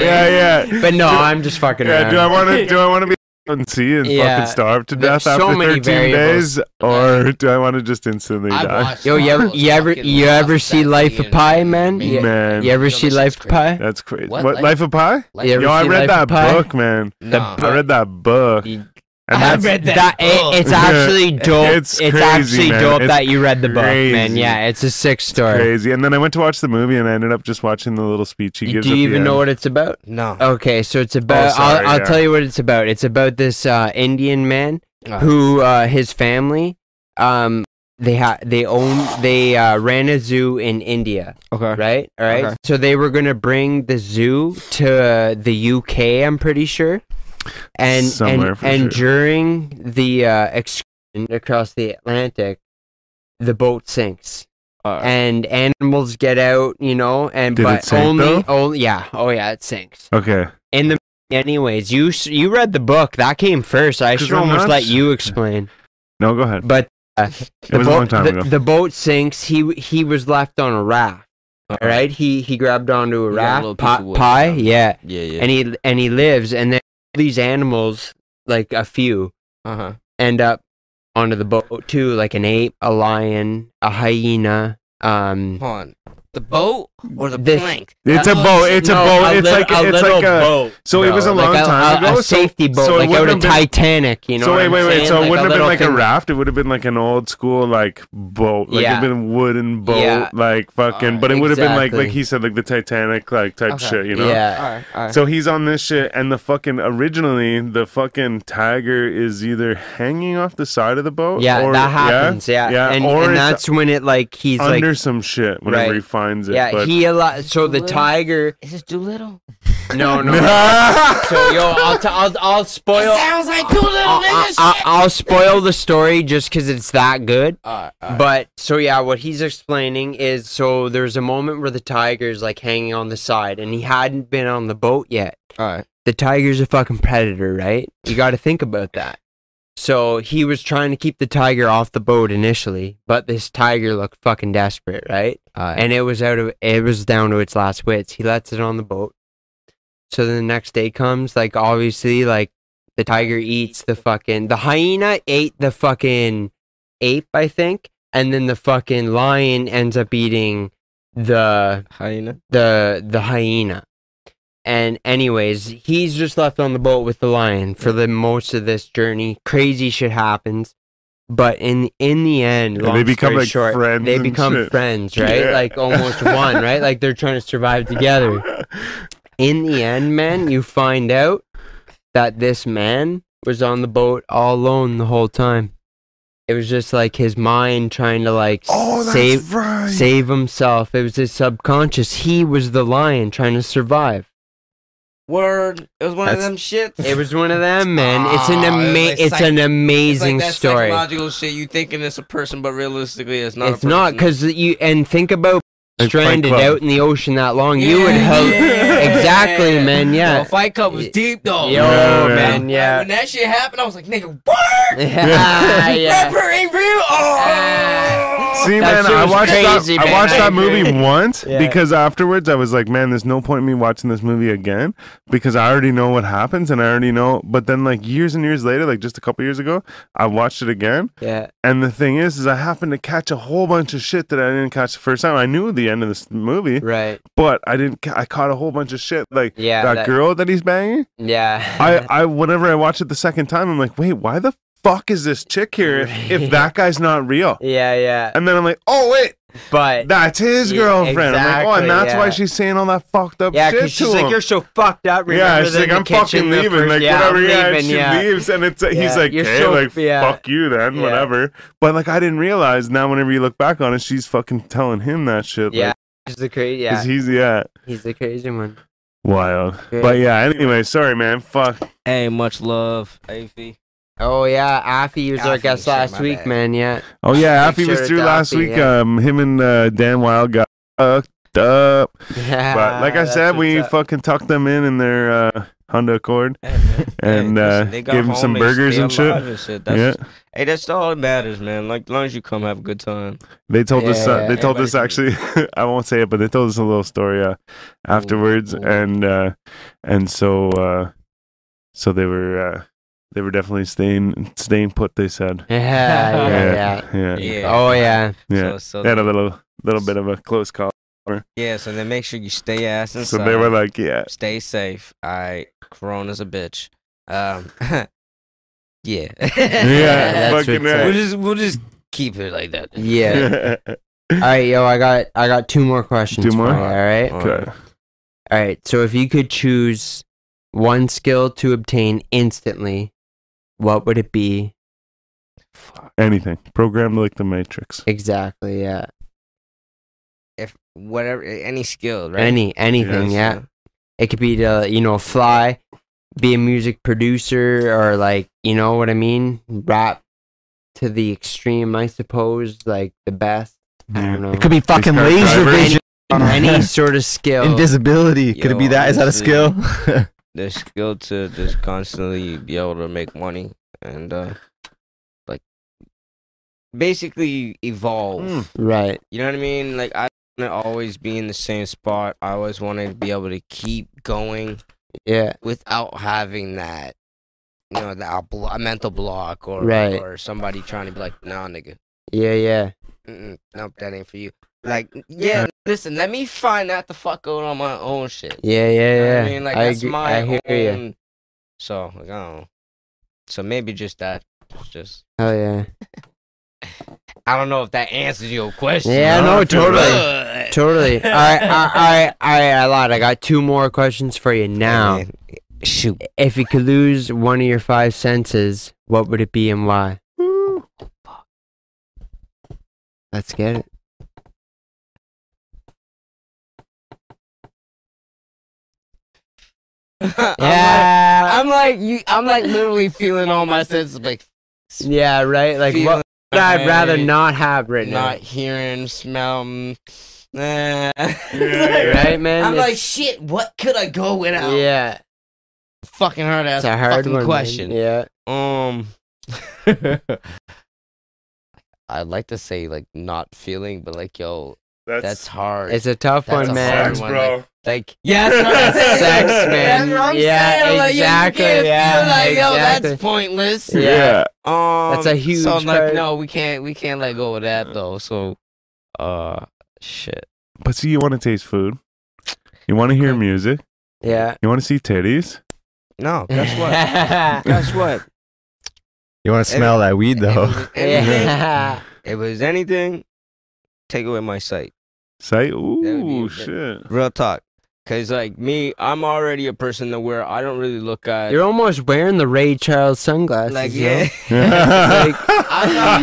yeah, yeah. (laughs) but no, I'm just fucking. Yeah, do I around. want to? Do I want to be out in sea and Yeah. fucking starve to There's death so after many 13 variables. days, or do I want to just instantly die? watched Yo, you ever Marvel's you ever fucking you Lost ever see Saturday Life of and- Pi, man? You, Man, you ever Yo, see this Life is of Pi? that's crazy. What, What, like- Life of Pi? Like, you ever Yo, I seen read Life that of Pi? book, man. nah. I read that book. You- And I that's read that. book. it- (laughs) it's actually dope. It's It's, crazy, actually man. dope It's that you read the book, man. crazy. Yeah, it's a sick story. crazy. And then I went to watch the movie, and I ended up just watching the little speech he Do you gives. at even the end. Oh, know what it's about? no. Okay, so it's about. sorry, I'll, I'll yeah. tell you what it's about. It's about this uh, Indian man Uh, who uh, his family, um, they ha- they own they uh, ran a zoo in India. okay. right? All right. Okay. So they were gonna bring the zoo to uh, the UK, I'm pretty sure, and Somewhere and, for and sure. during the uh, excursion across the Atlantic, the boat sinks Alright. and animals get out, you know, and Uh. Did but it sink, only, though? only, yeah, oh yeah, it sinks. Okay. In the anyways, you s- you read the book that came first. I 'Cause should I'm almost not let s- you explain, No, go ahead. but. Uh, It was a boat- long time the, ago. the boat sinks. He he was left on a raft. All right, he he grabbed onto a He got a raft little piece pi- of wood, pie, yeah. yeah, Yeah, yeah. and he and he lives, and then these animals, like a few, uh huh. end up onto the boat too, like an ape, a lion, a hyena. Um, Hold on. The boat or the This- plank. It's a That's- boat. It's a No, boat. a it's lit- like a it's little like a. boat, so it bro. was a long like time a, ago, A so- safety boat, so it like out wouldn't of have been- Titanic. You know. so what wait, I'm wait, wait. saying? So Like it wouldn't have been little like a thing- raft. It would have been like an old school like boat, like Yeah. it'd been a wooden boat, Yeah. like fucking. Alright, but it would have been like like exactly. he said, like the Titanic, like type Okay. shit, you know. Yeah. Alright, alright. So he's on this shit, and the fucking originally the fucking tiger is either hanging off the side of the boat, Yeah, or, that happens. Yeah, yeah, and, or and it's that's when it like he's under like, some shit whenever Right. he finds it. yeah, but, (laughs) he a lot. So the tiger, Is this Doolittle? (laughs) no, no. no. so yo, I'll t- I'll I'll spoil. Sounds like Doolittle, I'll, I'll, I'll spoil the story just because it's that good. Alright, alright. But so yeah, what he's explaining is so there's a moment where the tiger's like hanging on the side, and he hadn't been on the boat yet. Alright. The tiger's a fucking predator, right? You got to think about that. So he was trying to keep the tiger off the boat initially, but this tiger looked fucking desperate, right? uh, Alright. and it was out of it was down to its last wits. He lets it on the boat. So then the next day comes, like obviously, like the tiger eats the fucking the hyena ate the fucking ape, I think, and then the fucking lion ends up eating the Hyena. the the hyena. And anyways, he's just left on the boat with the lion for the most of this journey. Crazy shit happens. But in in the end, And they long become, story like, short, friends They and become shit. friends, right? Yeah. Like almost one, right? Like they're trying to survive together. In the end, man, you find out that this man was on the boat all alone the whole time. It was just like his mind trying to like oh, that's save right. save himself. It was his subconscious. He was the lion trying to survive. Word. It was one That's- of them shits. It was one of them, man. It's an Ah, ama- it's it's, like psych- an It's like amazing that story. Psychological shit. You thinking it's a person, but realistically, it's not. a It's not person. because you and think about Like Fight stranded Club. out in the ocean that long. you would Yeah, hope yeah. exactly, man. Yo, (laughs) Yeah. Fight Club was deep though. Yo, Yeah, man. man. Like, Yeah. when that shit happened, I was like, nigga, what? (laughs) Yeah. yeah. Ah. Rapper ain't real. Oh. See, That man, shit I was watched crazy, that. I man. watched I that agree. movie once Yeah. because afterwards I was like, man, there's no point in me watching this movie again because I already know what happens and I already know. But then, like years and years later, like just a couple years ago, I watched it again. Yeah. And the thing is, is I happened to catch a whole bunch of shit that I didn't catch the first time. I knew the end of this movie, Right. but I didn't. ca- I caught a whole bunch of shit, like Yeah, that, that- girl that he's banging. Yeah. I, I, whenever I watch it the second time, I'm like, wait, why the fuck is this chick here if, (laughs) if that guy's not real? (laughs) yeah. Yeah. And then I'm like, oh wait, But that's his Yeah, girlfriend. I'm like, oh, exactly, and that's yeah. why she's saying all that fucked up yeah, shit to because she's him. like, you're so fucked up. Remember yeah, she's the- like, the I'm fucking kitchen, the leaving. first- like, yeah, whatever, I'm yeah, and leaving, she yeah. leaves. And it's, he's Yeah, like, you're okay, so- like, yeah. fuck you then, Yeah. whatever. But, like, I didn't realize now, whenever you look back on it, she's fucking telling him that shit. Yeah. Like, She's the crazy. Yeah. 'cause he's, yeah, He's the crazy one. wild. Yeah. But, yeah, anyway, sorry, man. Fuck. Hey, much love, AV. Oh yeah, Afi was our Afi, guest shit, last my week, bad. man. Yeah. Oh, yeah, Make Affy was sure through it's last Affy, week. yeah. Um, Him and uh, Dan Wild got fucked up. Yeah. But, like (laughs) I Ah, that's said, we what's up. fucking tucked them in in their uh, Honda Accord. And, uh, give 'em some burgers and shit. That's, yeah. Hey, that's all that matters, man. Like, as long as you come, have a good time. They told us. Uh, Yeah, they told us everybody actually. (laughs) I won't say it, but they told us a little story uh, afterwards, ooh. and uh, and so uh, so they were uh, they were definitely staying staying put. They said. Yeah. Yeah. yeah, yeah. Yeah. yeah. Oh yeah. yeah. So, so They had a little little bit of a close call, yeah. So then make sure you stay ass inside. so they were like, (laughs) "Yeah, stay safe. I Corona's a bitch. Um, (laughs) yeah. (laughs) (laughs) yeah, that's fucking what's right. we'll just we'll just keep it like that. Yeah. all right, yo, I got I got two more questions. Two more? for you, all right. All Okay. All right. So if you could choose one skill to obtain instantly, what would it be (laughs) Anything programmed like the Matrix. exactly? Yeah. If whatever any skill, right? Any anything. Yes. yeah. It could be to you know fly, be a music producer, or like you know what I mean, rap to the extreme. I suppose like the best. I don't know. It could be fucking Race car laser driver. vision, (laughs) any sort of skill. invisibility. could it be Yo, that? Is that a honestly, skill? (laughs) The skill to just constantly be able to make money and uh like basically evolve. Mm. right. You know what I mean? Like I want to always be in the same spot. I always want to be able to keep going Yeah. without having that, you know, that blo- a mental block or Right. or somebody trying to be like, nah, nigga, Yeah. Yeah. Mm-mm, nope, that ain't for you. Like, yeah, listen, let me find out the fuck out on my own shit. Yeah, yeah, You know yeah. what I mean, like, that's agree- my I hear own. you. So, like, I don't know. So maybe just that. Just, Oh yeah, I don't know if that answers your question. yeah. No, No, I feel totally, But- (laughs) totally. All right, all right, all right. I lied. I got two more questions for you now. Man, Shoot. If you could lose one of your five senses, what would it be and why? Let's get it. yeah. Yeah, I'm like, you, I'm like literally feeling all my senses, like, yeah, right. Like feeling what would I rather right, not have right now? not hearing, smell. mm, nah. Right, man. (laughs) I'm like, It's- shit, what could I go without? yeah, Fucking hard ass it's a hard fucking one. man. question. Yeah. (laughs) Um, I'd like to say like not feeling, but like yo, That's, that's hard. It's a tough That's one, a man. hard sex, one. bro. like (laughs) yeah, that's what (laughs) I'm saying. Sex, That's man. what I'm Yeah, saying. Like, yo, you can't exactly, yeah, feel like, yo, exactly. that's pointless. Yeah. Um, That's a huge So I'm like, part. no, we can't, we can't let go of that though. So, uh, shit. But see, you want to taste food. You want to hear music. Yeah. You want to see titties. No, (laughs) what? (laughs) guess (laughs) what? You want to smell that weed If it though. was anything- (laughs) yeah. If it was anything, take away my sight. Say, would be ooh, good. (laughs) shit. Real talk. Cause like me, I'm already a person that where I don't really look (laughs) at You're almost wearing the Ray Charles sunglasses. like yo. yeah. (laughs) I'm (laughs) not, I'm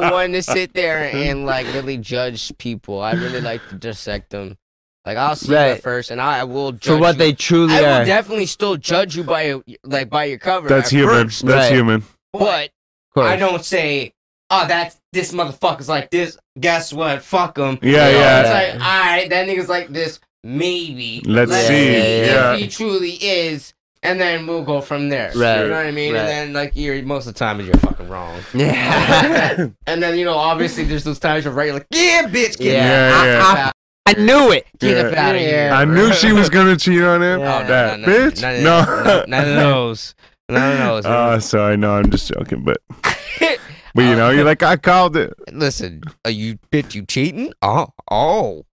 not one to sit there and like really judge people. I really like to dissect them. Like I'll see you Right. at first, and I, I will judge for what you. they truly I will are. of definitely still judge you by your- like by your cover. That's at human. first, That's right. human. But course. I don't say, oh, that's this motherfucker's like this. Guess what? Fuck him. Yeah, yeah. It's like, all right, that nigga's like this. Maybe. Let's see, yeah. yeah. If he truly is, and then we'll go from there. Right, You know what I mean? right. And then like you're most of the time you're fucking wrong. (laughs) (laughs) Yeah. (laughs) and then you know, obviously there's those times you're right, you're like, yeah, bitch, get Yeah. Yeah, yeah. the fuck out. I knew it. Get Yeah. the fuck out of here. Oh, I knew she was (laughs) gonna cheat on him. Yeah. no, That no, no, bitch. None, No. no, none of those. None of (laughs) those. Uh, sorry, no, I'm just joking, (laughs) but but you know, you're like I called it. (laughs) Listen, are you bitch? You cheating? Oh, oh.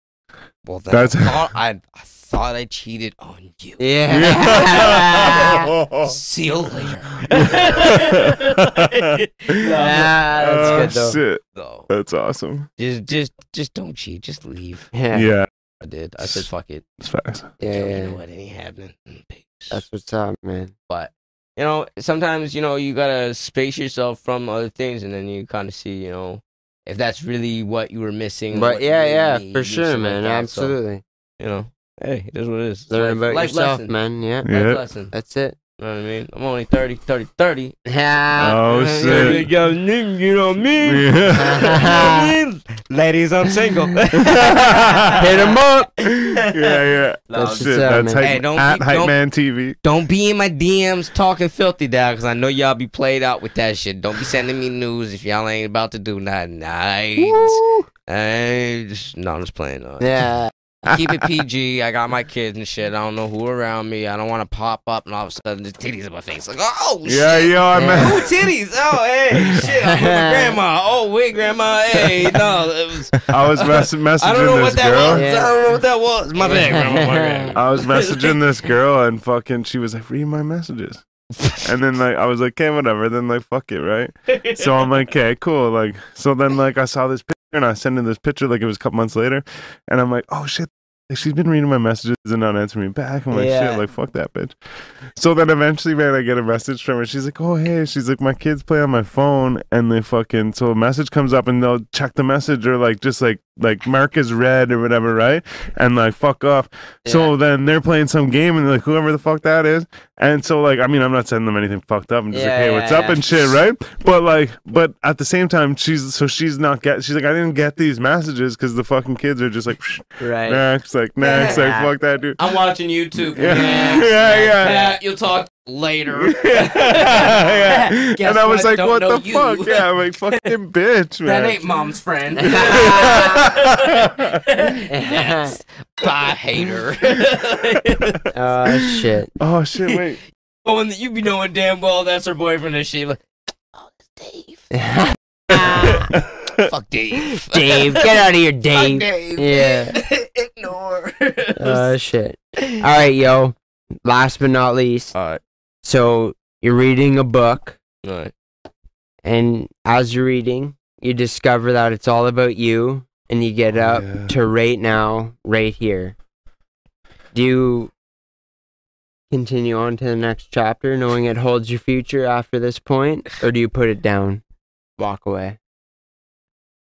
Well, then That's- I, thought I, I thought I cheated on you. Yeah. See you later. Nah, (laughs) Oh, that's good though. shit. Though That's awesome. just, just, just don't cheat. Just leave. Yeah. yeah, Yeah, I did. I said, fuck it. it's (laughs) fast. yeah, You know what? It ain't happening. Mm, Peace. That's what's up, man. but you know, sometimes you know you gotta space yourself from other things, and then you kind of see, you know, if that's really what you were missing. or what But you yeah, really yeah, need for and shit sure, like man. that. So, Absolutely. you know, hey, it is what it is. It's Learn life- about life yourself, lesson. man. Yeah, Life Yeah. lesson. that's it. You know what I mean? I'm only 30, 30, 30. Yeah. Oh shit. Yo, you know (laughs) me. Yeah. Ladies, I'm (laughs) single. Hit him up. (laughs) Yeah, yeah. That's That's it. what's up, That's man. hype, Hey, don't at keep- hype don't- man TV. Don't be in my DMs talking filthy down because I know y'all be played out with that shit. Don't be sending me news if y'all ain't about to do nothing. I ain't. I ain't just, no, I'm just playing. No. Yeah. (laughs) Keep it PG. I got my kids and shit. I don't know who around me. I don't want to pop up and all of a sudden the titties in my face. Like, oh, Yeah, shit. yo, I Yeah. met. (laughs) Oh, titties. Oh, hey, shit. I'm (laughs) with my grandma. Oh, wait, grandma. Hey, no. It was, I was mess- messaging I don't know this what that girl. was. Yeah. I don't know what that was. My bad, grandma. My bad. I was messaging this girl and fucking she was like, read my messages. And then like I was like, okay, whatever. Then like fuck it, right? So I'm like, okay, cool. Like so then like I saw this picture and I sent in this picture like it was a couple months later, and I'm like, oh shit. Like, she's been reading my messages and not answering me back. I'm like, Yeah. shit, like fuck that bitch. So then eventually, man, I get a message from her. She's like, oh hey, she's like, my kids play on my phone, and they fucking so a message comes up and they'll check the message or like just like like mark as red or whatever, right? And like fuck off. So then they're playing some game and like whoever the fuck that is. And so like I mean I'm not sending them anything fucked up. I'm just Yeah, like, hey, yeah, what's up yeah. and shit, right? But like but at the same time she's so she's not get she's like, I didn't get these messages because the fucking kids are just like "Psh, Right. next, like next, Yeah. like fuck that dude. (laughs) I'm watching YouTube. Yeah. (laughs) Yeah, yeah. You'll talk later. yeah, (laughs) (laughs) yeah. Guess And I was what? like, Don't what know the you. fuck? Yeah, I'm like fucking bitch, (laughs) That man. ain't mom's (laughs) friend. (laughs) Next. Bye, hater. (laughs) oh shit. (laughs) oh shit, wait. (laughs) but when you (laughs) be knowing damn well that's her boyfriend and she like, oh, it's Dave. Fuck Dave. Dave, get out of here, (laughs) Fuck Dave. Dave. Yeah. (laughs) Ignore. Uh, Oh shit. All right, yo. Last but not least, All right. so you're reading a book, All right. and as you're reading, you discover that it's all about you, and you get up Yeah. to right now, right here. Do you continue on to the next chapter, knowing it holds your future after this point, or do you put it down, walk away?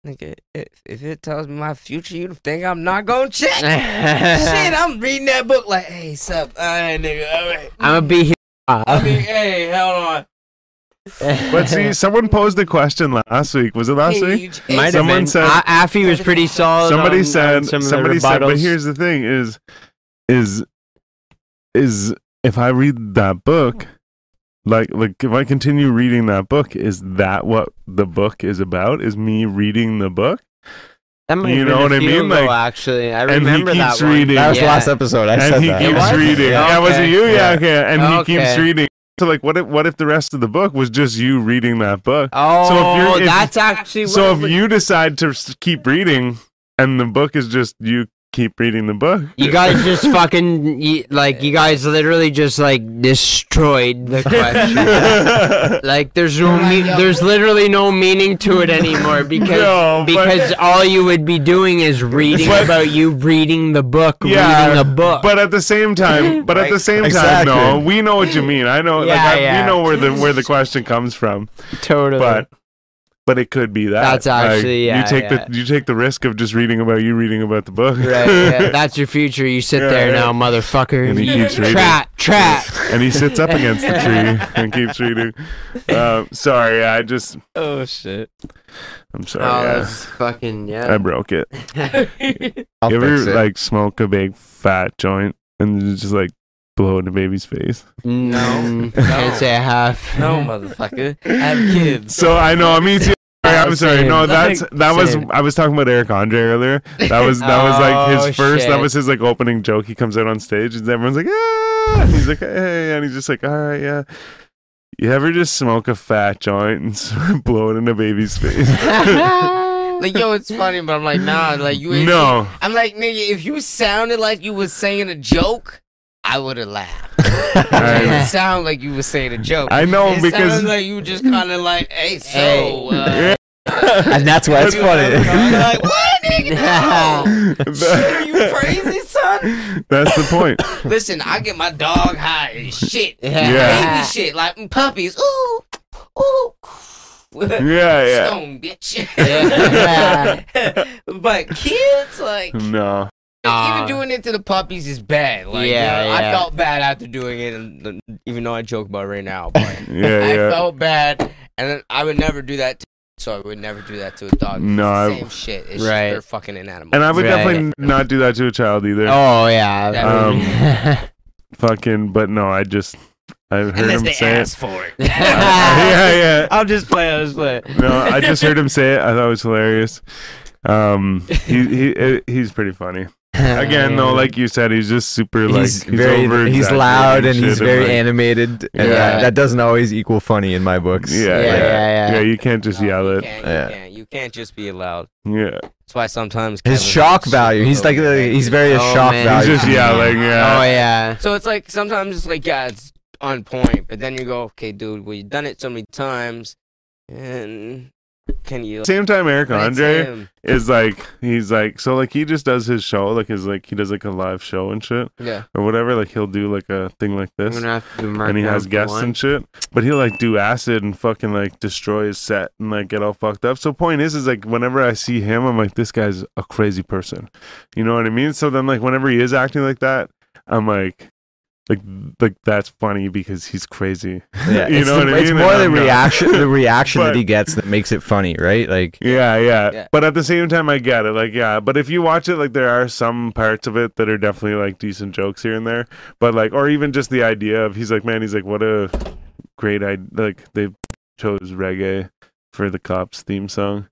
(laughs) Nigga, if, if it tells me my future, you think I'm not gonna (laughs) check? Shit, I'm reading that book like, hey, sup? All right, nigga. All right. I'm gonna be here. Okay, hey, hold on. But see, someone posed the question last week. Was it last Hey, week? Might you- hey, have Someone been. said- A- Affy was pretty solid. somebody on- on said. some of the somebody said. But rebuttals. here's the thing: is is is if I read that book, like like if I continue reading that book, is that what the book is about? Is me reading the book? That might You have been know a what I few mean? ago, Like- actually, I and he remember that keeps one. reading. That was Yeah. last episode. I said and he that. keeps was? reading. Yeah. Yeah, was it Okay. you? Yeah. Yeah, okay. And he keeps Okay. reading. So like, what if what if the rest of the book was just you reading that book? Oh, you're- if- that's actually what So it if you decide to s- keep reading, and the book is just you keep reading the book, (laughs) You guys just fucking you, like you guys literally just like (laughs) destroyed the question. no, like there's no me- there's literally no meaning to (laughs) it anymore because but- because all you would be doing is reading But- about you reading the book, Yeah, reading the book. But at the same time, but at the Right. same Exactly. time, no, we know what you mean. I know, like, Yeah, I, yeah. we know where the where the question comes from. totally. But but it could be that. That's actually- yeah, You take yeah. the you take the risk of just reading about you reading about the (laughs) book. Right, yeah, that's your future. You sit Yeah, there yeah. now, motherfucker. And he keeps reading. trap, (laughs) trap. and he sits up against the (laughs) tree and keeps reading. Uh, sorry, I just Oh shit. I'm Oh, sorry. yeah. Uh, that's fucking I yeah. broke it. I'll You ever fix it. like smoke a big fat joint and you just like blow it in a baby's face? no, Mm, can't say I have. No, motherfucker. I have kids. So I know me too. Sorry, Oh, I'm sorry. No, Same. that's that was (laughs) Same. I was talking about Eric Andre earlier. That was that was like Oh, his first. That shit. was his like opening joke. He comes out on stage and everyone's like, ah. And he's like, hey, and he's just like, all right, yeah. You ever just smoke a fat joint and (laughs) s- blow it in a baby's (laughs) face? Like yo, it's funny, but I'm like, nah, like you ain't no, I'm like, nigga, if you sounded like you was saying a joke, I would (laughs) have laughed. It didn't I, sound like you was saying a joke. I know it because sounded like you just kind of like, hey, so. Uh, (laughs) Yeah. and that's why it's I'm funny. like, what, (laughs) nigga? No. Are (laughs) you crazy, son? that's the point. Listen, I get my dog high as shit. Yeah. Baby shit, like mm, puppies. Ooh, ooh. Yeah, (laughs) yeah. (laughs) Stone, bitch. Yeah. (laughs) but kids, like, No. Nah. even doing it to the puppies is bad. Like, Yeah, yeah, yeah. I felt bad after doing it, and, and even though I joke about it right now, but I (laughs) Yeah, felt bad, and then I would never do that. To, so I would never do that to a yeah. dog. No. it's the I, same shit. It's Right. just they're fucking inanimate. and I would Right. definitely not do that to a child either. (laughs) Oh yeah. Fucking, but no, I just I heard Unless him they say ask it. for it. (laughs) (laughs) (laughs) yeah, I'm just playing. I'm just playing. yeah. Um, No, I just heard him say it. I thought it was hilarious. Um, he he eh, he's pretty funny. Again, (laughs) Oh, though, like you said, he's just super like he's very, over he's loud and exaggerating he's shit very like- animated, and Yeah. that, that doesn't always equal funny in my books. yeah, Yeah, yeah, yeah, yeah. yeah, You can't just No, yell you it. Can't, Yeah. you, can't, you can't just be allowed. Yeah, That's why sometimes His Kevin- shock value. He's like uh, he's very a Oh, shock man. he's value. just yelling. Yeah. Oh yeah. So it's like sometimes it's like yeah, it's on point, but then you go, okay, dude, well you've done it so many times, and can you? Same time, Eric But it's Andre. him. is like he's like so like he just does his show like his like he does like a live show and shit (laughs) Yeah. or whatever like he'll do like a thing like I'm this gonna have to do and he has guests and shit but he'll like do acid and fucking like destroy his set and like get all fucked up so point is is like whenever i see him i'm like this guy's a crazy person you know what i mean so then like whenever he is acting like that i'm like like like that's funny because he's crazy Yeah, (laughs) You it's know the- what I It's mean? more And the I'm not- (laughs) reaction, the reaction that But- he gets that makes it funny, right? Like (laughs) Yeah, yeah, Yeah. But at the same time, I get it. Like, yeah. But if you watch it, like, there are some parts of it that are definitely like decent jokes here and there. But like, or even just the idea of he's like, man, he's like, what a great idea. Like, they chose reggae for the cops theme song,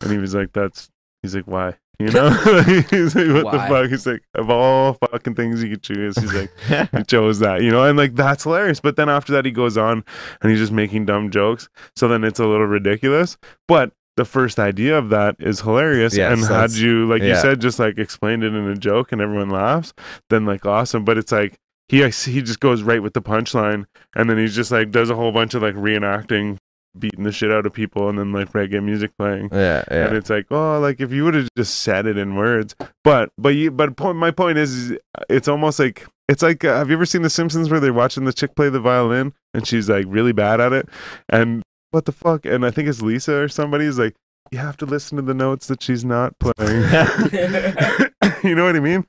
and he was like, that's. He's like, why? You know? (laughs) he's like, what Why? the fuck? He's like, of all fucking things you could choose, he's like, he (laughs) chose that. You know? And like, that's hilarious. But then after that, he goes on and he's just making dumb jokes. So then it's a little ridiculous. But the first idea of that is hilarious Yes, and had that's- you like you yeah. said just like explained it in a joke and everyone laughs then like awesome but it's like he I see- he just goes right with the punchline and then he's just like does a whole bunch of like reenacting beating the shit out of people and then like reggae music playing Yeah, and yeah. it's like oh like if you would have just said it in words but but you but point my point is is it's almost like it's like uh, have you ever seen the simpsons where they're watching the chick play the violin and she's like really bad at it and what the fuck and i think it's lisa or somebody is like you have to listen to the notes that she's not playing (laughs) (laughs) you know what i mean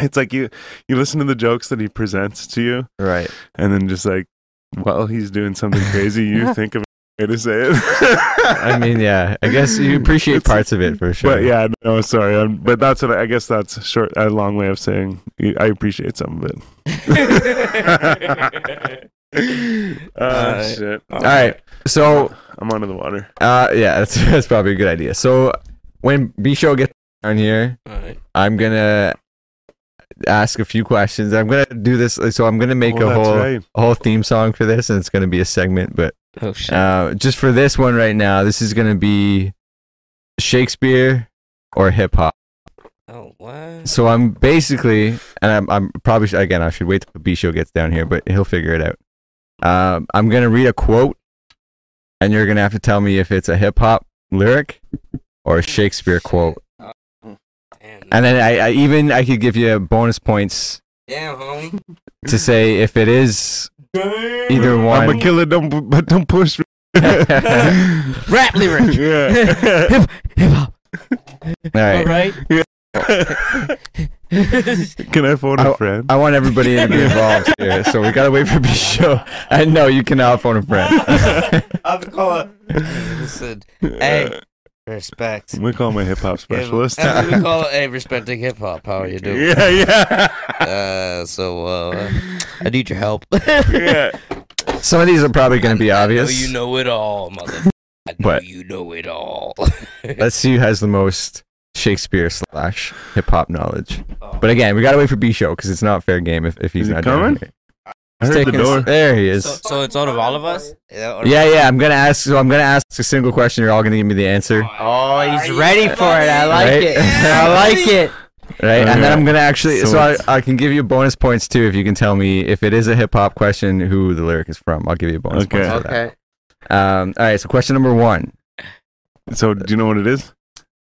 it's like you you listen to the jokes that he presents to you Right. and then just like while he's doing something crazy (laughs) you think of a way to say it I mean, yeah. I (laughs) guess you appreciate It's- parts of it for sure. But yeah, no, sorry. i but that's what I, I guess that's a short, a long way of saying I appreciate some of it. oh, Uh, shit. All right. So, I'm under the water. uh, yeah, that's (laughs) that's probably a good idea. So, when B Show gets on here, All right. I'm gonna ask a few questions. I'm gonna do this. So, I'm gonna make Oh, a that's whole right. a whole theme song for this, and it's gonna be a segment. But Oh shit. uh, just for this one right now, this is gonna be Shakespeare or hip hop. oh what? Uh, So I'm basically, and I'm, I'm probably sh- again I should wait till B show gets down here, but he'll figure it out. Um, I'm gonna read a quote, and you're gonna have to tell me if it's a hip hop lyric or a Shakespeare quote. Damn. And then I, I even I could give you bonus points (laughs) Damn, homie. to say if it is either I'm a one. killer. Don't (laughs) pu- but don't push (laughs) me. (laughs) Rap lyric. yeah. (laughs) Hip hop. All All right. right. Can I phone a friend? (laughs) I want everybody to be involved here, so we gotta wait for B show. And no, you cannot phone a friend. (laughs) I'm calling. Hey, listen. Hey, respect. I'm gonna call my hip hop specialist. That's (laughs) what we call it. Hey, respecting hip hop. How are you doing? yeah, yeah, Uh, so uh, I need your help. yeah. Some of these are probably gonna be I (laughs) know obvious. you know it all, mother. I know But- you know (laughs) it all. Let's see who has the most Shakespeare slash hip hop knowledge. But again, we gotta wait for B show because it's not fair game if, if he's Is he not down coming? here. I heard the Taking- door. There he is. so, so it's all of all of us. Yeah. yeah, yeah. I'm gonna ask. So I'm gonna ask a single question. You're all gonna give me the answer, right? (laughs) Oh, he's ready for it. I like (laughs) Right? it. I like it. And then I'm gonna actually. So So, I, I can give you bonus points too if you can tell me if it is a hip hop question who the lyric is from. I'll give you bonus Okay. points. For Okay. That. Um. All right. So question number one. So do you know what it is?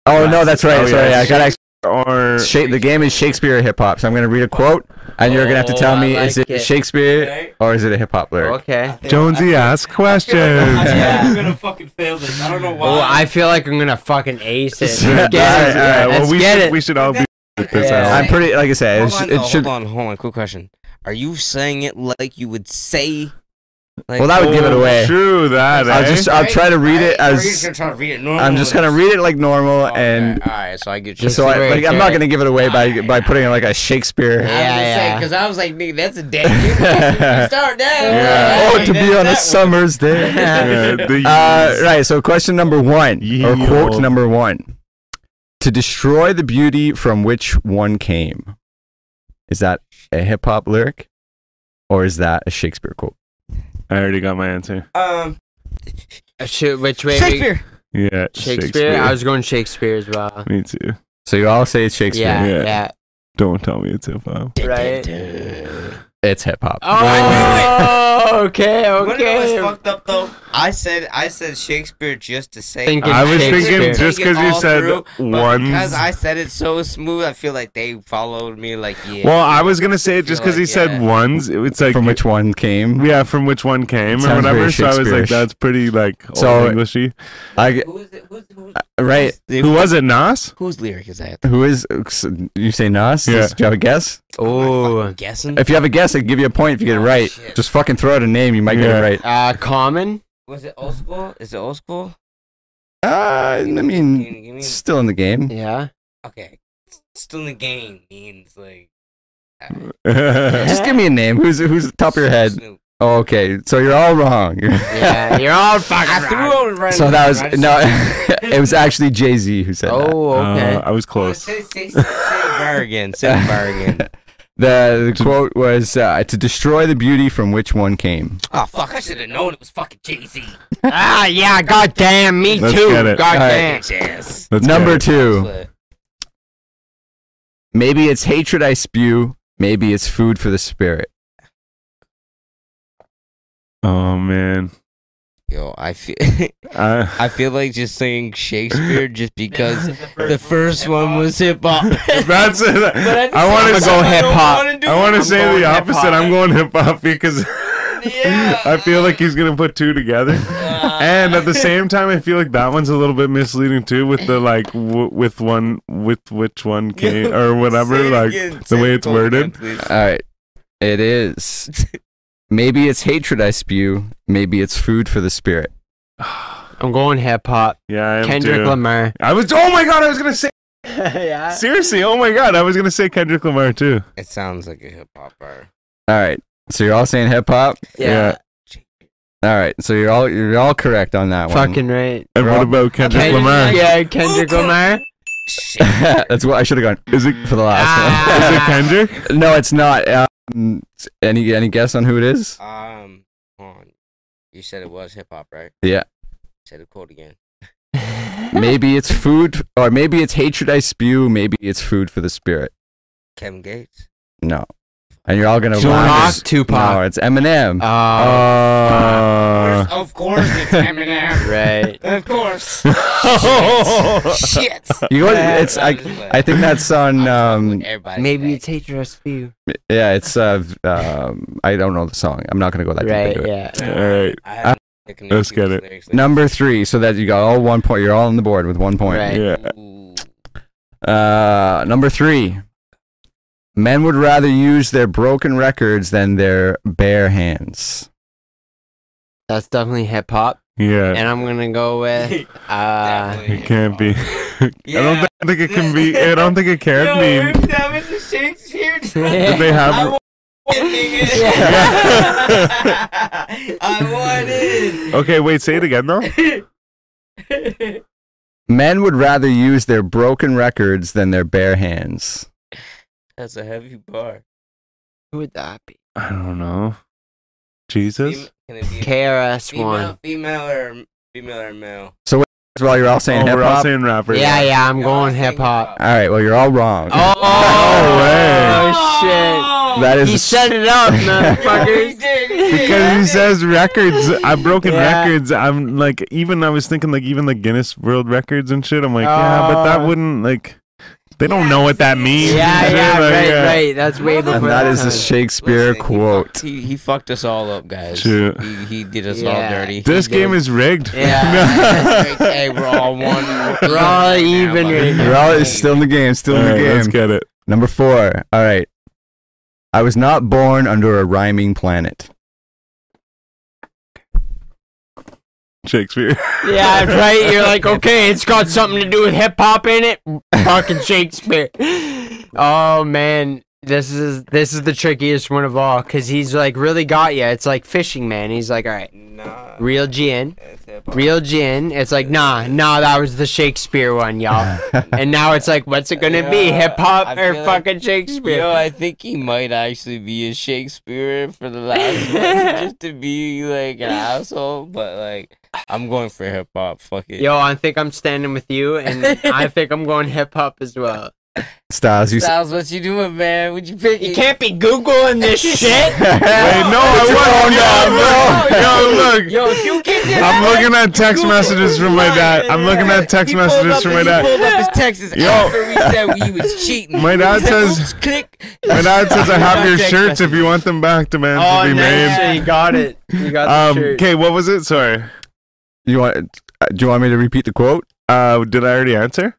Oh no, that's right. Oh, yeah. Sorry, I gotta. Or Sha- the game is Shakespeare or hip hop. So I'm gonna read a quote, and you're gonna have to Oh, tell I me is like it, it. Shakespeare or is it a hip hop lyric? Okay. Jonesy ask questions. Yeah. (laughs) I'm gonna fucking fail this. I don't know why. Oh, I feel like I'm gonna fucking ace it. (laughs) Let's Yeah, all get right, it. all right, well, Let's we get should, it. we should all be at this Yeah. hour. I'm pretty, like I said, hold it, sh- on, it oh, should. hold on, hold on. Quick question: Are you saying it like you would say? Like, Well, that would give it Oh, away. True that. I'll eh? just, I'll try to read it Right? Or you're as. gonna try to read it normal I'm just with gonna us? read it like normal, Okay, and all right, so I get you. Just so I, Right, like, I'm not right. gonna give it away by by putting it like a Shakespeare. Yeah, yeah. because I was like, nigga, that's (laughs) a damn. you Start that. Oh, to be on a summer's day. (laughs) Yeah, the- Uh, right. So, question number one, or Ye quote olde. number one: To destroy the beauty from which one came. Is that a hip hop lyric, or is that a Shakespeare quote? I already got my answer. Um, Uh, Shoot, which way? we- Shakespeare. Yeah, Shakespeare? I was going Shakespeare as well. Me too. So you all say it's Shakespeare. Yeah, Yeah. yeah. Don't tell me it's if I'm. Right. It's hip hop. Oh, okay, When it was okay. fucked up though, I said I said Shakespeare just to say. Thinking I was thinking Shakespeare. just Take it because you all said through, but one. Because I said it so smooth, I feel like they followed me. Like yeah. Well, I was gonna say it just feel because he like, said yeah. ones. it- It's like (laughs) From which one came? yeah, from which one came or Sounds very whatever. So I was like, Shakespeare-ish. that's pretty like old So- Englishy. I g- Uh, who's it, who's, who's, right. Who was it, Nas? (laughs) whose lyric is that? Who is you say Nas? Yeah. Do you have a guess? Oh, Oh, guessing. If you have a guess, I can give you a point if you get it Oh, right. shit. Just fucking throw out a name, you might get Yeah. it right. uh, common. Was it old school? Is it old school? Uh, I Give mean, me- give me- it's still in the game. Yeah. okay, s- still in the game means like. Just give me a name. Who's who's top of your head? Snoop. Oh, okay, so you're all wrong. (laughs) Yeah. You're all fucking. (laughs) I threw wrong. out right. so that was I just- no. (laughs) it was actually Jay Z who said Oh, okay. Uh, I was Oh, close. (laughs) Say, say, say, say bar again. Say bar again. that. The, the quote was uh, to destroy the beauty from which one came. Oh fuck! I should have known it was fucking Jay Z. ah, yeah, goddamn, me Let's too. get it. Goddamn. Yes. Let's Number get it. two. Maybe it's hatred I spew. Maybe it's food for the spirit. Oh man, Yo, I feel (laughs) I, (laughs) I feel like just saying Shakespeare just because (laughs) the first one was hip hop. (laughs) that's it. I want to go hip hop. (laughs) I want to say going the hip opposite. hop. I'm going hip hop because (laughs) Yeah. I feel like he's gonna put two together, and at the same time, I feel like that one's a little bit misleading too. With the like, w- with one, with which one came or whatever, like the way it's worded. Uh, All right. It is. (laughs) Maybe it's hatred I spew. Maybe it's food for the spirit. I'm going hip hop. Yeah, I am Kendrick too. (laughs) Lamar. I was. Oh my god, I was gonna say yeah. seriously. Oh my god, I was gonna say Kendrick Lamar too. It sounds like a hip hopper. All right. So you're all saying hip hop. Yeah. All right. So you're all you're all correct on that one. Fucking right. And what Rob- about Kendrick Kendrick- Lamar? Yeah, Kendrick Lamar. Shit. (laughs) (laughs) That's what I should have gone. Is it for the last (laughs) Is it Ah. Kendrick? one? no, it's not. Um, any any guess on who it (laughs) is? Um, hold on. You said it was hip hop, right? Yeah. Say the quote again. Maybe it's food, or maybe it's hatred I spew. Maybe it's food for the spirit. Kevin Gates. No, and you're all gonna Tupac. laugh. No, Tupac. it's Eminem. Oh, (laughs) Uh, of course it's Oh. Eminem. right. (laughs) Of (laughs) course. Oh. Shit. you go. It's I. I think that's (laughs) on. Um, everybody. Maybe back. it's hatred us for you. yeah, it's. Uh, v- um, I don't know the song. I'm not gonna go that deep Right, into it. yeah. all right. I have no connection uh, let's get it. with lyrics. Number three, so that you got all one point. You're all on the board with one point. Right. Yeah. Ooh. Uh, number three. Men would rather use their broken records than their bare hands. That's definitely hip hop. Yeah. And I'm gonna go (laughs) with uh Definitely It can't be. (laughs) hip-hop. I don't Yeah. thi- think it can (laughs) be. I don't think it can Yo, be. if that was a Shakespeare. Did they I have? want it, nigga. Yeah. (laughs) I want it. Okay, wait. Say it again though. Men would rather use their broken records than their bare hands. That's a heavy bar. who would that be? I don't know. Jesus. Can it be KRS female, one. female or female or male? So while you're all saying oh, hip we're all hop. saying rapper. Yeah, yeah, I'm No, going saying hip hop. all right, well you're all wrong. No way. Oh that shit. is He set it (laughs) up, motherfuckers. Because he says (laughs) records, I've broken Yeah. records. I'm like, even I was thinking like even the Guinness World Records and shit. I'm like, yeah, but that Oh. wouldn't like. They don't know what that means. yeah, and (laughs) (laughs) shit, yeah, like, uh, right, yeah. right. That's way before uh, and that that is a time. Shakespeare quote. He, he fucked us all up, guys. Shoot. He, he did us all Yeah. dirty. This He game did- is rigged. (laughs) Yeah. hey, we're all one. We're all even right You're all it's still in the game, still All in the right, let's game. get it. Number four. All right. I was not born under a rhyming planet. (laughs) Shakespeare. Yeah, right. You're like, okay, it's got something to do with hip hop in it. Fucking Shakespeare. Oh man, this is this is the trickiest one of all because he's like really got you. It's like fishing man. He's like, all right, Nah. real gin, it's hip-hop. real gin. It's like, nah, nah, that was the Shakespeare one, y'all. And now it's like, what's it gonna be, Yeah, hip hop I or feel like- fucking Shakespeare? Yo, I think he might actually be a Shakespeare for the last one, (laughs) just to be like an asshole. But like, I'm going for hip hop. Fuck it. Yo, I think I'm standing with you, and (laughs) I think I'm going hip hop as well. Styles, you s- Styles, what you doing, man? What you picking? You can't be googling this shit. (laughs) Wait, no, I Put your phone wasn't. down, Yo, look, yo, look. Yo, if you get this, I'm looking at text Google messages from my dad. I'm looking at text He pulled messages up- from my He dad. pulled up his Texas Yo. after we said he was cheating. My dad He said, says- "Oops, click. My dad says I have (laughs) your Text shirts if you want them back. Demands to Oh, be nice. made. So you got it. You got the Um, shirt. okay, what was it? Sorry. You want? uh, Do you want me to repeat the quote? Uh, did I already answer?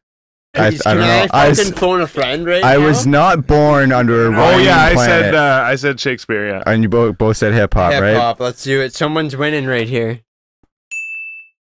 I, I don't know. I, s- fucking phone a friend right I now? was not born under a Oh rhyming yeah, I planet. said uh, I said Shakespeare. Yeah. and you both both said hip hop, Hip right? hop. Let's do it. Someone's winning right here.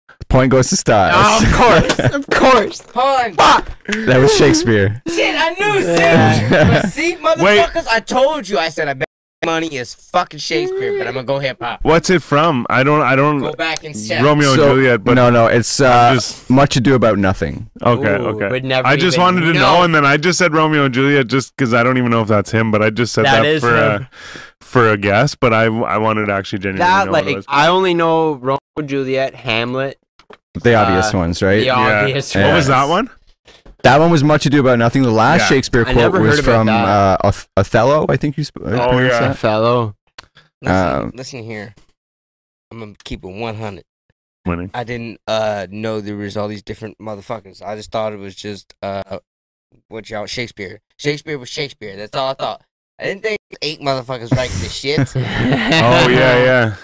Oh, Point goes to Styles. of (laughs) course, of course. Pun. Fuck. (laughs) that (laughs) was Shakespeare. Shit, I knew. See, Yeah. (laughs) But see, motherfuckers, I told you. I said I bet. money is fucking Shakespeare, Mm. but I'm gonna go hip hop. What's it from? I don't. I Go don't. back and check. Romeo and So- Juliet. But no, no, it's uh, I'm just much ado about nothing. okay. Ooh, okay. would never I just even wanted to know. and then I just said Romeo and Juliet, just because I don't even know if that's him, but I just said That that, is for him. a, for a guess. But I I wanted to actually genuinely That know what it like was. I only know Romeo and Juliet, Hamlet, The obvious Uh, ones, right? the obvious. What What was ones. that one? That one was much ado about nothing. The last Yeah. Shakespeare I quote never heard was about from uh, that. Oth- Othello. I think you. Sp- uh, Oh, pronounced yeah. that. Fellow. Listen, Um, listen here. I'm gonna keep it 100. Winning. I didn't uh know there was all these different motherfuckers. I just thought it was just uh what y'all Shakespeare. Shakespeare was Shakespeare. That's all I thought. I didn't think eight motherfuckers like (laughs) this shit. Oh (laughs) yeah, yeah.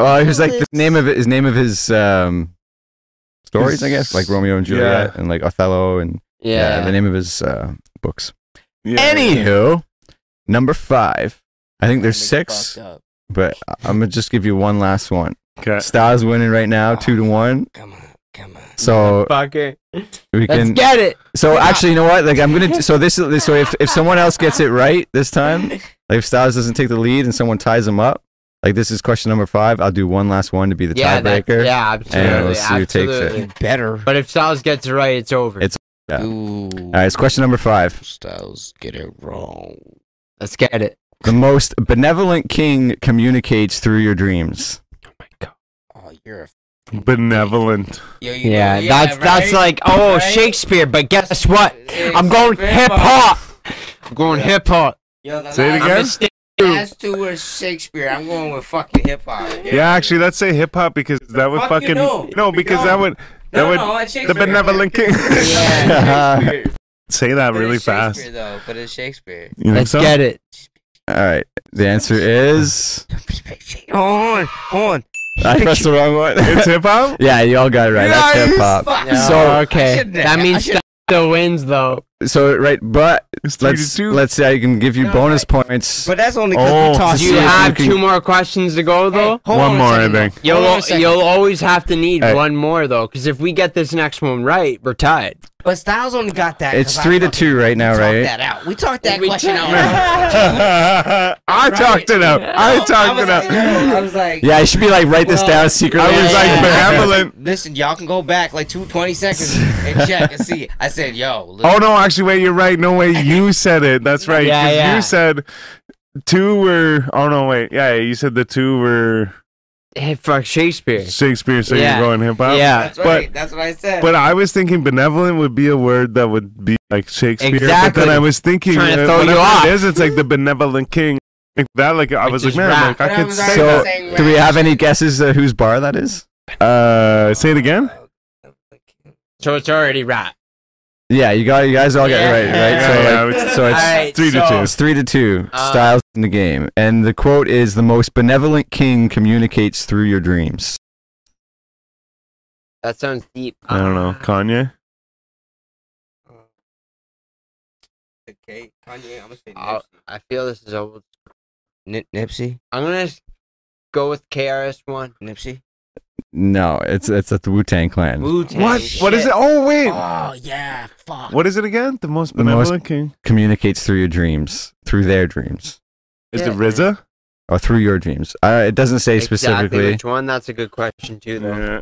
Oh, it was like the name of it, his name of his um, stories, I guess, like Romeo and Juliet and like Othello and yeah. the Yeah. name of his uh, books. yeah. Anywho, number five. I think there's Nigga six, fucked up. but I'm gonna just give you one last one. Uh, Okay. Stars winning right now, two to one. Come on, come on. So Fucker. we Let's can. get it. So actually, you know what? Like I'm (laughs) gonna. So this. is So if if someone else gets it right this (laughs) time, like if Styles doesn't take the lead and someone ties them up, like this is question number five. I'll do one last one to be the yeah, that- tiebreaker. yeah, absolutely. we'll see who takes it. absolutely. You better. But if Styles gets it right, it's over. It's- Yeah. Ooh. All right, it's question number five. Styles get it wrong. Let's get it. The most benevolent king communicates through your dreams. Oh, you're a. Benevolent. Yo, you know- Yeah, that's that's right? like oh Right? Shakespeare, but guess what? Yeah, I'm going Shakespeare. hip hop. I'm going hip hop. Yo, the Say it last- again? Last two were Shakespeare. I'm going with fucking hip hop. Yeah, actually, let's say hip hop because that would fuck you fucking know? no, because No. that would that no, would no, it's the Shakespeare. (laughs) benevolent king. Yeah, (laughs) Shakespeare. (laughs) say that But really it's fast. Shakespeare, Though, but it's Shakespeare. You think Let's so? get it. All right, the answer is. On, on. (laughs) I pressed the wrong one. It's hip hop. (laughs) yeah, you all got it right. That's Nice. hip hop. Fuck. So okay, shouldn't have- that I means should- Styles still wins though. So right, but It's 3 let's to 2 let's say I can give you No, bonus points. But that's only because Oh, we tossed Do you see if have you can- two more questions to go though? One more, I think. You'll you'll always have to need Hey. one more though, because if we get this next one right, we're tied. But Styles only got that. It's 'cause I three to fucking two right now, talked right? that out. We talked that We question talked- out. (laughs) I talked it up. I talked was it like, up. I was like, Yeah, I should be like write this Well, down secretly. I was like, (laughs) Yeah. benevolent. listen, y'all can go back like two twenty seconds and check and see. I said, yo, listen, Oh no, actually, wait, you're right. No way, you said it. That's right. Yeah, 'cause yeah. You said two were. Oh no, wait. Yeah, you said the two were Hey, fuck Shakespeare. Shakespeare, so Yeah. you're going hip hop. yeah, that's right. that's what I (laughs) said. But I was thinking benevolent would be a word that would be like Shakespeare. But Exactly. then I was thinking Trying to uh, throw you whatever off. It is, it's like the benevolent king. Like that, like I Which was like, is man, like, rap. I But I could was say So, that. saying do we rap. have any guesses uh, whose bar that is? Uh, say it again. So it's already wrapped. Yeah, you got you guys all got it right, right? Yeah, so, yeah, like, it's- so it's Alright, three to so- two. it's three to two. Uh, Styles in the game, and the quote is the most benevolent king communicates through your dreams. That sounds deep. I don't know, Kanye. Okay, Kanye, I'm gonna say Uh, I feel this is old. Nip- Nipsey. I'm gonna s- go with KRS One. Nipsey. No, it's it's at the Wu Tang Clan. What? What is it? Oh wait, Oh yeah, fuck. what is it again? The most The most- benevolent king. communicates through your dreams, through their dreams, Is Yeah. it RZA? or through your dreams. Uh, it doesn't say Exactly specifically. which one? That's a good question too. Though. Yeah.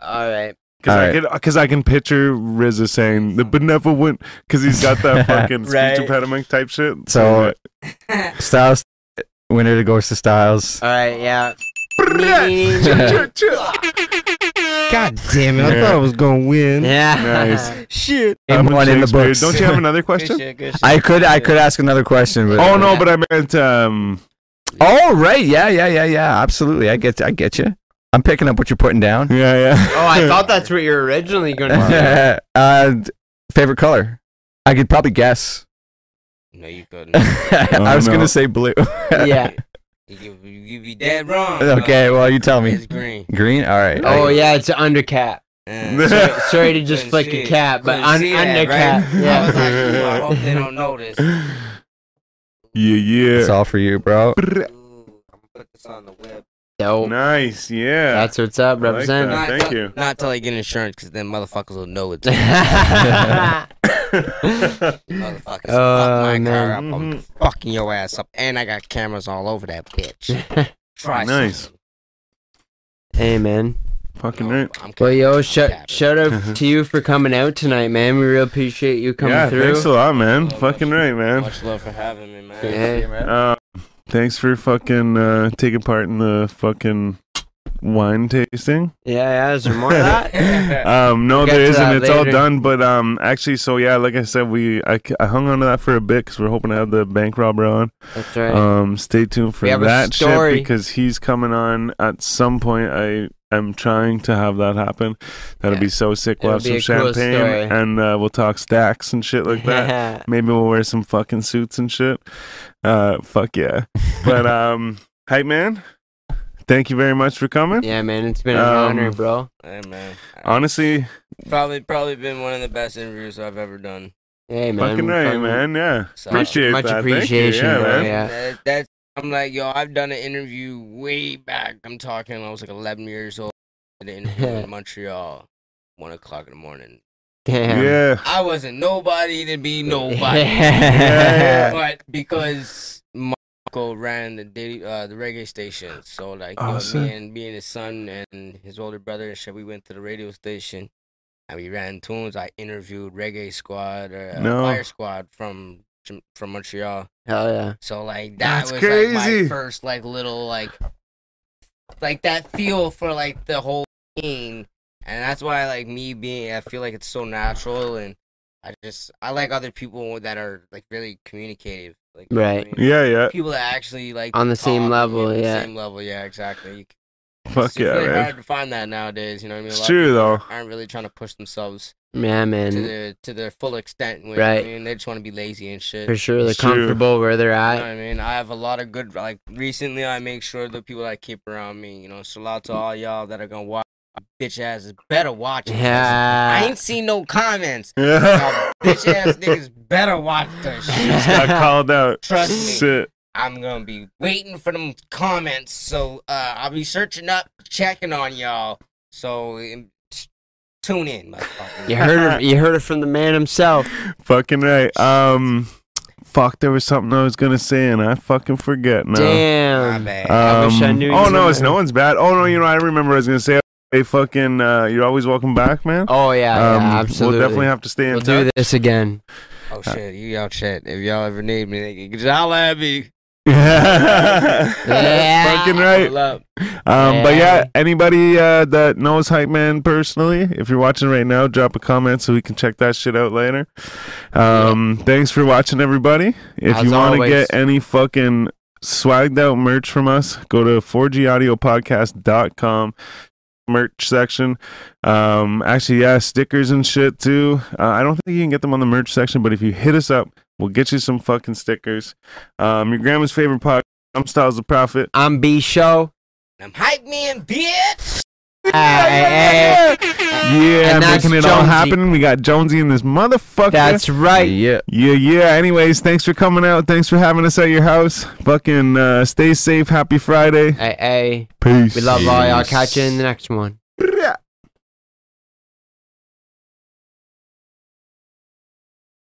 All right. Cause I Alright. can, cause I can picture RZA saying the benevolent, cause he's got (laughs) that fucking Right. speech impediment type shit. So, (laughs) Styles winner to goes to Styles. All right. (laughs) Yeah. Chill, chill. God damn it! I Yeah. thought I was gonna win. (laughs) yeah. Nice. Shit. Game Urban one in the Shakespeare. books. Don't you have another question? (laughs) I could I could ask another question, but Oh no, but I meant um. Oh right, yeah, yeah, yeah, yeah. Absolutely, I get I get you. I'm picking up what you're putting down. Yeah, yeah. Oh, I thought that's what you're (laughs) originally gonna do. (laughs) uh, d- favorite color? I could probably guess. Oh, No, you (laughs) couldn't. (laughs) I was no. gonna say blue. yeah. You, you, you be dead (laughs) wrong. okay, well you tell me. (laughs) It's green. Green. All right. Oh yeah, it's an undercap. Uh, (laughs) Sorry, sorry to just Couldn't flick see a it. cap, but Couldn't un- see undercap. (laughs) that, right? (laughs) I Yeah. was like, ooh, I hope they (laughs) don't notice. Yeah, yeah. It's all for you, bro. Brr. Ooh, I'm gonna put this on the web. Dope. Nice, yeah. (laughs) That's what's up. I like Represent. that. Oh, Thank till- you. Not till I get insurance, because then motherfuckers will (laughs) know it's motherfuckers. Oh, fuck my man. car up. I'm Mhm. fucking your ass up, and I got cameras all over that bitch. (laughs) Try Nice. something. (laughs) hey man. Fucking No, right. I'm Well, kidding. yo, I'm shout capping. shout out to you for coming out tonight, man. We really appreciate you coming Uh-huh. yeah, through. thanks a lot, man. Oh, fucking much- right, man. Much love for having me, man. Yeah. Uh, thanks for fucking uh, taking part in the fucking wine tasting. Yeah, yeah. Is there more of (laughs) that? um, no, We'll get there to isn't. that It's all later. done. But um, actually, so yeah, like I said, we I, c- I hung on to that for a bit because we're hoping to have the bank robber on. That's right. Um, stay tuned for We have a that story. shit because he's coming on at some point. I am trying to have that happen. That'll Yeah. be so sick. We'll It'll have some be a cool champagne story. and uh, we'll talk stacks and shit like that. (laughs) Maybe we'll wear some fucking suits and shit. Uh, fuck (laughs) yeah. But um, hype man, thank you very much for coming. yeah, man. It's been an Um, honor, bro. Hey, man. Honestly, Probably, probably been one of the best interviews I've ever done. Hey, man. fucking we right, finally- (laughs) man. Yeah, So- appreciate Much- much that. Thank you. appreciation, Yeah, bro, man. yeah. That, that's I'm like, yo, I've done an interview way back. I'm talking, I was like 11 years old. Did an (laughs) interview in Montreal, one o'clock in the morning. Yeah. Damn. yeah. I wasn't nobody (laughs) to be nobody, Yeah. yeah. (laughs) but because my uncle ran the diddy, uh, the reggae station, so like yo, Awesome. me and me and his son and his older brother and shit, we went to the radio station. And we ran tunes. I interviewed Reggae Squad or uh, No. Fire Squad from from Montreal. Hell yeah. So like that That's was like crazy. my first like little like like that feel for like the whole scene. And that's why like me being I feel like it's so natural and I just I like other people that are like really communicative. Like you know what I Right. mean? Yeah, yeah. People that actually like On the same talk, level, on the yeah. Same level, yeah, exactly. You- Fuck it's really yeah, man. hard to find that nowadays, you know what I mean? A It's lot of true though. (laughs) people aren't really trying to push themselves Yeah, to man. their to their full extent with, Right. I mean, they just want to be lazy and shit. For sure. They're It's true. comfortable where they're You know at. what I mean, I have a lot of good. Like recently, I make sure the people I keep around me. You know, shout out to all y'all that are gonna watch. Bitch asses better watch. this. I Yeah. ain't seen no comments. Yeah. Y'all bitch ass niggas better watch (laughs) this shit. Got called out. Trust me. Shit. I'm gonna be waiting for them comments, so uh, I'll be searching up, checking on y'all. So um, t- tune in, motherfucker. You heard it. You heard it from the man himself. Fucking right. Um, fuck. There was something I was gonna say and I fucking forget now. My Damn. bad. I wish I Um, knew you oh no, were- it's no one's bad. Oh no, you know I remember. I was gonna say, hey, fucking, uh, you're always welcome back, man. Oh yeah. yeah, absolutely. Um, We'll definitely have to stay in We'll touch. do this again. oh shit, you y'all shit. If y'all ever need me, they can holla at me. (laughs) (laughs) yeah. Fucking right. Pull up. Um, But Yeah. yeah, anybody uh, that knows Hype Man personally, if you're watching right now, drop a comment so we can check that shit out later. Um, Thanks for watching, everybody. If As you want to always. get any fucking swagged out merch from us, go to 4gaudiopodcast.com merch section um actually yeah stickers and shit too uh, i don't think you can get them on the merch section but if you hit us up we'll get you some fucking stickers um your grandma's favorite podcast i'm styles the prophet I'm B Show. I'm hype man, bitch. Hey, hey, hey. Yeah, And that's making it all Jonesy. happen. We got Jonesy in this motherfucker. That's right. Yeah. yeah, yeah. Anyways, thanks for coming out. Thanks for having us at your house. Fucking uh, stay safe. Happy Friday. Hey, hey. Peace. We love all y'all. Peace. Catch you in the next one.